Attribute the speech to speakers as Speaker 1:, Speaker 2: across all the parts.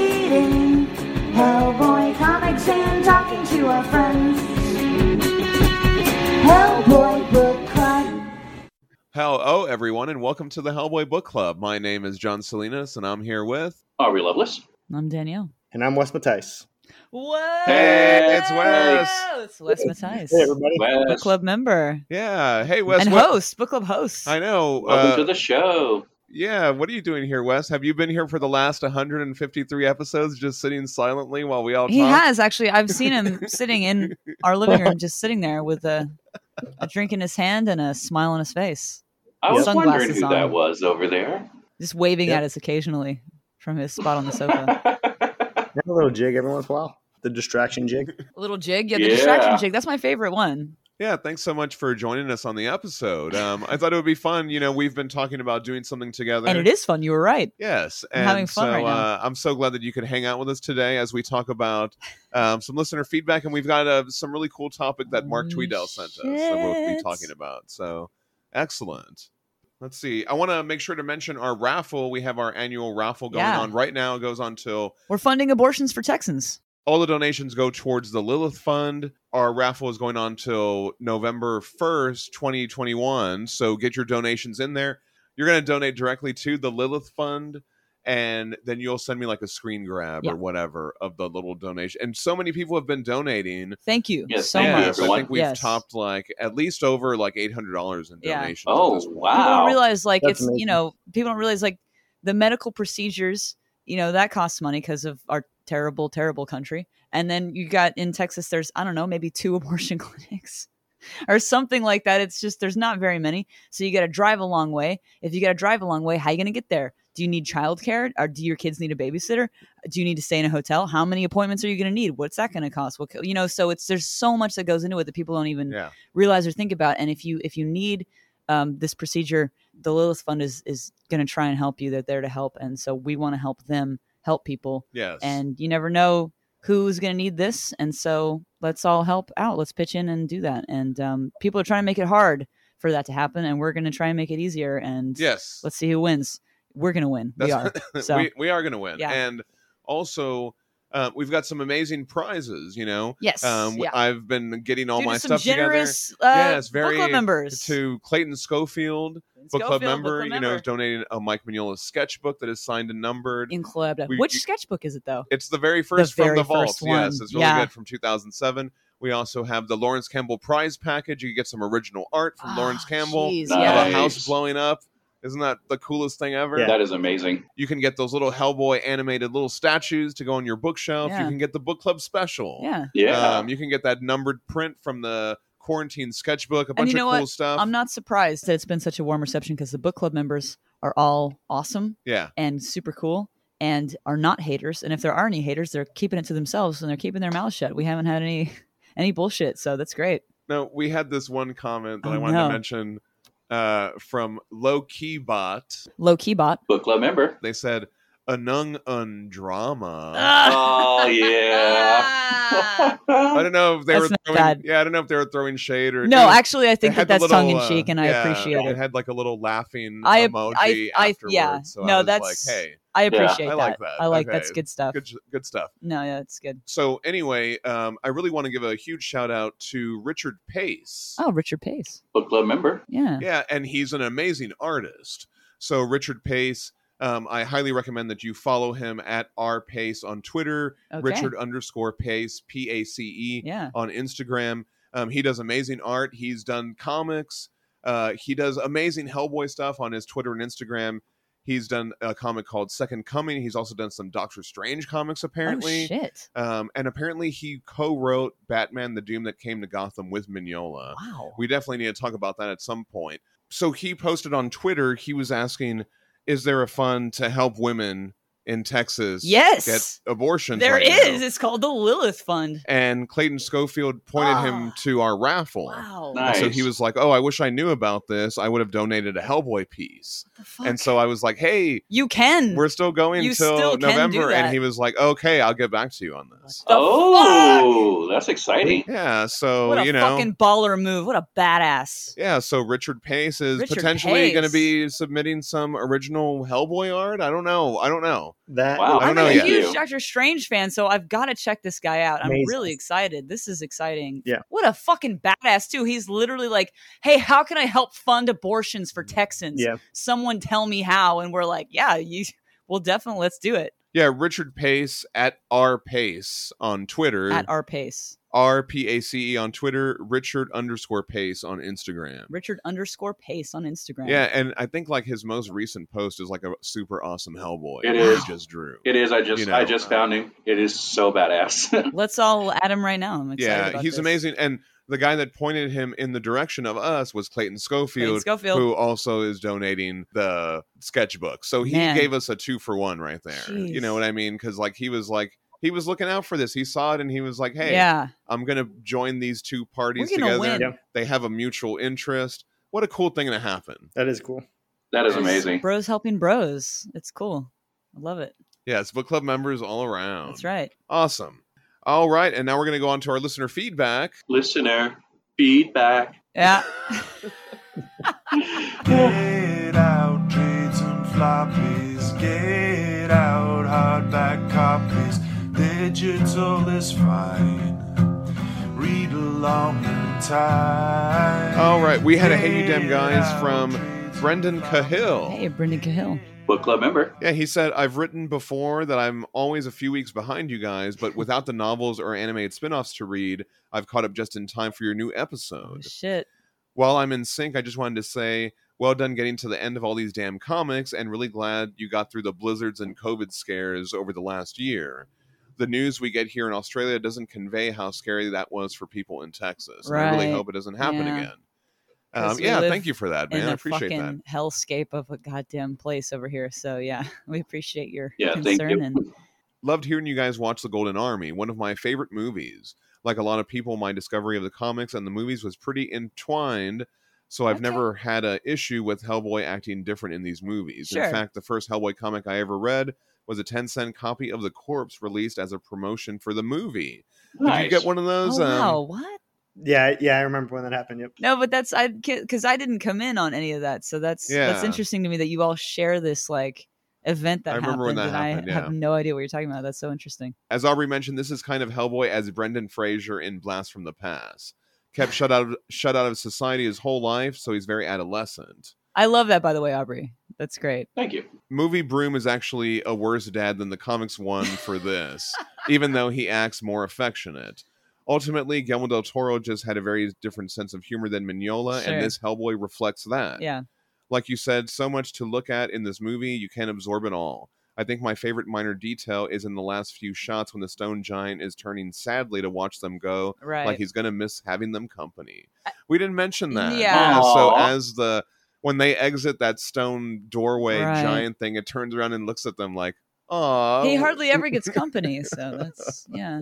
Speaker 1: reading Hellboy comics and talking to our friends. Hellboy Book Club.
Speaker 2: Hello, everyone, and welcome to the Hellboy Book Club. My name is John Salinas, and I'm here with.
Speaker 3: Are we Loveless?
Speaker 4: I'm Danielle.
Speaker 5: And I'm Wes Matthijs.
Speaker 4: Whoa!
Speaker 3: Hey,
Speaker 2: it's Wes.
Speaker 4: It's Wes Matthijs,
Speaker 5: Hey, everybody.
Speaker 4: book
Speaker 3: Wes,
Speaker 4: club member
Speaker 2: Yeah, hey Wes.
Speaker 4: and
Speaker 2: what-
Speaker 4: host, book club host.
Speaker 2: I know.
Speaker 3: Welcome
Speaker 2: uh,
Speaker 3: to the show.
Speaker 2: yeah, what are you doing here, Wes? Have you been here for the last 153 episodes, just sitting silently while we all
Speaker 4: he
Speaker 2: talk?
Speaker 4: has actually. I've seen him sitting in our living room, just sitting there with a, a drink in his hand and a smile on his face,
Speaker 3: I was
Speaker 4: Sunglasses
Speaker 3: wondering who
Speaker 4: on.
Speaker 3: that was over there.
Speaker 4: just waving
Speaker 5: Yeah.
Speaker 4: at us occasionally from his spot on the sofa.
Speaker 3: Oh,
Speaker 5: Have a little jig every once in a while. The distraction jig.
Speaker 4: a little jig, yeah, the
Speaker 3: Yeah.
Speaker 4: distraction jig. That's my favorite one.
Speaker 2: Yeah, thanks so much for joining us on the episode. Um, I thought it would be fun. You know, we've been talking about doing something together.
Speaker 4: And it is fun. You were right.
Speaker 2: Yes,
Speaker 4: I'm
Speaker 2: and
Speaker 4: having fun
Speaker 2: so
Speaker 4: right now.
Speaker 2: uh, I'm so glad that you could hang out with us today as we talk about um, some listener feedback, and we've got uh, some really cool topic that Mark
Speaker 4: Holy
Speaker 2: Tweedale sent us that we'll be
Speaker 4: Mm, shit.
Speaker 2: talking about. So excellent. Let's see. I want to make sure to mention our raffle. We have our annual raffle going
Speaker 4: Yeah.
Speaker 2: on right now. It goes on till
Speaker 4: We're funding abortions for Texans.
Speaker 2: all the donations go towards the Lilith Fund. Our raffle is going on till November 1st, 2021. So get your donations in there. You're going to donate directly to the Lilith Fund, and then you'll send me like a screen grab
Speaker 4: Yeah.
Speaker 2: or whatever of the little donation. And so many people have been donating.
Speaker 4: Thank you
Speaker 3: Yes,
Speaker 4: so
Speaker 3: thank you,
Speaker 4: much.
Speaker 2: yes, I
Speaker 3: everyone.
Speaker 2: think we've
Speaker 4: Yes.
Speaker 2: topped like at least over like $800 in
Speaker 4: Yeah.
Speaker 2: donations. at
Speaker 3: oh,
Speaker 2: this point.
Speaker 4: people
Speaker 3: wow.
Speaker 4: don't realize like
Speaker 5: That's
Speaker 4: it's you
Speaker 5: amazing.
Speaker 4: know people don't realize like the medical procedures you know that costs money because of our terrible terrible country and then you got in texas there's i don't know maybe two abortion clinics or something like that it's just there's not very many so you got to drive a long way if you got to drive a long way how you going to get there do you need childcare or do your kids need a babysitter do you need to stay in a hotel how many appointments are you going to need what's that going to cost what, co- you know so it's there's so much that goes into it that people don't even
Speaker 2: Yeah.
Speaker 4: realize or think about and if you if you need um, this procedure the lilith fund is is going to try and help you they're there to help and so we want to help them help people
Speaker 2: Yes.
Speaker 4: and you never know who's going to need this and so let's all help out let's pitch in and do that and um, people are trying to make it hard for that to happen and we're going to try and make it easier and
Speaker 2: yes.
Speaker 4: let's see who wins we're going to win we are so-
Speaker 2: we, we are going to win.
Speaker 4: Yeah.
Speaker 2: And also, uh, we've got some amazing prizes, you know.
Speaker 4: yes
Speaker 2: Um,
Speaker 4: yeah.
Speaker 2: I've been getting all
Speaker 4: Due to
Speaker 2: my
Speaker 4: some
Speaker 2: stuff
Speaker 4: generous uh,
Speaker 2: Yes,
Speaker 4: book club
Speaker 2: very
Speaker 4: members
Speaker 2: together to Clayton Schofield, book
Speaker 4: Schofield,
Speaker 2: club member. you know,
Speaker 4: member.
Speaker 2: is donating a Mike Mignola sketchbook that is signed and numbered.
Speaker 4: in collab.
Speaker 2: We-
Speaker 4: Which sketchbook is it though?
Speaker 2: It's the very first from
Speaker 4: very
Speaker 2: the vault.
Speaker 4: first one.
Speaker 2: yes, it's really
Speaker 4: Yeah.
Speaker 2: good from 2007. We also have the Lawrence Campbell prize package. You get some original art from Lawrence
Speaker 4: Ah,
Speaker 2: Campbell
Speaker 4: jeez,
Speaker 2: of
Speaker 4: yeah.
Speaker 2: a house
Speaker 3: Nice.
Speaker 2: blowing up. Isn't that the coolest thing ever?
Speaker 5: Yeah.
Speaker 3: That is amazing.
Speaker 2: You can get those little Hellboy animated little statues to go on your bookshelf. You
Speaker 4: Yeah.
Speaker 2: can get the book club special.
Speaker 4: Yeah.
Speaker 3: Yeah.
Speaker 2: Um, you can get that numbered print from the quarantine sketchbook, a bunch
Speaker 4: you know
Speaker 2: of cool
Speaker 4: what?
Speaker 2: stuff.
Speaker 4: I'm not surprised that it's been such a warm reception because the book club members are all awesome
Speaker 2: yeah.
Speaker 4: and super cool and are not haters. And if there are any haters, they're keeping it to themselves and they're keeping their mouths shut. We haven't had any any bullshit, so that's great.
Speaker 2: No, we had this one comment that I
Speaker 4: Oh,
Speaker 2: wanted
Speaker 4: no.
Speaker 2: to mention uh, from Low Key Bot.
Speaker 4: Low key bot.
Speaker 3: Book club member.
Speaker 2: They said, Anung Undrama.
Speaker 3: Oh, yeah.
Speaker 4: Ah.
Speaker 2: I don't know if they
Speaker 4: That's
Speaker 2: were
Speaker 4: not
Speaker 2: throwing,
Speaker 4: bad.
Speaker 2: yeah, I don't know if they were throwing shade or
Speaker 4: no,
Speaker 2: it was-
Speaker 4: actually, I
Speaker 2: it
Speaker 4: think
Speaker 2: had
Speaker 4: that
Speaker 2: the
Speaker 4: that's
Speaker 2: little,
Speaker 4: tongue in
Speaker 2: uh,
Speaker 4: cheek, and I
Speaker 2: yeah,
Speaker 4: appreciate
Speaker 2: It
Speaker 4: it.
Speaker 2: had like a little laughing
Speaker 4: I- I-
Speaker 2: emoji
Speaker 4: I-
Speaker 2: afterwards.
Speaker 4: yeah.
Speaker 2: so
Speaker 4: No,
Speaker 2: I was
Speaker 4: that's-
Speaker 2: like, hey,
Speaker 4: I appreciate
Speaker 2: I
Speaker 4: that.
Speaker 2: like that.
Speaker 4: I like
Speaker 2: Okay.
Speaker 4: that's good stuff.
Speaker 2: good, good stuff.
Speaker 4: No, yeah, that's good.
Speaker 2: So anyway, um, I really want to give a huge shout out to Richard Pace.
Speaker 4: Oh, Richard Pace.
Speaker 3: Book club member.
Speaker 4: Yeah.
Speaker 2: yeah and he's an amazing artist so richard pace um, i highly recommend that you follow him at r pace on twitter
Speaker 4: Okay.
Speaker 2: richard underscore pace p-a-c-e
Speaker 4: Yeah.
Speaker 2: E,
Speaker 4: Oh,
Speaker 2: on instagram um, he does amazing art he's done comics uh, he does amazing hellboy stuff on his twitter and instagram he's done a comic called second coming he's also done some doctor strange comics apparently
Speaker 4: Oh shit.
Speaker 2: um, and apparently he co-wrote batman the doom that came to gotham with mignola
Speaker 4: Wow.
Speaker 2: uh, we definitely need to talk about that at some point. So he posted on Twitter, he was asking, Is there a fund to help women in Texas
Speaker 4: Yes.
Speaker 2: get abortions?
Speaker 4: There
Speaker 2: right
Speaker 4: is.
Speaker 2: now?"
Speaker 4: It's called the Lilith Fund.
Speaker 2: And Clayton Schofield pointed him
Speaker 4: Ah.
Speaker 2: to our raffle.
Speaker 4: Wow.
Speaker 3: Nice.
Speaker 2: So he was like, Oh, I wish I knew about this. I would have donated a Hellboy piece.
Speaker 4: The fuck?
Speaker 2: And so I was like, Hey,
Speaker 4: you can.
Speaker 2: we're still going
Speaker 4: You
Speaker 2: till
Speaker 4: still can do
Speaker 2: November. And
Speaker 4: that.
Speaker 2: he was like, Okay, I'll get back to you on this.
Speaker 4: The
Speaker 3: oh, that's exciting.
Speaker 2: Yeah. So,
Speaker 4: what a
Speaker 2: you know.
Speaker 4: fucking baller move. What a badass.
Speaker 2: Yeah, so Richard Pace is
Speaker 4: Richard
Speaker 2: potentially going to
Speaker 4: Pace.
Speaker 2: be submitting some original Hellboy art. I don't know. I don't know.
Speaker 5: That
Speaker 3: Wow.
Speaker 2: I
Speaker 4: I'm
Speaker 2: don't know
Speaker 4: a
Speaker 2: yet.
Speaker 4: huge
Speaker 3: You.
Speaker 4: Doctor Strange fan, so I've got to check this guy out. I'm
Speaker 5: Amazing.
Speaker 4: really excited. This is exciting.
Speaker 5: Yeah.
Speaker 4: What a fucking badass too. He's literally like, "Hey, how can I help fund abortions for Texans?
Speaker 5: Yeah.
Speaker 4: Someone tell me how." And we're like, "Yeah, you well definitely let's do it
Speaker 2: Yeah, Richard Pace at R Pace on Twitter.
Speaker 4: at our pace."
Speaker 2: R P A C E on Twitter. Richard underscore Pace on Instagram.
Speaker 4: Richard underscore pace on Instagram.
Speaker 2: Yeah, and I think like his most recent post is like a super awesome Hellboy.
Speaker 3: It
Speaker 2: that
Speaker 3: is.
Speaker 2: he just drew.
Speaker 3: It is. I just
Speaker 2: You
Speaker 3: I
Speaker 2: know,
Speaker 3: just
Speaker 2: uh,
Speaker 3: found him. It is so badass.
Speaker 4: Let's all add him right now. I'm excited.
Speaker 2: yeah,
Speaker 4: about
Speaker 2: he's
Speaker 4: this.
Speaker 2: amazing. And the guy that pointed him in the direction of us was Clayton
Speaker 4: Clayton
Speaker 2: Schofield,
Speaker 4: Schofield.
Speaker 2: who also is donating the sketchbook. So he
Speaker 4: Man.
Speaker 2: gave us a two for one right there. You
Speaker 4: Jeez.
Speaker 2: know what I mean? Because like he was like he was looking out for this. He saw it and he was like, "Hey,
Speaker 4: yeah,
Speaker 2: I'm gonna join these two
Speaker 4: we're
Speaker 2: parties
Speaker 4: gonna
Speaker 2: together.
Speaker 4: win.
Speaker 5: Yeah.
Speaker 2: They have a mutual interest. What a cool thing to happen."
Speaker 5: that is cool.
Speaker 3: that is amazing.
Speaker 4: Bros helping bros. It's cool. I love it.
Speaker 2: Yeah, it's book club members all around.
Speaker 4: That's right.
Speaker 2: Awesome. All right, and now we're gonna go on to our listener feedback.
Speaker 3: Listener feedback.
Speaker 4: Yeah.
Speaker 6: Get out trades and floppies. Get out hardback copies. Digital is fine. Read along in time.
Speaker 2: All right, Oh, we had a Hey You Damn Guys from Brendan Cahill.
Speaker 4: hey, Brendan Cahill.
Speaker 3: Book club member.
Speaker 2: Yeah, he said, I've written before that I'm always a few weeks behind you guys, but without the novels or animated spin offs to read, I've caught up just in time for your new episode.
Speaker 4: Shit.
Speaker 2: While I'm in sync, I just wanted to say, well done getting to the end of all these damn comics, and really glad you got through the blizzards and COVID scares over the last year. The news we get here in Australia doesn't convey how scary that was for people in Texas. And I really
Speaker 4: Right.
Speaker 2: hope it doesn't happen
Speaker 4: Yeah.
Speaker 2: again.
Speaker 4: 'Cause
Speaker 2: Um,
Speaker 4: we
Speaker 2: yeah,
Speaker 4: live
Speaker 2: thank you for that,
Speaker 4: in
Speaker 2: man. I
Speaker 4: the
Speaker 2: appreciate
Speaker 4: fucking
Speaker 2: that.
Speaker 4: hellscape of a goddamn place over here. So yeah, we appreciate your
Speaker 3: Yeah,
Speaker 4: concern
Speaker 3: thank you.
Speaker 4: and
Speaker 2: loved hearing you guys watch The Golden Army, one of my favorite movies. Like a lot of people, my discovery of the comics and the movies was pretty entwined, so I've
Speaker 4: Okay.
Speaker 2: never had an issue with Hellboy acting different in these movies.
Speaker 4: Sure.
Speaker 2: In fact, the first Hellboy comic I ever read was a 10 cent copy of The Corpse released as a promotion for the movie. Did you
Speaker 3: Nice.
Speaker 2: get one of
Speaker 4: oh
Speaker 2: those? Um,
Speaker 4: wow, what?
Speaker 5: Yeah, yeah, I remember when that happened. Yep.
Speaker 4: No, but that's I because I didn't come in on any of that, so that's that's
Speaker 2: Yeah.
Speaker 4: interesting to me that you all share this like event that
Speaker 2: I remember when
Speaker 4: happened,
Speaker 2: that
Speaker 4: and
Speaker 2: happened,
Speaker 4: I
Speaker 2: yeah.
Speaker 4: have no idea what you're talking about. That's so interesting.
Speaker 2: As Aubrey mentioned, this is kind of Hellboy as Brendan Fraser in Blast from the Past. Kept shut out of shut out of society his whole life, so he's very adolescent.
Speaker 4: I love that by the way, Aubrey. That's great.
Speaker 3: Thank you.
Speaker 2: movie Broom is actually a worse dad than the comics one for this, even though he acts more affectionate. Ultimately, Guillermo del Toro just had a very different sense of humor than Mignola,
Speaker 4: Sure.
Speaker 2: and this Hellboy reflects that.
Speaker 4: Yeah.
Speaker 2: Like you said, so much to look at in this movie, you can't absorb it all. I think my favorite minor detail is in the last few shots when the stone giant is turning sadly to watch them go,
Speaker 4: Right.
Speaker 2: like he's gonna miss having them company. We didn't mention that.
Speaker 4: Yeah.
Speaker 2: So
Speaker 3: Aw.
Speaker 2: as the when they exit that stone doorway
Speaker 4: Right.
Speaker 2: giant thing, it turns around and looks at them like, "Oh."
Speaker 4: he hardly ever gets company so that's yeah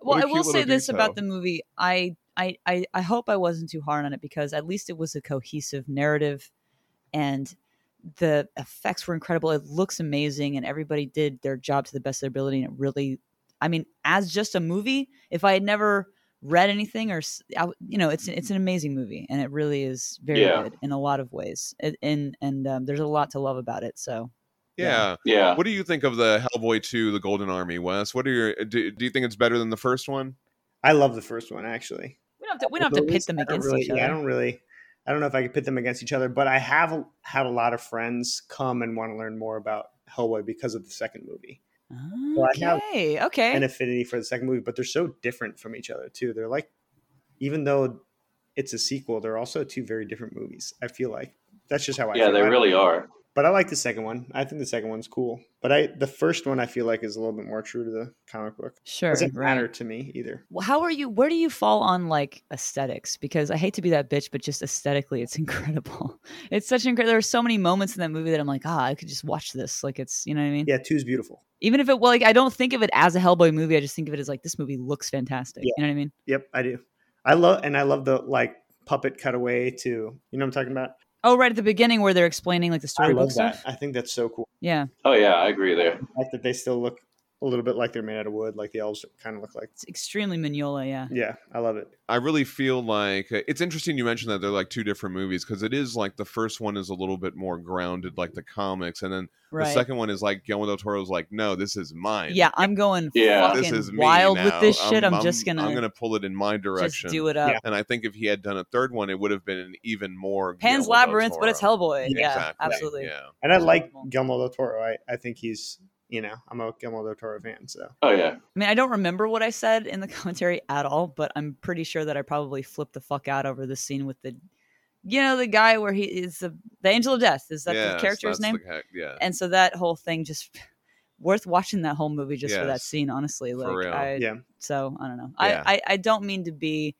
Speaker 4: well
Speaker 2: a
Speaker 4: i
Speaker 2: cute
Speaker 4: will say
Speaker 2: little
Speaker 4: this about the
Speaker 2: detail.
Speaker 4: movie I, I i i hope i wasn't too hard on it because at least it was a cohesive narrative and the effects were incredible it looks amazing and everybody did their job to the best of their ability and it really i mean as just a movie if i had never read anything or s- I w- you know it's it's an amazing movie and it really is very
Speaker 3: Yeah.
Speaker 4: good in a lot of ways it, and and um, there's a lot to love about it so
Speaker 2: Yeah.
Speaker 3: Yeah.
Speaker 2: What do you think of the Hellboy 2 The Golden Army, Wes? What are your do, do you think it's better than the first one?
Speaker 5: I love the first one actually.
Speaker 4: we don't have to, we don't have to pit
Speaker 5: Movies,
Speaker 4: them
Speaker 5: I don't
Speaker 4: against
Speaker 5: really-
Speaker 4: each other
Speaker 5: yeah, I don't really. I don't know if I could pit them against each other, but I have had a lot of friends come and want to learn more about Hellboy because of the second movie. I have
Speaker 4: Okay. okay.
Speaker 5: an affinity for the second movie, but they're so different from each other too. They're like, even though it's a sequel, they're also two very different movies. I feel like that's just how I.
Speaker 3: Yeah,
Speaker 5: feel.
Speaker 3: they
Speaker 5: I-
Speaker 3: really are.
Speaker 5: But I like the second one. I think the second one's cool. But I the first one I feel like is a little bit more true to the comic book.
Speaker 4: sure.
Speaker 5: Doesn't
Speaker 4: right.
Speaker 5: matter to me either.
Speaker 4: Well, How are you? Where do you fall on like aesthetics? Because I hate to be that bitch, but just aesthetically, it's incredible. It's such incredible. There are so many moments in that movie that I'm like, ah, I could just watch this. Like it's, you know what I mean?
Speaker 5: Yeah, two's beautiful.
Speaker 4: Even if it, well, like I don't think of it as a Hellboy movie. I just think of it as like this movie looks fantastic.
Speaker 5: Yeah.
Speaker 4: You know what I mean?
Speaker 5: Yep, I do. I love and I love the like puppet cutaway to you know what I'm talking about.
Speaker 4: Oh, right at the beginning where they're explaining like the
Speaker 5: I
Speaker 4: storybook
Speaker 5: love
Speaker 4: stuff.
Speaker 5: that. I think that's so cool.
Speaker 4: Yeah.
Speaker 3: Oh yeah, I agree there.
Speaker 5: The fact that they still look a little bit like they're made out of wood, like the elves kind of look like.
Speaker 4: It's extremely Mignola, yeah.
Speaker 5: Yeah, I love it.
Speaker 2: I really feel like uh, it's interesting you mentioned that they're like two different movies because it is like the first one is a little bit more grounded, like the comics, and then
Speaker 4: Right.
Speaker 2: the second one is like Guillermo del Toro's like, no, this is mine.
Speaker 4: yeah, I'm going
Speaker 3: Yeah.
Speaker 4: fucking
Speaker 2: this is me
Speaker 4: wild
Speaker 2: now.
Speaker 4: with this shit. I'm,
Speaker 2: I'm
Speaker 4: just gonna,
Speaker 2: I'm gonna pull it in my
Speaker 4: just
Speaker 2: direction.
Speaker 4: do it up.
Speaker 5: Yeah.
Speaker 2: And I think if he had done a third one, it would have been an even more Guillermo
Speaker 4: Pan's
Speaker 2: del
Speaker 4: Labyrinth, but it's
Speaker 2: Toro.
Speaker 4: Hellboy. Yeah,
Speaker 2: Exactly.
Speaker 4: absolutely.
Speaker 2: Yeah.
Speaker 5: And I like Guillermo del Toro. I, I think he's, you know, I'm a Guillermo del Toro fan. So
Speaker 3: Oh yeah.
Speaker 4: I mean, I don't remember what I said in the commentary at all, but I'm pretty sure that I probably flipped the fuck out over the scene with the, you know, the guy where he is the, the Angel of Death. Is that
Speaker 2: Yes,
Speaker 4: the character's
Speaker 2: that's
Speaker 4: name?
Speaker 2: the heck- yeah.
Speaker 4: and so that whole thing just worth watching that whole movie just for that
Speaker 2: Yes.
Speaker 4: scene honestly
Speaker 2: For
Speaker 4: like
Speaker 2: real.
Speaker 4: I,
Speaker 5: Yeah.
Speaker 4: so i don't know
Speaker 2: Yeah.
Speaker 4: I, I i don't mean to be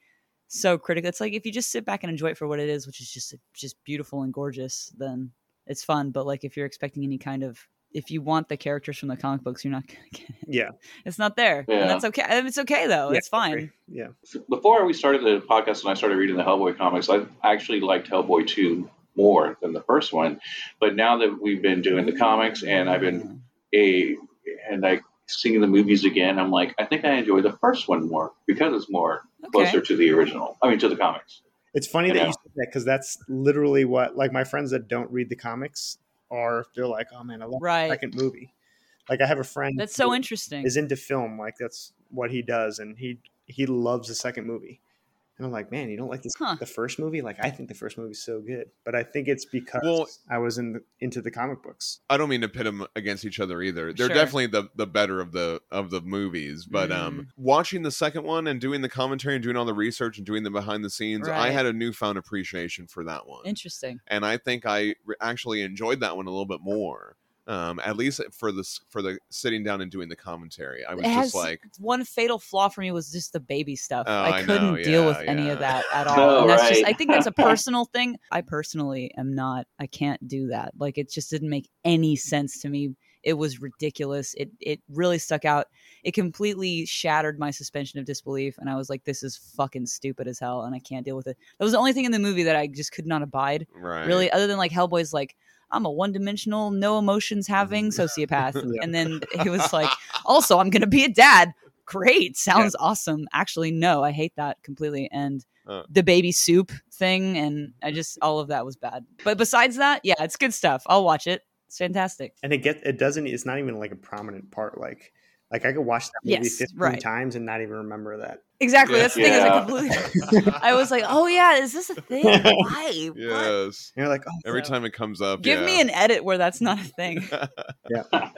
Speaker 4: so critical it's like if you just sit back and enjoy it for what it is which is just just beautiful and gorgeous then it's fun but like if you're expecting any kind of if you want the characters from the comic books you're not gonna get it
Speaker 5: yeah,
Speaker 4: it's not there
Speaker 3: Yeah.
Speaker 4: and that's okay and it's okay though
Speaker 5: Yeah,
Speaker 4: Oh, it's fine
Speaker 5: agree. Yeah,
Speaker 3: Before we started the podcast and I started reading the Hellboy comics, I actually liked Hellboy two more than the first one. But now that we've been doing the comics and I've been a and I seeing the movies again, I'm like, I think I enjoy the first one more because it's more
Speaker 4: Okay.
Speaker 3: closer to the original. I mean, to the comics.
Speaker 5: it's funny that
Speaker 3: Yeah.
Speaker 5: you said that because that's literally what like my friends that don't read the comics are. They're like, oh man, I love the
Speaker 4: right
Speaker 5: second movie. Like I have a friend
Speaker 4: that's so
Speaker 5: who
Speaker 4: interesting
Speaker 5: is into film. Like that's what he does, and he he loves the second movie. And I'm like, man, you don't like this
Speaker 4: Huh.
Speaker 5: the first movie? Like I think the first movie's so good, but I think it's because
Speaker 2: Well-
Speaker 5: I was in the, into the comic books.
Speaker 2: I don't mean to pit them against each other either. They're
Speaker 4: Sure.
Speaker 2: definitely the the better of the of the movies, but
Speaker 4: Mm-hmm.
Speaker 2: um watching the second one and doing the commentary and doing all the research and doing the behind the scenes, I
Speaker 4: Right.
Speaker 2: had a newfound appreciation for that one.
Speaker 4: interesting
Speaker 2: and I think I re- actually enjoyed that one a little bit more. Um at least for the s- for the sitting down and doing the commentary. I was
Speaker 4: it has
Speaker 2: just like
Speaker 4: one fatal flaw for me was just the baby stuff.
Speaker 2: Oh,
Speaker 4: I
Speaker 2: I
Speaker 4: couldn't
Speaker 2: know.
Speaker 4: deal
Speaker 2: Yeah,
Speaker 4: with any of
Speaker 2: yeah.
Speaker 4: that at all.
Speaker 3: Oh,
Speaker 4: and that's just
Speaker 3: right.
Speaker 4: I think that's a personal thing. I personally am not I can't do that. Like it just didn't make any sense to me. It was ridiculous. It it really stuck out. It completely shattered my suspension of disbelief and I was like this is fucking stupid as hell and I can't deal with it. That was the only thing in the movie that I just could not abide.
Speaker 2: right.
Speaker 4: Really other than like Hellboy's like I'm a one-dimensional, no emotions having sociopath.
Speaker 5: Yeah.
Speaker 4: And then he was like also i'm gonna be a dad great sounds awesome actually no i hate that completely and
Speaker 2: Uh.
Speaker 4: the baby soup thing and i just all of that was bad but besides that yeah it's good stuff i'll watch it it's fantastic
Speaker 5: and it get it doesn't it's not even like a prominent part like like i could watch that movie
Speaker 4: Yes,
Speaker 5: 15
Speaker 4: right.
Speaker 5: times and not even remember that
Speaker 4: exactly
Speaker 2: Yeah.
Speaker 4: that's the thing is i
Speaker 3: Yeah.
Speaker 4: completely i was like oh yeah is this a thing why What?"
Speaker 2: Yes.
Speaker 5: and you're like oh
Speaker 2: Every
Speaker 4: So-
Speaker 2: time it comes up.
Speaker 4: give me
Speaker 2: yeah.
Speaker 4: an edit where that's not a thing it'll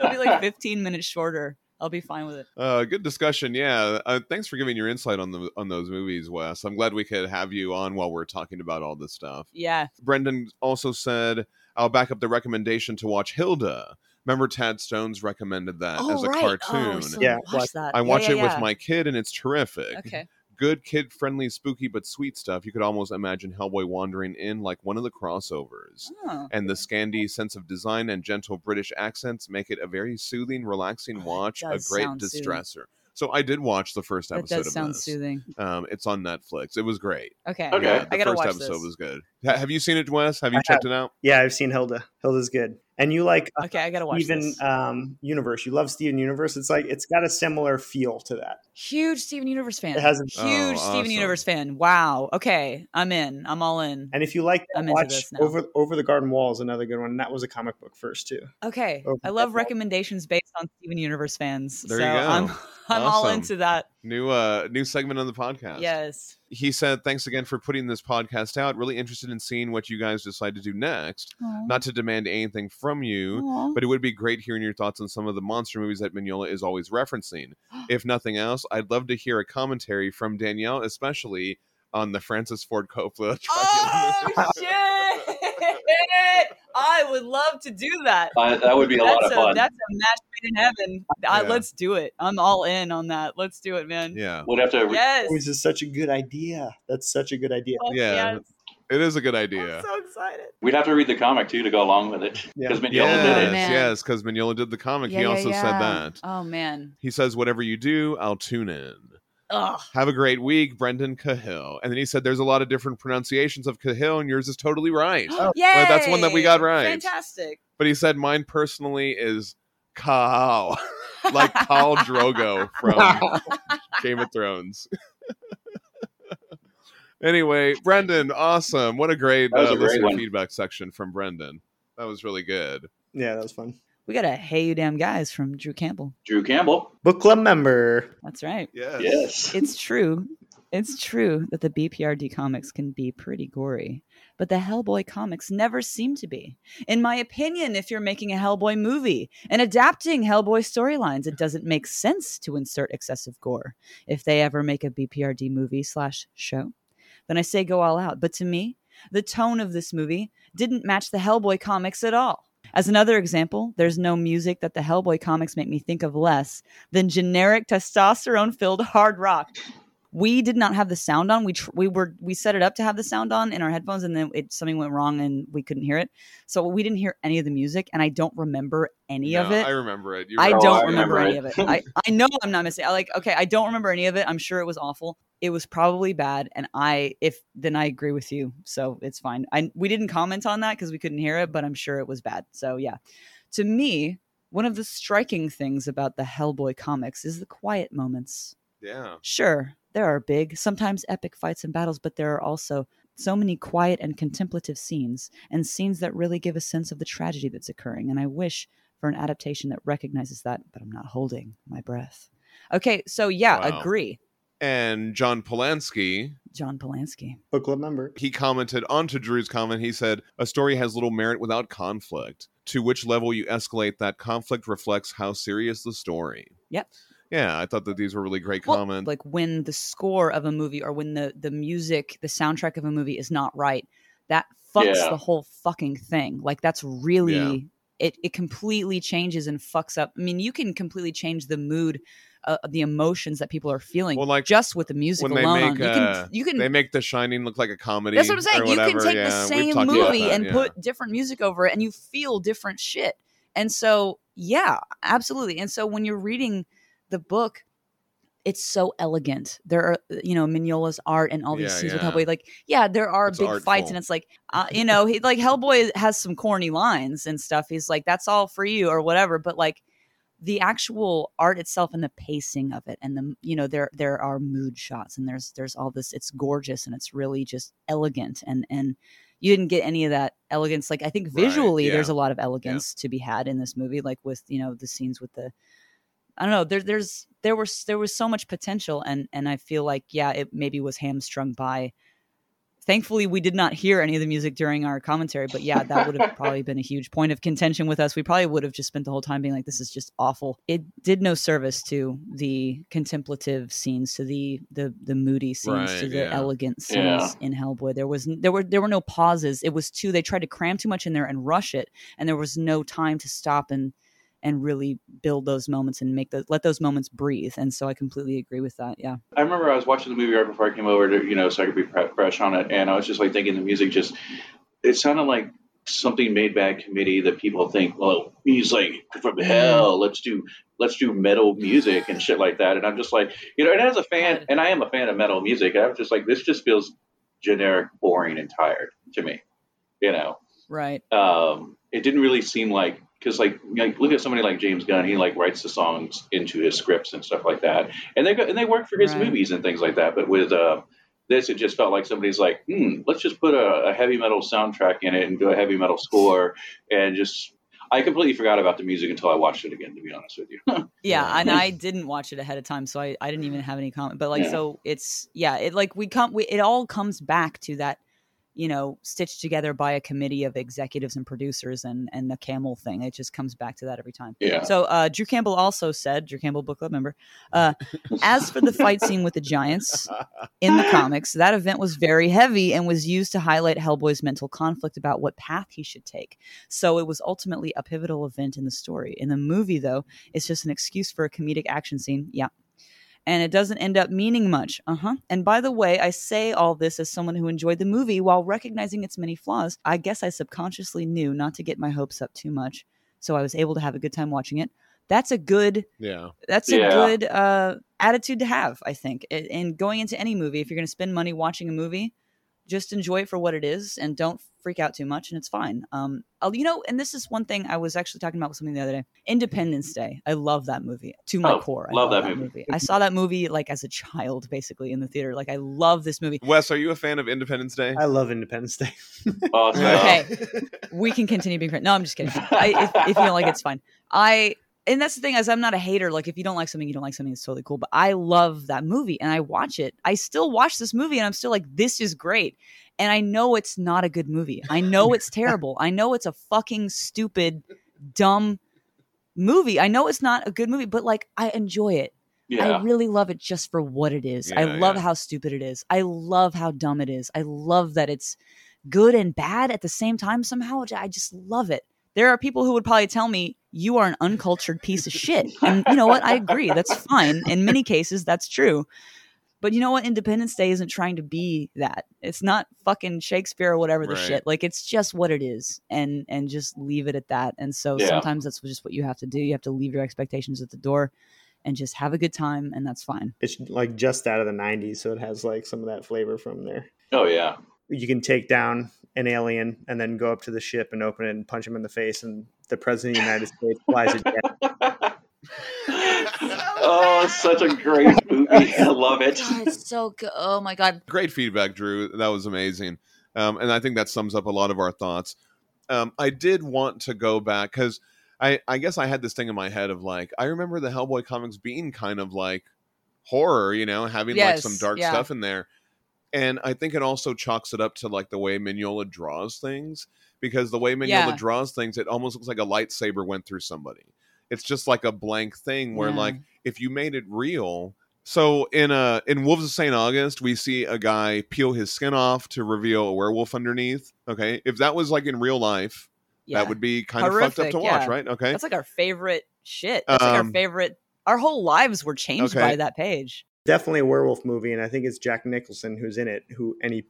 Speaker 4: be like 15 minutes shorter i'll be fine with it
Speaker 2: Uh, good discussion. Yeah, uh, thanks for giving your insight on the on those movies, Wes. I'm glad we could have you on while we're talking about all this stuff.
Speaker 4: yeah
Speaker 2: Brendan also said, "I'll back up the recommendation to watch Hilda." Remember, Tad Stones recommended that
Speaker 4: oh
Speaker 2: as a
Speaker 4: right
Speaker 2: cartoon.
Speaker 4: oh, so
Speaker 5: Yeah,
Speaker 4: watch
Speaker 5: watch-
Speaker 4: that
Speaker 2: I
Speaker 4: Yeah,
Speaker 2: watch
Speaker 4: yeah,
Speaker 2: it with
Speaker 4: yeah.
Speaker 2: my kid, and it's terrific.
Speaker 4: okay
Speaker 2: Good kid friendly, spooky but sweet stuff. You could almost imagine Hellboy wandering in like one of the crossovers.
Speaker 4: oh.
Speaker 2: And the Scandi sense of design and gentle British accents make it a very soothing,
Speaker 4: Oh,
Speaker 2: relaxing
Speaker 4: that
Speaker 2: watch, a
Speaker 4: does
Speaker 2: great
Speaker 4: sound soothing.
Speaker 2: distressor. So I did watch the first
Speaker 4: that
Speaker 2: episode
Speaker 4: does
Speaker 2: of
Speaker 4: sound
Speaker 2: this.
Speaker 4: soothing
Speaker 2: Um, it's on Netflix. It was great.
Speaker 4: okay
Speaker 3: Okay.
Speaker 2: Yeah, the
Speaker 4: I gotta
Speaker 2: first
Speaker 4: watch
Speaker 2: episode
Speaker 4: this.
Speaker 2: was good. Ha- have you seen it, Wes? Have you
Speaker 5: I
Speaker 2: checked it out?
Speaker 5: yeah i've seen hilda hilda's good and you like
Speaker 2: Uh-huh.
Speaker 5: uh,
Speaker 4: okay i gotta watch
Speaker 5: steven
Speaker 4: this.
Speaker 2: uh,
Speaker 5: um universe you love steven universe it's like it's got a similar feel to that
Speaker 4: Huge Steven Universe fan.
Speaker 5: It has a-
Speaker 4: huge
Speaker 2: Oh, awesome.
Speaker 4: Steven Universe fan. Wow. Okay, I'm in. I'm all in.
Speaker 5: and if you like that,
Speaker 4: I'm into
Speaker 5: watch
Speaker 4: this now.
Speaker 5: over over the garden wall is another good one and that was a comic book first too
Speaker 4: Okay,
Speaker 5: Oh,
Speaker 4: I love recommendations based on Steven Universe fans.
Speaker 2: There
Speaker 4: so
Speaker 2: you go.
Speaker 4: I'm I'm all
Speaker 2: Awesome.
Speaker 4: into that.
Speaker 2: New uh new segment on the podcast.
Speaker 4: Yes.
Speaker 2: He said, Thanks again for putting this podcast out. Really interested in seeing what you guys decide to do next. Not
Speaker 4: Mm-hmm.
Speaker 2: to demand anything from you, but it would be great hearing your thoughts on some of the monster movies that Mignola is always referencing. If nothing else, I'd love to hear a commentary from Danielle, especially on the Francis Ford Coppola. Dracula
Speaker 4: Oh
Speaker 2: movie.
Speaker 4: shit! I would love to do that.
Speaker 3: I, that would be a lot
Speaker 4: That's
Speaker 3: of
Speaker 4: a,
Speaker 3: fun.
Speaker 4: that's a match made in heaven. I,
Speaker 2: Yeah.
Speaker 4: let's do it. I'm all in on that. Let's do it, man.
Speaker 2: yeah,
Speaker 3: We'd have to.
Speaker 4: Yes.
Speaker 5: this is such a good idea that's such a good idea
Speaker 4: Fuck
Speaker 2: Yeah.
Speaker 4: yes.
Speaker 2: it is a good
Speaker 4: I'm
Speaker 2: idea.
Speaker 4: so excited.
Speaker 3: We'd have to read the comic too to go along with it
Speaker 5: Yeah.
Speaker 3: because Mignola
Speaker 2: yes,
Speaker 3: did it.
Speaker 4: man.
Speaker 2: yes, because Mignola did the comic.
Speaker 4: Yeah,
Speaker 2: he
Speaker 4: yeah,
Speaker 2: also said
Speaker 4: yeah.
Speaker 2: that.
Speaker 4: Oh man.
Speaker 2: He says, Whatever you do, I'll tune in.
Speaker 4: Ugh.
Speaker 2: Have a great week, Brendan Cahill. And then he said, There's a lot of different pronunciations of Cahill, and yours is totally right.
Speaker 4: Yeah,
Speaker 2: that's one that we got right.
Speaker 4: Fantastic.
Speaker 2: But he said, Mine personally is cow, like Khal Drogo from Game of Thrones. anyway, Brendan, awesome! What a great,
Speaker 3: That was
Speaker 2: uh,
Speaker 3: a great
Speaker 2: listener
Speaker 3: one.
Speaker 2: feedback section from Brendan. That was really good.
Speaker 5: Yeah, that was fun.
Speaker 4: We got a Hey You Damn Guys from Drew Campbell.
Speaker 3: Drew Campbell.
Speaker 5: Book club member.
Speaker 4: That's right.
Speaker 2: Yes.
Speaker 3: Yes.
Speaker 4: It's true. It's true that the BPRD comics can be pretty gory, but the Hellboy comics never seem to be. In my opinion, if you're making a Hellboy movie and adapting Hellboy storylines, it doesn't make sense to insert excessive gore. If they ever make a BPRD movie slash show, then I say go all out. But to me, the tone of this movie didn't match the Hellboy comics at all. As another example, there's no music that the Hellboy comics make me think of less than generic testosterone filled hard rock. We did not have the sound on. We tr- we were we set it up to have the sound on in our headphones, and then it something went wrong and we couldn't hear it. So we didn't hear any of the music, and I don't remember any of
Speaker 2: No,
Speaker 4: it.
Speaker 2: I remember it. You
Speaker 3: Oh,
Speaker 4: I
Speaker 2: remember
Speaker 4: don't
Speaker 3: I
Speaker 2: it.
Speaker 4: remember,
Speaker 3: remember
Speaker 4: any of
Speaker 3: it.
Speaker 4: it. I, I know I'm not missing. I like okay, I don't remember any of it. I'm sure it was awful. It was probably bad, and I if then I agree with you, so it's fine. I we didn't comment on that because we couldn't hear it, but I'm sure it was bad. So yeah, to me, one of the striking things about the Hellboy comics is the quiet moments.
Speaker 2: Yeah.
Speaker 4: Sure, there are big, sometimes epic fights and battles, but there are also so many quiet and contemplative scenes, and scenes that really give a sense of the tragedy that's occurring. And I wish for an adaptation that recognizes that, but I'm not holding my breath. Okay, so yeah,
Speaker 2: Wow.
Speaker 4: agree.
Speaker 2: And John Polanski,
Speaker 4: John Polanski.
Speaker 5: Book club member.
Speaker 2: he commented onto Drew's comment. He said, A story has little merit without conflict. To which level you escalate that conflict reflects how serious the story.
Speaker 4: Yep.
Speaker 2: Yeah, I thought that these were really great
Speaker 4: Well,
Speaker 2: comments.
Speaker 4: Like when the score of a movie or when the, the music, the soundtrack of a movie is not right, that fucks
Speaker 3: Yeah.
Speaker 4: the whole fucking thing. Like that's really
Speaker 2: Yeah.
Speaker 4: it, it completely changes and fucks up. I mean, you can completely change the mood, uh, the emotions that people are feeling
Speaker 2: Well, like
Speaker 4: just with the music
Speaker 2: when they
Speaker 4: alone.
Speaker 2: make,
Speaker 4: you
Speaker 2: uh,
Speaker 4: can you can
Speaker 2: they make The Shining look like a comedy.
Speaker 4: Hmm. that's what I'm
Speaker 2: or
Speaker 4: saying. You
Speaker 2: whatever.
Speaker 4: can take
Speaker 2: Yeah,
Speaker 4: the
Speaker 2: we've
Speaker 4: same
Speaker 2: talked about
Speaker 4: movie
Speaker 2: that,
Speaker 4: and
Speaker 2: yeah.
Speaker 4: put different music over it, and you feel different shit. And so, yeah, absolutely. And so, when you're reading the book, it's so elegant. There are, you know, Mignola's art and all these
Speaker 2: Yeah,
Speaker 4: scenes
Speaker 2: yeah.
Speaker 4: with Hellboy. Like, yeah, there are
Speaker 2: It's
Speaker 4: big fights,
Speaker 2: artful.
Speaker 4: and it's like, uh, you know, he, like Hellboy has some corny lines and stuff. He's like, "That's all for you" or whatever. But like, the actual art itself and the pacing of it and the you know there there are mood shots and there's there's all this it's gorgeous and it's really just elegant and and you didn't get any of that elegance like i think
Speaker 2: Right,
Speaker 4: visually there's
Speaker 2: yeah.
Speaker 4: a lot of elegance to be had in this movie like with you know the scenes with the i don't know there there's there was there was so much potential and and i feel like yeah it maybe was hamstrung by thankfully we did not hear any of the music during our commentary but yeah that would have probably been a huge point of contention with us we probably would have just spent the whole time being like this is just awful it did no service to the contemplative scenes to the the the moody scenes to
Speaker 2: Right,
Speaker 4: the
Speaker 2: yeah.
Speaker 4: elegant scenes
Speaker 3: Yeah.
Speaker 4: in hellboy there was n- there were there were no pauses it was too they tried to cram too much in there and rush it and there was no time to stop and and really build those moments and make the let those moments breathe and so i completely agree with that yeah
Speaker 3: I remember I was watching the movie right before I came over to, you know, so I could be pre- fresh on it. And I was just like thinking the music just, it sounded like something made by a committee that people think, well, he's like from hell. Let's do, let's do metal music and shit like that. And I'm just like, you know, and as a fan, and I am a fan of metal music, I'm just like, this just feels generic, boring, and tired to me, you know?
Speaker 4: right
Speaker 3: um, it didn't really seem like because like, like look at somebody like James Gunn, he like writes the songs into his scripts and stuff like that, and they go, and they work for his
Speaker 4: Right.
Speaker 3: movies and things like that. But with uh, this, it just felt like somebody's like, hmm, let's just put a, a heavy metal soundtrack in it and do a heavy metal score, and just I completely forgot about the music until I watched it again. To be honest with you,
Speaker 4: yeah,
Speaker 2: Yeah.
Speaker 4: and i didn't watch it ahead of time so i, I didn't even have any comment but like
Speaker 3: Yeah.
Speaker 4: so it's yeah it like we come we, it all comes back to that you know stitched together by a committee of executives and producers and and the camel thing it just comes back to that every time
Speaker 3: yeah,
Speaker 4: so uh, Drew Campbell also said, Drew Campbell book club member, uh, as for the fight scene with the Giants in the comics, that event was very heavy and was used to highlight Hellboy's mental conflict about what path he should take. So it was ultimately a pivotal event in the story. In the movie, though, it's just an excuse for a comedic action scene. Yeah. And it doesn't end up meaning much. Uh huh. And by the way, I say all this as someone who enjoyed the movie while recognizing its many flaws. I guess I subconsciously knew not to get my hopes up too much so I was able to have a good time watching it. That's a good
Speaker 2: Yeah.
Speaker 4: that's a
Speaker 3: Yeah.
Speaker 4: good uh, attitude to have, I think. A- And going into any movie, if you're going to spend money watching a movie, just enjoy it for what it is and don't freak out too much and it's fine um I'll, you know and this is one thing i was actually talking about with something the other day independence day i love that movie to my
Speaker 3: Mm-hmm. Oh,
Speaker 4: core I
Speaker 3: love that movie.
Speaker 4: i saw that movie like as a child basically in the theater like i love this movie
Speaker 2: Wes, are you a fan of Independence Day?
Speaker 5: I love Independence Day.
Speaker 3: Awesome.
Speaker 4: Okay. we can continue being friends. No, I'm just kidding. I, if, if you don't like it, it's fine. I and that's the thing is I'm not a hater. Like if you don't like something, you don't like something. It's totally cool. But I love that movie and I watch it. I still watch this movie and I'm still like, this is great. And I know it's not a good movie. I know it's terrible. I know it's a fucking stupid, dumb movie. I know it's not a good movie, but like I enjoy it. I
Speaker 3: Yeah.
Speaker 4: really love it just for what it is.
Speaker 2: Yeah,
Speaker 4: I love
Speaker 2: yeah.
Speaker 4: how stupid it is. I love how dumb it is. I love that it's good and bad at the same time somehow. I just love it. There are people who would probably tell me you are an uncultured piece of shit. And you know what? I agree. That's fine. In many cases, that's true. But you know what? Independence Day isn't trying to be that. It's not fucking Shakespeare or whatever the
Speaker 2: Right.
Speaker 4: shit. Like it's just what it is, and and just leave it at that. And so
Speaker 3: Yeah.
Speaker 4: sometimes that's just what you have to do. You have to leave your expectations at the door, and just have a good time, and that's fine.
Speaker 5: It's like just out of the 90s, so it has like some of that flavor from there.
Speaker 3: Oh yeah.
Speaker 5: You can take down an alien and then go up to the ship and open it and punch him in the face, and the president of the United States flies it down.
Speaker 3: oh, it's such a great movie. I love it.
Speaker 4: God, it's so good. Oh my god.
Speaker 2: Great feedback, Drew. That was amazing. Um, and I think that sums up a lot of our thoughts. Um, I did want to go back because I, I guess I had this thing in my head of like, I remember the Hellboy comics being kind of like horror, you know, having
Speaker 4: Yes,
Speaker 2: like some dark
Speaker 4: yeah.
Speaker 2: stuff in there. And I think it also chalks it up to like the way Mignola draws things because the way Mignola
Speaker 4: Yeah.
Speaker 2: draws things, it almost looks like a lightsaber went through somebody. It's just like a blank thing where
Speaker 4: Yeah.
Speaker 2: like if you made it real. So in uh in Wolves of St. August, we see a guy peel his skin off to reveal a werewolf underneath. Okay. If that was like in real life,
Speaker 4: Yeah.
Speaker 2: that would be kind of fucked up
Speaker 4: Horrific,
Speaker 2: to watch,
Speaker 4: yeah.
Speaker 2: right? Okay.
Speaker 4: That's like our favorite shit. That's like our
Speaker 2: Um,
Speaker 4: favorite. Our whole lives were changed
Speaker 2: okay.
Speaker 4: by that page.
Speaker 5: Definitely a werewolf movie, and I think it's Jack Nicholson who's in it, who and he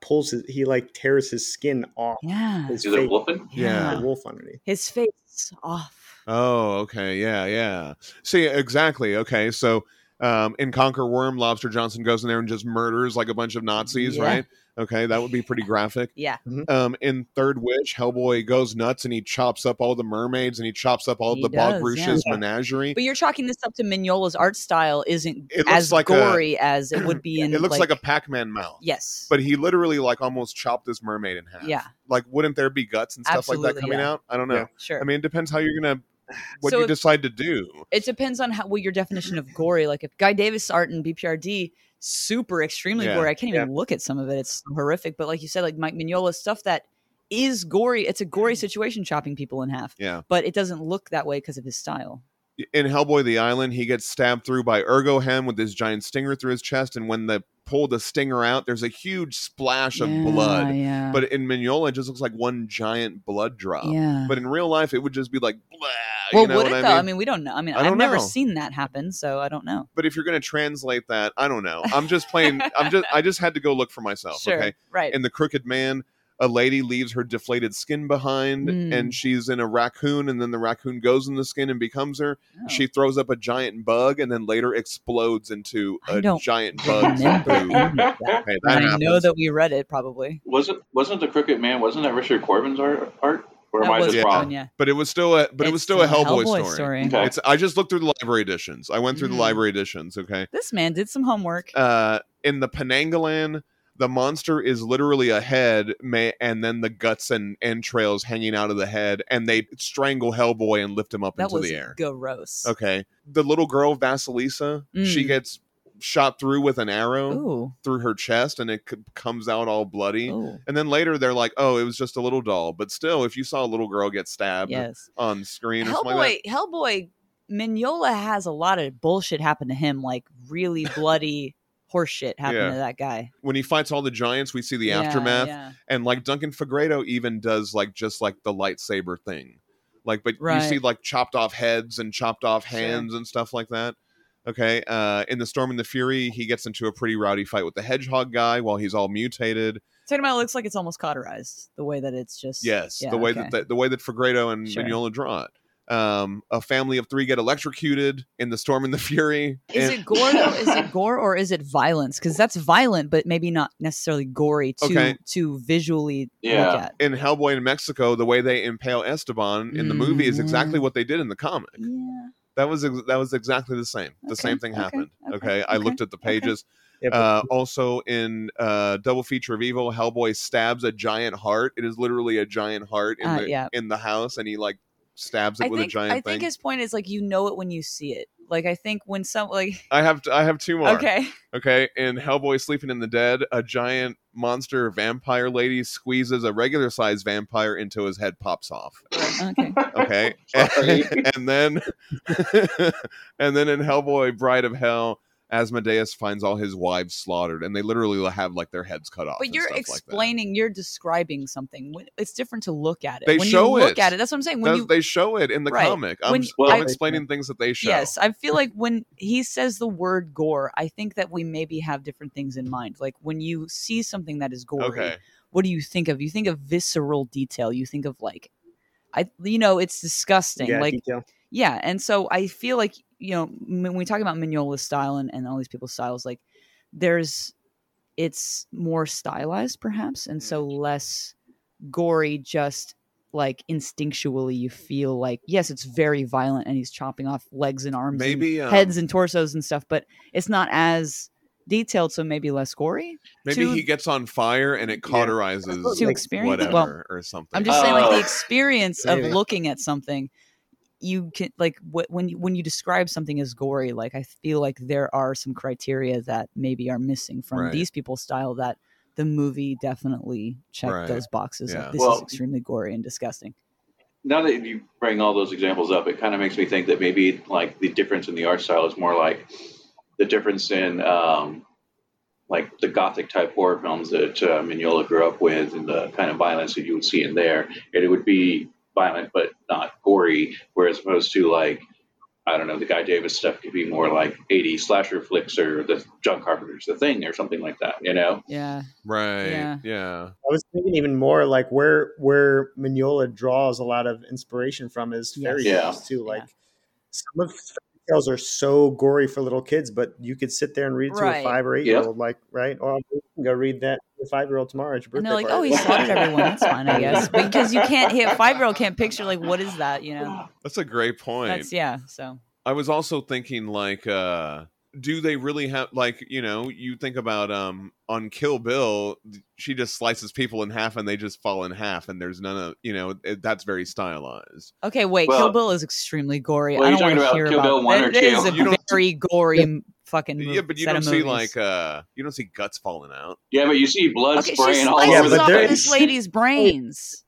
Speaker 5: pulls his, he like tears his skin off
Speaker 4: Yeah.
Speaker 5: his
Speaker 3: Is it
Speaker 5: face,
Speaker 3: Wolfen?
Speaker 2: Yeah.
Speaker 5: the wolf underneath.
Speaker 4: His face is off.
Speaker 2: Oh, okay. Yeah, yeah. See, exactly. Okay. So um in Conquer Worm, Lobster Johnson goes in there and just murders like a bunch of Nazis,
Speaker 4: Yeah.
Speaker 2: right? Okay, that would be pretty graphic.
Speaker 4: Yeah.
Speaker 2: Um in Third Witch, Hellboy goes nuts and he chops up all the mermaids and he chops up all
Speaker 4: He
Speaker 2: the
Speaker 4: does,
Speaker 2: Bog Rouge's menagerie.
Speaker 4: But you're chalking this up to Mignola's art style isn't
Speaker 2: It looks
Speaker 4: as
Speaker 2: like a-
Speaker 4: gory as it would be in.
Speaker 2: it looks like, a Pac-Man mouth.
Speaker 4: yes.
Speaker 2: But he literally like almost chopped this mermaid in half.
Speaker 4: Yeah.
Speaker 2: Like wouldn't there be guts and stuff like that
Speaker 4: Absolutely,
Speaker 2: coming
Speaker 4: yeah.
Speaker 2: out? I don't know.
Speaker 5: Yeah.
Speaker 4: sure.
Speaker 2: I mean, it depends how you're going to what
Speaker 4: So
Speaker 2: you
Speaker 4: if-
Speaker 2: decide to do.
Speaker 4: it depends on how what your definition of gory. Like if Guy Davis art and BPRD super extremely
Speaker 2: Yeah.
Speaker 4: gory. I can't even look at some of it. It's horrific. But like you said, like Mike Mignola stuff that is gory. It's a gory situation chopping people in half.
Speaker 2: Yeah.
Speaker 4: But it doesn't look that way because of his style.
Speaker 2: in Hellboy the Island, he gets stabbed through by Ergohem with his giant stinger through his chest, and when they pull the stinger out, there's a huge splash of blood.
Speaker 4: Yeah.
Speaker 2: But in Mignola, it just looks like one giant blood drop.
Speaker 4: yeah.
Speaker 2: But in real life, it would just be like, blah.
Speaker 4: well,
Speaker 2: you know
Speaker 4: would
Speaker 2: what
Speaker 4: it
Speaker 2: I
Speaker 4: though?
Speaker 2: mean?
Speaker 4: I mean, we don't know. I mean,
Speaker 2: I
Speaker 4: I have
Speaker 2: don't
Speaker 4: never
Speaker 2: know.
Speaker 4: seen that happen, so I don't know.
Speaker 2: But if you're going to translate that, I don't know. I'm just playing. I'm just. I just had to go look for myself.
Speaker 4: Sure.
Speaker 2: Okay.
Speaker 4: Right.
Speaker 2: In the Crooked Man, a lady leaves her deflated skin behind,
Speaker 4: Mm.
Speaker 2: and she's in a raccoon, and then the raccoon goes in the skin and becomes her.
Speaker 4: Oh.
Speaker 2: She throws up a giant bug and then later explodes into
Speaker 4: I
Speaker 2: a
Speaker 4: don't
Speaker 2: giant bug's
Speaker 4: remember
Speaker 2: poo.
Speaker 4: any of that.
Speaker 2: Okay, that
Speaker 4: I
Speaker 2: happens.
Speaker 4: know that we read it probably.
Speaker 3: Wasn't wasn't the Crooked Man? Wasn't that Richard Corbin's art? art? Or am
Speaker 4: That
Speaker 3: I
Speaker 4: was
Speaker 3: just
Speaker 2: Yeah.
Speaker 3: wrong?
Speaker 4: yeah.
Speaker 2: But it was still a but it was
Speaker 4: It's
Speaker 2: still a Hellboy, story.
Speaker 3: Okay.
Speaker 2: It's I just looked through the library editions. I went through
Speaker 4: Mm.
Speaker 2: the library editions, okay?
Speaker 4: This man did some homework.
Speaker 2: Uh in the Penangalan, the monster is literally a head may, and then the guts and entrails hanging out of the head and they strangle Hellboy and lift him up
Speaker 4: that
Speaker 2: into
Speaker 4: was
Speaker 2: the air.
Speaker 4: gross.
Speaker 2: Okay. The little girl Vasilisa, she
Speaker 4: Mm.
Speaker 2: gets shot through with an arrow.
Speaker 4: Ooh. Oh.
Speaker 2: through her chest and it c- comes out all bloody.
Speaker 4: Ooh.
Speaker 2: And then later they're like, oh, it was just a little doll. But still, if you saw a little girl get stabbed
Speaker 4: Yes.
Speaker 2: on screen or something like
Speaker 4: Hellboy, Hellboy, Mignola has a lot of bullshit happen to him, like really bloody horseshit happened
Speaker 2: Yeah.
Speaker 4: to that guy.
Speaker 2: that, when he fights all the giants, we see the
Speaker 4: Yeah,
Speaker 2: aftermath.
Speaker 4: yeah.
Speaker 2: And like Duncan Fagredo even does like just like the lightsaber thing. Like, but
Speaker 4: Right.
Speaker 2: you see like chopped off heads and chopped off
Speaker 4: Sure.
Speaker 2: hands and stuff like that. Okay. Uh, in The Storm and the Fury, he gets into a pretty rowdy fight with the hedgehog guy while he's all mutated.
Speaker 4: Talking about it looks like it's almost cauterized the way that it's just
Speaker 2: Yes,
Speaker 4: Yeah,
Speaker 2: the way
Speaker 4: okay.
Speaker 2: that the, the way that Fagredo and
Speaker 4: Sure.
Speaker 2: Mignola draw it. Um, a family of three get electrocuted in the Storm and the Fury.
Speaker 4: Is
Speaker 2: And-
Speaker 4: it gore? Though? Is it gore or is it violence? Because that's violent, but maybe not necessarily gory to
Speaker 2: Okay.
Speaker 4: to visually
Speaker 3: Yeah.
Speaker 4: look at.
Speaker 2: in Hellboy in Mexico, the way they impale Esteban in the movie is
Speaker 4: Mhm.
Speaker 2: exactly what they did in the comic.
Speaker 4: Yeah.
Speaker 2: That was ex- that was exactly the same. The
Speaker 4: Okay,
Speaker 2: same thing
Speaker 4: okay,
Speaker 2: happened. Okay,
Speaker 4: okay,
Speaker 2: I
Speaker 4: okay,
Speaker 2: looked at the
Speaker 4: okay.
Speaker 2: pages.
Speaker 5: Yeah, but
Speaker 2: Uh, also in uh, double feature of evil, Hellboy stabs a giant heart. It is literally a giant heart in
Speaker 4: Uh,
Speaker 2: the
Speaker 4: yeah.
Speaker 2: in the house, and he like stabs it
Speaker 4: I
Speaker 2: with
Speaker 4: think
Speaker 2: a giant
Speaker 4: I think
Speaker 2: thing.
Speaker 4: his point is like you know it when you see it. Like I think when some like
Speaker 2: I have t- I have two more.
Speaker 4: okay
Speaker 2: Okay, in Hellboy Sleeping in the Dead, a giant monster vampire lady squeezes a regular sized vampire into his head, pops off.
Speaker 4: okay
Speaker 2: Okay,
Speaker 3: Sorry.
Speaker 2: and then and then in Hellboy Bride of Hell, Asmodeus finds all his wives slaughtered, and they literally have like their heads cut off.
Speaker 4: but
Speaker 2: and
Speaker 4: you're
Speaker 2: stuff like that.
Speaker 4: explaining you're describing something When- it's different to look at it
Speaker 2: They
Speaker 4: when
Speaker 2: show
Speaker 4: you look
Speaker 2: it.
Speaker 4: at it that's what i'm saying when
Speaker 2: That's-
Speaker 4: you
Speaker 2: they show it in the
Speaker 4: Right.
Speaker 2: comic. I'm,
Speaker 4: When-
Speaker 2: s-
Speaker 3: Well-
Speaker 2: I'm explaining things that they show.
Speaker 4: yes i feel like when he says the word gore i think that we maybe have different things in mind like when you see something that is gory
Speaker 2: Okay.
Speaker 4: what do you think of you think of visceral detail you think of like i you know it's disgusting
Speaker 5: yeah,
Speaker 4: like
Speaker 5: detail.
Speaker 4: Yeah, and so I feel like you know m- when we talk about Mignola's style and, and all these people's styles, like there's it's more stylized perhaps, and so
Speaker 2: Mm.
Speaker 4: less gory. Just like instinctually, you feel like yes, it's very violent, and he's chopping off legs and arms, and
Speaker 2: Maybe um,
Speaker 4: heads and torsos and stuff, but it's not as detailed, so maybe less gory.
Speaker 2: maybe
Speaker 4: to-
Speaker 2: he gets on fire and it cauterizes
Speaker 4: To experience-
Speaker 2: whatever
Speaker 4: well,
Speaker 2: or something.
Speaker 4: I'm just saying, like
Speaker 3: Oh.
Speaker 4: the experience of
Speaker 5: Maybe.
Speaker 4: looking at something, you can like wh- when you, when you describe something as gory, like I feel like there are some criteria that maybe are missing from
Speaker 2: Right.
Speaker 4: these people's style that the movie definitely checked
Speaker 2: Right.
Speaker 4: those boxes.
Speaker 2: Yeah.
Speaker 4: Of, this
Speaker 3: Well-
Speaker 4: is extremely gory and disgusting.
Speaker 3: now that you bring all those examples up, it kind of makes me think that maybe like the difference in the art style is more like the difference in um, like the gothic type horror films that uh, Mignola grew up with and the kind of violence that you would see in there. And it would be violent but not gory, whereas opposed to like I don't know, the Guy Davis stuff could be more like 80s slasher flicks or the John Carpenter's The Thing or something like that, you know?
Speaker 4: Yeah,
Speaker 2: right.
Speaker 4: Yeah.
Speaker 2: yeah.
Speaker 5: I was thinking even more like where where Mignola draws a lot of inspiration from is fairy
Speaker 3: Yes.
Speaker 5: tales too.
Speaker 4: Yeah.
Speaker 5: Like some of his fairy tales are so gory for little kids, but you could sit there and read it to
Speaker 4: Right.
Speaker 5: a five or eight year old. Like right, oh, I'm gonna go read that to a five year old tomorrow at your birthday
Speaker 4: and they're like, oh,
Speaker 5: party.
Speaker 4: he slaughtered everyone. That's fine, I guess,
Speaker 5: Yeah.
Speaker 4: because you can't hit five year old can't picture like what is that, you know?
Speaker 2: That's a great point.
Speaker 4: That's yeah. So
Speaker 2: I was also thinking like uh do they really have like you know you think about um on Kill Bill she just slices people in half and they just fall in half and there's none of you know it, that's very stylized.
Speaker 4: okay, wait,
Speaker 3: Well-
Speaker 4: Kill Bill is extremely gory.
Speaker 3: Well,
Speaker 4: I
Speaker 3: you're
Speaker 4: don't
Speaker 3: talking
Speaker 4: want to
Speaker 3: about
Speaker 4: hear
Speaker 3: Kill
Speaker 4: about
Speaker 3: Bill one or
Speaker 4: that. It is
Speaker 3: two.
Speaker 4: a
Speaker 2: You don't-
Speaker 4: very gory m- fucking
Speaker 2: Yeah, but you
Speaker 4: Mm-hmm. set
Speaker 2: don't
Speaker 4: of
Speaker 2: see
Speaker 4: movies.
Speaker 2: like uh you don't see guts falling out.
Speaker 3: Yeah, but you see blood
Speaker 4: okay, she
Speaker 3: spraying all
Speaker 5: Yeah,
Speaker 3: over
Speaker 4: slices
Speaker 5: but
Speaker 3: the
Speaker 4: off
Speaker 5: there
Speaker 3: place.
Speaker 4: this lady's brains.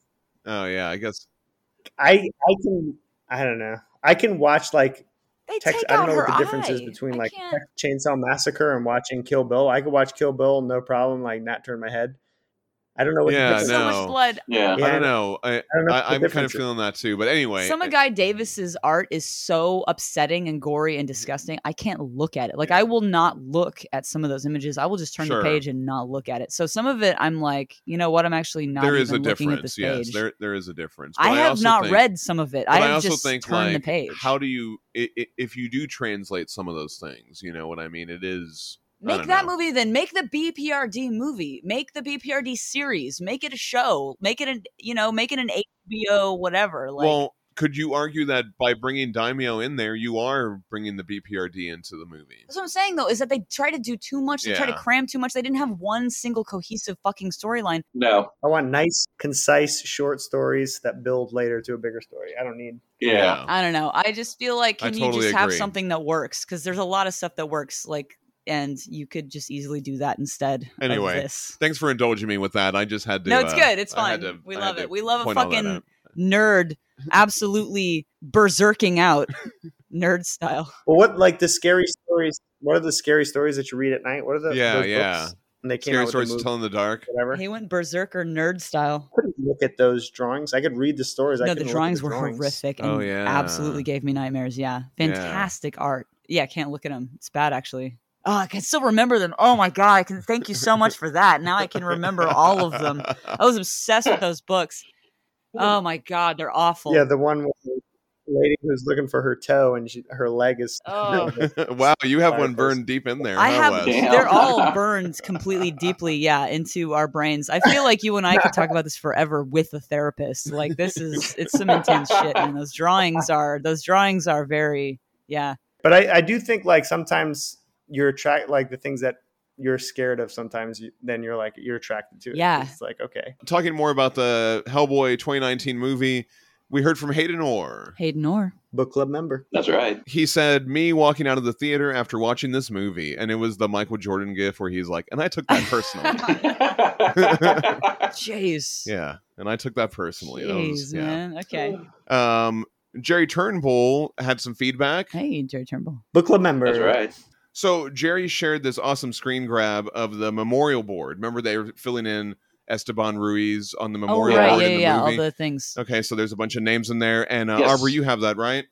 Speaker 2: Oh yeah, I guess
Speaker 5: I I can I don't know. I can watch like
Speaker 4: They
Speaker 5: Tex-
Speaker 4: take
Speaker 5: I
Speaker 4: out
Speaker 5: don't know
Speaker 4: her
Speaker 5: what the difference is
Speaker 4: eye.
Speaker 5: between
Speaker 4: I
Speaker 5: like
Speaker 4: can't-
Speaker 5: Chainsaw Massacre and watching Kill Bill. I could watch Kill Bill, no problem. Like not turn my head. I don't know what.
Speaker 2: Yeah,
Speaker 5: the difference
Speaker 4: so
Speaker 2: no.
Speaker 4: much blood.
Speaker 3: Yeah.
Speaker 5: Yeah.
Speaker 2: I don't know. I,
Speaker 5: I don't know what the
Speaker 2: I I'm kind of
Speaker 5: difference is.
Speaker 2: feeling that too. But anyway, eh,
Speaker 4: Some of Guy Davis's art is so upsetting and gory
Speaker 2: Mm-hmm.
Speaker 4: and disgusting. I can't look at it. Like I will not look at some of those images. I will just turn
Speaker 2: Sure.
Speaker 4: the page and not look at it. So some of it, I'm like, you know what? I'm actually not.
Speaker 2: there is a
Speaker 4: even looking at this
Speaker 2: difference. Yes,
Speaker 4: page.
Speaker 2: there there is a difference.
Speaker 4: I
Speaker 2: But
Speaker 4: have
Speaker 2: also
Speaker 4: not
Speaker 2: think-
Speaker 4: read some of it. I
Speaker 2: But
Speaker 4: have
Speaker 2: I also
Speaker 4: just
Speaker 2: think
Speaker 4: turned
Speaker 2: like
Speaker 4: the page.
Speaker 2: how do you i i if you do translate some of those things, you know what I mean? It is I
Speaker 4: Make
Speaker 2: don't
Speaker 4: that
Speaker 2: know.
Speaker 4: movie then. Make the BPRD movie. Make the BPRD series. Make it a show. Make it an you know, make it an HBO whatever. Like
Speaker 2: well, could you argue that by bringing Daimyo in there, you are bringing the BPRD into the movie?
Speaker 4: that's what I'm saying though, is that they try to do too much, they try to
Speaker 2: Yeah.
Speaker 4: cram too much. They didn't have one single cohesive fucking storyline.
Speaker 3: No.
Speaker 5: I want nice, concise, short stories that build later to a bigger story. I don't need.
Speaker 3: Yeah.
Speaker 4: I don't know. I just feel like
Speaker 2: I
Speaker 4: can you
Speaker 2: totally
Speaker 4: just have
Speaker 2: agree.
Speaker 4: something that works? Because there's a lot of stuff that works, like and you could just easily do that instead. of
Speaker 2: Anyway,
Speaker 4: this.
Speaker 2: Thanks for indulging me with that. I just had to.
Speaker 4: No, it's
Speaker 2: uh,
Speaker 4: good. It's
Speaker 2: I
Speaker 4: fine.
Speaker 2: had to-
Speaker 4: we
Speaker 2: I
Speaker 4: love
Speaker 2: had to
Speaker 4: it. We love a
Speaker 2: point all that
Speaker 4: fucking
Speaker 2: out.
Speaker 4: nerd, absolutely berserking out, nerd style.
Speaker 5: Well, what like the scary stories? What are the scary stories that you read at night? What are the
Speaker 2: Yeah,
Speaker 5: those
Speaker 2: yeah.
Speaker 5: Books? And they came
Speaker 2: Scary
Speaker 5: out with
Speaker 2: stories
Speaker 5: the
Speaker 2: to
Speaker 5: movie,
Speaker 2: tell in the dark.
Speaker 5: whatever.
Speaker 4: He went berserker nerd style.
Speaker 5: I couldn't look at those drawings. I could read the stories. I
Speaker 4: No,
Speaker 5: couldn't
Speaker 4: the
Speaker 5: look at
Speaker 4: drawings were
Speaker 5: drawings.
Speaker 4: horrific and
Speaker 2: Oh, yeah.
Speaker 4: absolutely gave me nightmares. Yeah, fantastic art. Yeah, I can't look at them. It's bad actually. Oh, I can still remember them. Oh my god, I can thank you so much for that. Now I can remember all of them. I was obsessed with those books. Oh my god, they're awful.
Speaker 5: Yeah, the one with lady who's looking for her toe and she, her leg is.
Speaker 4: Oh.
Speaker 2: wow, you have one
Speaker 5: Fireplace.
Speaker 2: burned deep in there.
Speaker 4: I
Speaker 2: huh,
Speaker 4: have.
Speaker 2: Wes?
Speaker 3: Damn.
Speaker 4: They're all burned completely deeply, yeah, into our brains. I feel like you and I could talk about this forever with a therapist. Like this is, it's some intense shit, and those drawings are, those drawings are very, yeah.
Speaker 5: But I, I do think like sometimes you're attract like the things that you're scared of. Sometimes you, then you're like you're attracted to it.
Speaker 4: Yeah.
Speaker 5: it's like okay,
Speaker 2: Talking more about the Hellboy 2019 movie, we heard from Hayden Orr.
Speaker 4: Hayden Orr.
Speaker 5: book club member.
Speaker 3: That's right.
Speaker 2: He said, "Me walking out of the theater after watching this movie, and it was the Michael Jordan gif where he's like, and I took that personally.
Speaker 4: Jeez.
Speaker 2: yeah, and I took that personally. That
Speaker 4: Jeez,
Speaker 2: was- yeah.
Speaker 4: man. Okay.
Speaker 2: Um, Jerry Turnbull had some feedback.
Speaker 4: Hey, Jerry Turnbull.
Speaker 5: Book club member.
Speaker 3: That's right.
Speaker 2: So Jerry shared this awesome screen grab of the memorial board. Remember they were filling in Esteban Ruiz on the memorial
Speaker 4: oh, right.
Speaker 2: board
Speaker 4: Yeah,
Speaker 2: in
Speaker 4: yeah,
Speaker 2: the
Speaker 4: yeah.
Speaker 2: movie.
Speaker 4: All the things.
Speaker 2: okay, so there's a bunch of names in there, and uh,
Speaker 3: Yes.
Speaker 2: Aubrey, you have that right?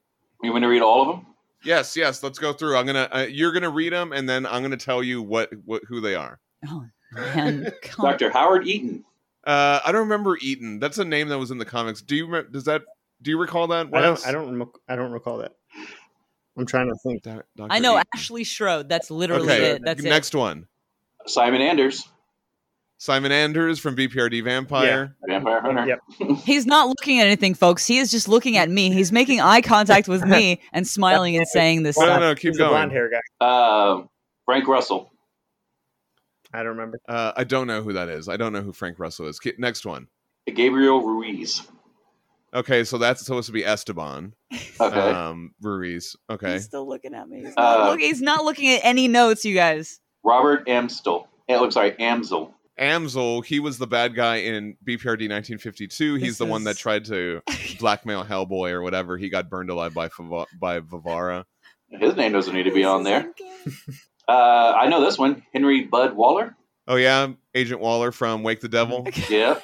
Speaker 3: You want me to read all of them?
Speaker 2: Yes, yes. Let's go through. I'm gonna uh, you're gonna read them, and then I'm gonna tell you what, what who they are.
Speaker 4: Oh, man. Come on.
Speaker 3: Dr. Howard Eaton.
Speaker 2: Uh, I don't remember Eaton. That's a name that was in the comics. Do you remember? Does that? Do you recall that?
Speaker 5: I
Speaker 2: Wes?
Speaker 5: don't. I don't. remo- I don't recall that. I'm trying to think.
Speaker 2: Doc- Dr.
Speaker 4: I know
Speaker 2: Eaton.
Speaker 4: Ashley Schroed. That's literally
Speaker 2: E Okay,
Speaker 4: it. That's
Speaker 2: next one.
Speaker 3: Simon Anders,
Speaker 2: Simon Anders from BPRD Vampire.
Speaker 3: Vampire Hunter.
Speaker 5: Yep.
Speaker 4: it. He's not looking at anything, folks. He is just looking at me. He's making eye contact with me and smiling and saying this
Speaker 2: No, no,
Speaker 4: stuff.
Speaker 2: no. Keep
Speaker 5: He's the
Speaker 2: going.
Speaker 5: blonde hair guy.
Speaker 3: Uh, Frank Russell.
Speaker 5: I don't remember.
Speaker 2: Uh, I don't know who that is. I don't know who Frank Russell is. Ki- Next one.
Speaker 3: Gabriel Ruiz.
Speaker 2: Okay, so that's supposed to be Esteban
Speaker 3: Okay.
Speaker 2: um, Ruiz. Okay,
Speaker 4: He's still looking at me. He's not,
Speaker 3: Uh,
Speaker 4: look- he's not looking at any notes, you guys.
Speaker 3: Robert Amstel. Eh, I'm sorry, Amsel.
Speaker 2: Amsel. He was the bad guy in BPRD 1952. He's
Speaker 4: This
Speaker 2: the one that
Speaker 4: is-
Speaker 2: tried to blackmail Hellboy or whatever. He got burned alive by Fava- by Vivara.
Speaker 3: His name doesn't need to be on there. Uh, I know this one. Henry Bud Waller.
Speaker 2: Oh yeah, Agent Waller from Wake the Devil.
Speaker 3: Yeah.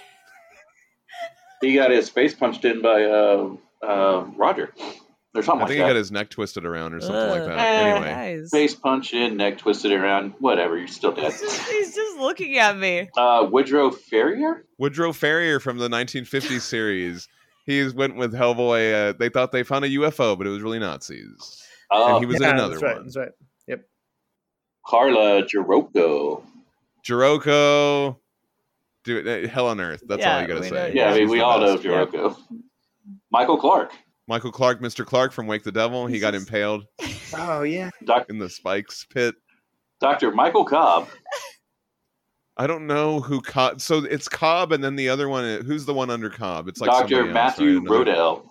Speaker 3: he got his face punched in by uh, uh, Roger. Or
Speaker 2: I
Speaker 3: something like
Speaker 2: think he
Speaker 3: that.
Speaker 2: got his neck twisted around or something like
Speaker 4: Ugh.
Speaker 2: that.
Speaker 3: Eh.
Speaker 2: Anyway,
Speaker 4: Guys.
Speaker 3: Face punched in, neck twisted around. Whatever, you're still dead.
Speaker 4: He's just, he's just looking at me.
Speaker 3: Uh, Woodrow Ferrier?
Speaker 2: Woodrow Ferrier from the 1950s series. He went with Hellboy. Uh, they thought they found a UFO, but it was really Nazis.
Speaker 3: Uh,
Speaker 2: and he was
Speaker 5: Yeah,
Speaker 2: in another
Speaker 5: that's right,
Speaker 2: one.
Speaker 5: That's right.
Speaker 3: Carla Jiroko.
Speaker 2: Jiroko. Do it. uh, Hell on Earth. That's all
Speaker 4: Yeah,
Speaker 2: you got to
Speaker 4: we
Speaker 2: say.
Speaker 4: know-
Speaker 3: Yeah, I mean,
Speaker 2: She's
Speaker 3: we
Speaker 2: the
Speaker 3: all know
Speaker 2: best.
Speaker 3: Jiroko. Michael Clark,
Speaker 2: Michael Clark, Mr. Clark from Wake the Devil. He
Speaker 4: This
Speaker 2: got
Speaker 4: is-
Speaker 2: impaled
Speaker 5: Oh yeah.
Speaker 3: Doc,
Speaker 2: in the spikes pit.
Speaker 3: Dr. Michael Cobb,
Speaker 2: I don't know who Cobb. So it's Cobb, and then the other one. uh, Who's the one under Cobb? It's like
Speaker 3: Dr.
Speaker 2: somebody else,
Speaker 3: Matthew
Speaker 2: right? Another-
Speaker 3: Rodell.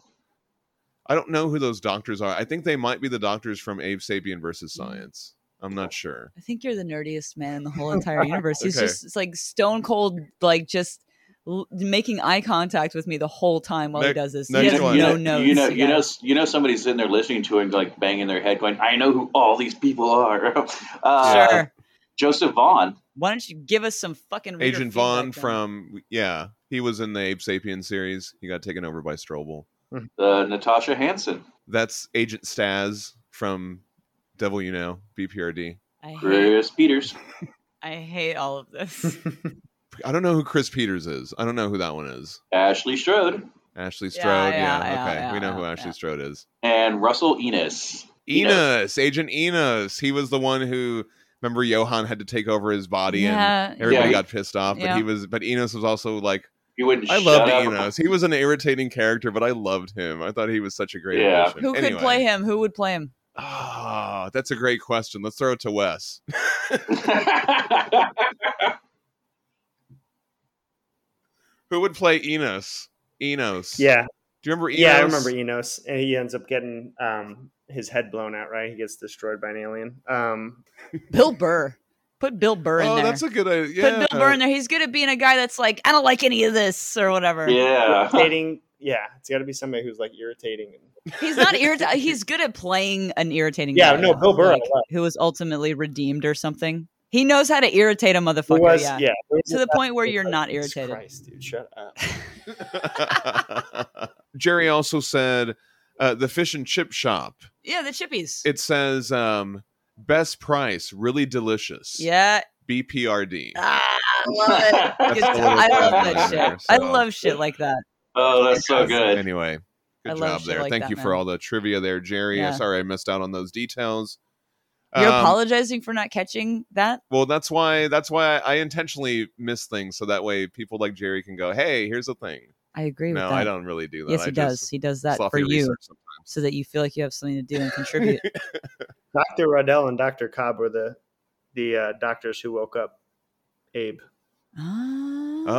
Speaker 2: I don't know who those doctors are. I think they might be the doctors from Abe Sapien versus
Speaker 4: Mm.
Speaker 2: Science. I'm not sure.
Speaker 4: I think you're the nerdiest man in the whole entire universe. He's
Speaker 2: Okay.
Speaker 4: just it's like stone cold, like just l- making eye contact with me the whole time while he
Speaker 2: Next-
Speaker 4: does this. He
Speaker 2: next
Speaker 4: has
Speaker 2: one.
Speaker 4: no
Speaker 3: you know,
Speaker 4: notes.
Speaker 3: you know, you know,
Speaker 4: guys.
Speaker 3: you know, somebody's sitting there listening to him, like banging their head, going, "I know who all these people are." uh,
Speaker 4: sure.
Speaker 3: Joseph Vaughn.
Speaker 4: Why don't you give us some fucking reader
Speaker 2: Agent Vaughn
Speaker 4: feedback then?
Speaker 2: from yeah, he was in the Ape Sapien series. He got taken over by Strobel.
Speaker 3: Uh, Natasha Hansen.
Speaker 2: That's Agent Staz from Devil You Know BPRD.
Speaker 4: I hate,
Speaker 3: Chris Peters.
Speaker 4: I hate all of this.
Speaker 2: I don't know who Chris Peters is. I don't know who that one is.
Speaker 3: Ashley Strode.
Speaker 2: Ashley
Speaker 4: Yeah,
Speaker 2: Strode. Yeah,
Speaker 4: yeah, yeah,
Speaker 2: okay, we
Speaker 4: yeah,
Speaker 2: know who
Speaker 4: yeah.
Speaker 2: Ashley Strode is.
Speaker 3: And Russell Enos. Enos.
Speaker 2: Enos, Agent Enos. He was the one who remember Johan had to take over his body
Speaker 4: yeah,
Speaker 2: and everybody
Speaker 3: Yeah.
Speaker 2: got pissed off. But
Speaker 4: Yeah.
Speaker 2: he was, but Enos was also like,
Speaker 3: You wouldn't
Speaker 2: I
Speaker 3: shut
Speaker 2: loved
Speaker 3: up.
Speaker 2: Enos. He was an irritating character, but I loved him. I thought he was such a great
Speaker 3: Yeah.
Speaker 2: addition.
Speaker 4: who could
Speaker 2: Anyway.
Speaker 4: play him? Who would play him?
Speaker 2: Ah, that's a great question. Let's throw it to Wes. Who would play Enos? Enos.
Speaker 5: Yeah.
Speaker 2: Do you remember Enos?
Speaker 5: Yeah, I remember Enos, and he ends up getting um, his head blown out. Right, he gets destroyed by an alien. Um,
Speaker 4: Bill Burr. Put Bill Burr in
Speaker 2: Oh,
Speaker 4: there.
Speaker 2: that's a good idea.
Speaker 4: Put
Speaker 2: Yeah.
Speaker 4: Bill Burr in there. He's good at being a guy that's like, I don't like any of this or whatever.
Speaker 3: yeah.
Speaker 5: irritating. yeah, it's got to be somebody who's like irritating.
Speaker 4: He's not irritating. He's good at playing an irritating.
Speaker 5: Yeah,
Speaker 4: guy,
Speaker 5: no,
Speaker 4: though,
Speaker 5: Bill Burr I love.
Speaker 4: who was ultimately redeemed or something. He knows how to irritate a motherfucker.
Speaker 5: Who was
Speaker 4: yeah.
Speaker 5: yeah, who was
Speaker 4: to the point where
Speaker 5: like,
Speaker 4: you're not
Speaker 5: Jesus
Speaker 4: irritated.
Speaker 5: Christ, dude, shut up.
Speaker 2: Jerry also said uh, the fish and chip shop.
Speaker 4: Yeah, the chippies.
Speaker 2: It says um, best price, really delicious.
Speaker 4: yeah,
Speaker 2: BPRD.
Speaker 4: ah, I love it.
Speaker 2: That's
Speaker 4: Good
Speaker 2: a
Speaker 4: time.
Speaker 2: little
Speaker 4: I love
Speaker 2: bad
Speaker 4: that
Speaker 2: one there,
Speaker 4: shit. I
Speaker 2: so.
Speaker 4: love shit like that.
Speaker 3: oh, that's so good.
Speaker 2: Anyway, Good
Speaker 4: I love
Speaker 2: job
Speaker 4: shit
Speaker 2: there.
Speaker 4: like
Speaker 2: Thank
Speaker 4: that,
Speaker 2: you for
Speaker 4: man.
Speaker 2: all the trivia there, Jerry.
Speaker 4: Yeah.
Speaker 2: Sorry I missed out on those details.
Speaker 4: You're
Speaker 2: Um,
Speaker 4: apologizing for not catching that.
Speaker 2: Well, that's why that's why I intentionally miss things so that way people like Jerry can go, "Hey, here's the thing."
Speaker 4: I agree with
Speaker 2: No,
Speaker 4: that.
Speaker 2: I don't really do that.
Speaker 4: Yes,
Speaker 2: I
Speaker 4: he
Speaker 2: just
Speaker 4: does. He does that
Speaker 2: sloppy
Speaker 4: for you,
Speaker 2: research sometimes.
Speaker 4: so that you feel like you have something to do and contribute.
Speaker 5: Dr. Ruddell and Dr. Cobb were the the uh, doctors who woke up Abe.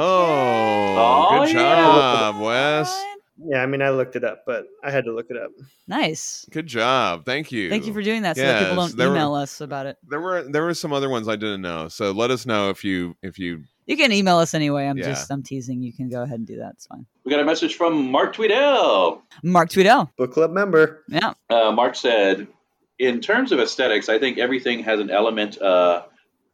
Speaker 2: Oh,
Speaker 3: Oh,
Speaker 2: good
Speaker 3: yeah.
Speaker 2: job, Wes.
Speaker 5: Yeah, I mean, I looked it up, but I had to look it up.
Speaker 4: Nice.
Speaker 2: Good job. Thank you.
Speaker 4: Thank you for doing that, so that people
Speaker 2: Yes,
Speaker 4: don't
Speaker 2: there were-
Speaker 4: email us about it.
Speaker 2: there were there were some other ones I didn't know. So let us know if you if you
Speaker 4: You can email us anyway. I'm
Speaker 2: Yeah.
Speaker 4: just I'm teasing. You can go ahead and do that. It's fine.
Speaker 3: We got a message from Mark Tweedell.
Speaker 4: Mark Tweedell.
Speaker 5: Book club member.
Speaker 4: Yeah.
Speaker 3: Uh, Mark said, in terms of aesthetics, I think everything has an element uh,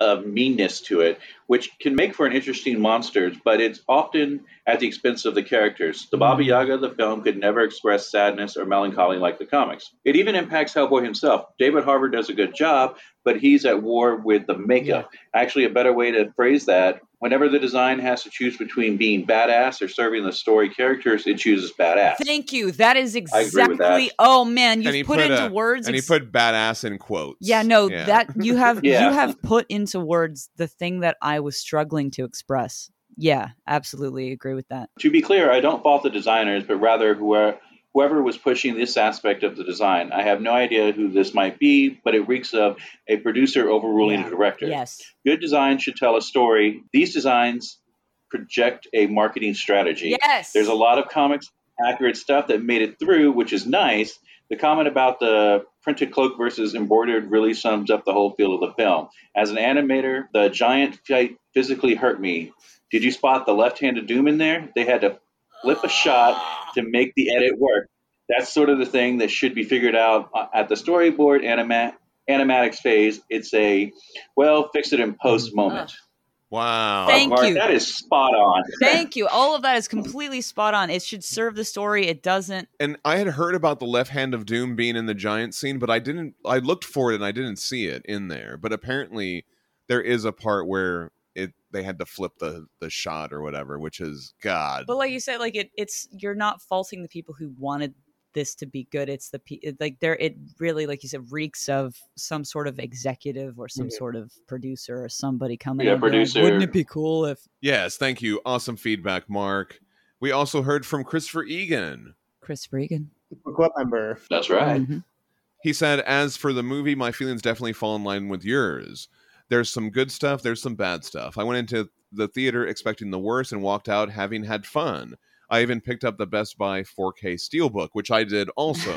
Speaker 3: of meanness to it, which can make for an interesting monster, but it's often at the expense of the characters. The Baba Yaga of the film could never express sadness or melancholy like the comics. It even impacts Hellboy himself. David Harbour does a good job, but he's at war with the makeup. Actually, a better way to phrase that. Whenever the design has to choose between being badass or serving the story characters, it chooses badass.
Speaker 4: Thank you. That is
Speaker 3: I agree with that.
Speaker 4: exactly. Oh man,
Speaker 2: And he
Speaker 4: you put,
Speaker 2: put
Speaker 4: into
Speaker 2: a-
Speaker 4: words.
Speaker 2: and he
Speaker 4: ex-
Speaker 2: put badass in quotes.
Speaker 4: yeah, no, that you have
Speaker 3: Yeah.
Speaker 4: you have put into words the thing that I was struggling to express. Yeah, absolutely agree with that.
Speaker 3: To be clear, I don't fault the designers, but rather whoever, whoever was pushing this aspect of the design. I have no idea who this might be, but it reeks of a producer overruling
Speaker 4: Yeah.
Speaker 3: a director.
Speaker 4: Yes.
Speaker 3: Good design should tell a story. These designs project a marketing strategy.
Speaker 4: Yes.
Speaker 3: There's a lot of comics accurate stuff that made it through, which is nice. The comment about the printed cloak versus embroidered really sums up the whole feel of the film. As an animator, the giant fight physically hurt me. Did you spot the left-handed Doom in there? They had to flip a shot to make the edit work. That's sort of the thing that should be figured out uh, at the storyboard anima- animatics phase. It's a well, fix it in post moment.
Speaker 2: Wow.
Speaker 4: Mm. Thank
Speaker 3: Mark,
Speaker 4: you.
Speaker 3: That is spot on.
Speaker 4: Thank you. All of that is completely spot on. It should serve the story. It doesn't.
Speaker 2: and I had heard about the left hand of doom being in the giant scene, but I didn't. I looked for it and I didn't see it in there. But apparently, there is a part where it they had to flip the the shot or whatever, which is God.
Speaker 4: But like you said, like it, it's you're not faulting the people who wanted this to be good. It's the pe- it- like there. It really, like you said, reeks of some sort of executive or some
Speaker 5: Mhm.
Speaker 4: sort of producer or somebody
Speaker 3: Mm-hmm.
Speaker 4: coming.
Speaker 3: Yeah,
Speaker 4: in and being like,
Speaker 3: producer.
Speaker 4: Wouldn't it be cool if
Speaker 2: Yes, thank you. Awesome feedback, Mark. We also heard from Christopher Egan.
Speaker 4: Chris Regan?
Speaker 5: Book club member.
Speaker 3: That's right.
Speaker 4: Mhm.
Speaker 2: He said, As for the movie, my feelings definitely fall in line with yours. There's some good stuff, there's some bad stuff. I went into the theater expecting the worst and walked out having had fun. I even picked up the Best Buy 4K Steelbook, which I did also.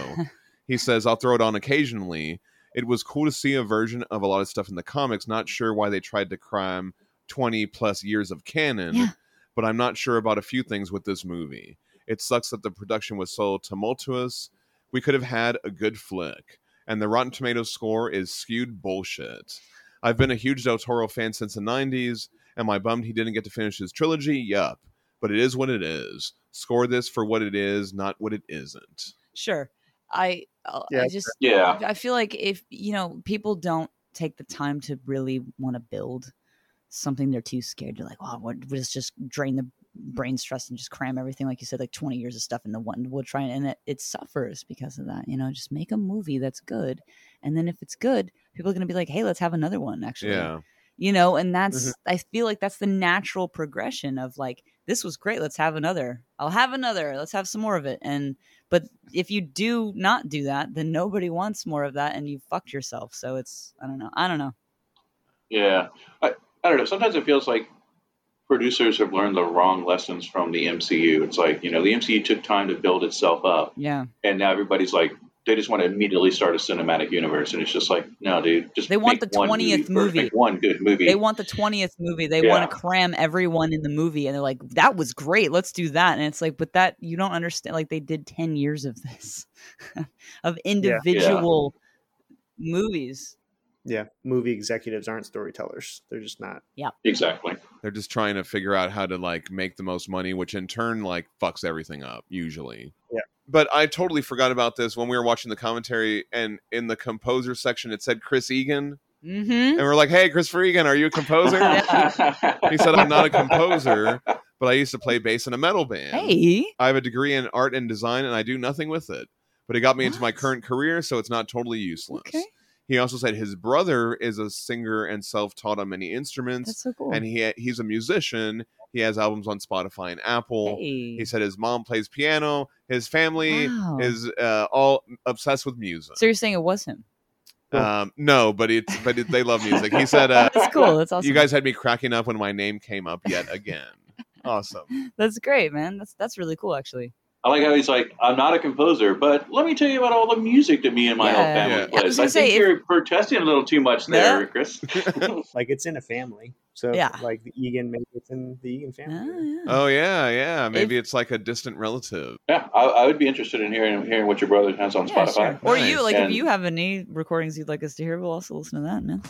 Speaker 2: he says, I'll throw it on occasionally. It was cool to see a version of a lot of stuff in the comics. Not sure why they tried to cram 20 plus years of canon,
Speaker 4: Yeah.
Speaker 2: but I'm not sure about a few things with this movie. It sucks that the production was so tumultuous. We could have had a good flick. And the Rotten Tomatoes score is skewed bullshit. I've been a huge Del Toro fan since the 90s. Am I bummed he didn't get to finish his trilogy? Yup. But it is what it is. Score this for what it is, not what it isn't.
Speaker 4: Sure. I. I'll-
Speaker 5: Yeah,
Speaker 4: I just.
Speaker 3: Yeah.
Speaker 4: I feel like if you know people don't take the time to really want to build something, they're too scared. They're like, "Wow, what? Let's just drain the brain stress and just cram everything." Like you said, like twenty years of stuff into one. We'll try and, and it, it suffers because of that. You know, just make a movie that's good, and then if it's good, people are gonna be like, "Hey, let's have another one." Actually,
Speaker 2: Yeah.
Speaker 4: you know and that's i feel like that's the natural progression of like this was great let's have another i'll have another let's have some more of it and but if you do not do that then nobody wants more of that and you fucked yourself so it's i don't know i don't know
Speaker 3: Yeah, I, I don't know. Sometimes it feels like producers have learned the wrong lessons from the MCU. It's like you know the MCU took time to build itself up,
Speaker 4: yeah
Speaker 3: and now everybody's like they just want to immediately start a cinematic universe, and it's just like no, dude, just
Speaker 4: They want
Speaker 3: make
Speaker 4: the
Speaker 3: one
Speaker 4: 20th
Speaker 3: first,
Speaker 4: movie.
Speaker 3: make one good movie.
Speaker 4: they want the 20th movie they want to cram everyone in the movie and they're like that was great let's do that and it's like but that you don't understand like they did 10 years of this of individual movies
Speaker 5: Yeah, movie executives aren't storytellers. They're just not.
Speaker 3: exactly.
Speaker 2: They're just trying to figure out how to like make the most money, which in turn like fucks everything up usually.
Speaker 5: Yeah.
Speaker 2: But I totally forgot about this when we were watching the commentary and in the composer section it said Chris Egan.
Speaker 4: Mm-hmm.
Speaker 2: And we're like, hey, Christopher Egan, are you a composer? he said, I'm not a composer, but I used to play bass in a metal band.
Speaker 4: Hey.
Speaker 2: I have a degree in art and design, and I do nothing with it. But it got me into my
Speaker 4: What?
Speaker 2: current career, so it's not totally useless.
Speaker 4: Okay.
Speaker 2: He also said his brother is a singer and self-taught on many instruments,
Speaker 4: That's so cool.
Speaker 2: and he he's a musician. He has albums on Spotify and Apple.
Speaker 4: hey.
Speaker 2: He said his mom plays piano. His family
Speaker 4: Wow.
Speaker 2: is uh, all obsessed with music.
Speaker 4: so you're saying it was him.
Speaker 2: Um, no, but it's but it, they love music. He said, uh,
Speaker 4: That's cool. That's awesome.
Speaker 2: "You guys had me cracking up when my name came up yet again." awesome.
Speaker 4: That's great, man. That's that's really cool actually.
Speaker 3: I like how he's like, I'm not a composer, but let me tell you about all the music that me and my whole
Speaker 4: Yeah.
Speaker 3: family
Speaker 2: Yeah.
Speaker 4: I was
Speaker 3: plays. I,
Speaker 4: gonna
Speaker 3: think
Speaker 4: say, if-
Speaker 3: you're protesting a little too much there,
Speaker 4: Yeah.
Speaker 3: Chris.
Speaker 5: Like it's in a family. So if,
Speaker 4: Yeah.
Speaker 5: like the Egan, maybe it's in the Egan
Speaker 4: Ah,
Speaker 5: family.
Speaker 4: yeah.
Speaker 2: Oh yeah, yeah. Maybe it's like a distant relative.
Speaker 3: yeah, I, I would be interested in hearing hearing what your brother has on
Speaker 4: Yeah,
Speaker 3: Spotify.
Speaker 4: sure. Or you,
Speaker 2: Nice.
Speaker 4: like, if
Speaker 3: And-
Speaker 4: you have any recordings you'd like us to hear, we'll also listen to that, man.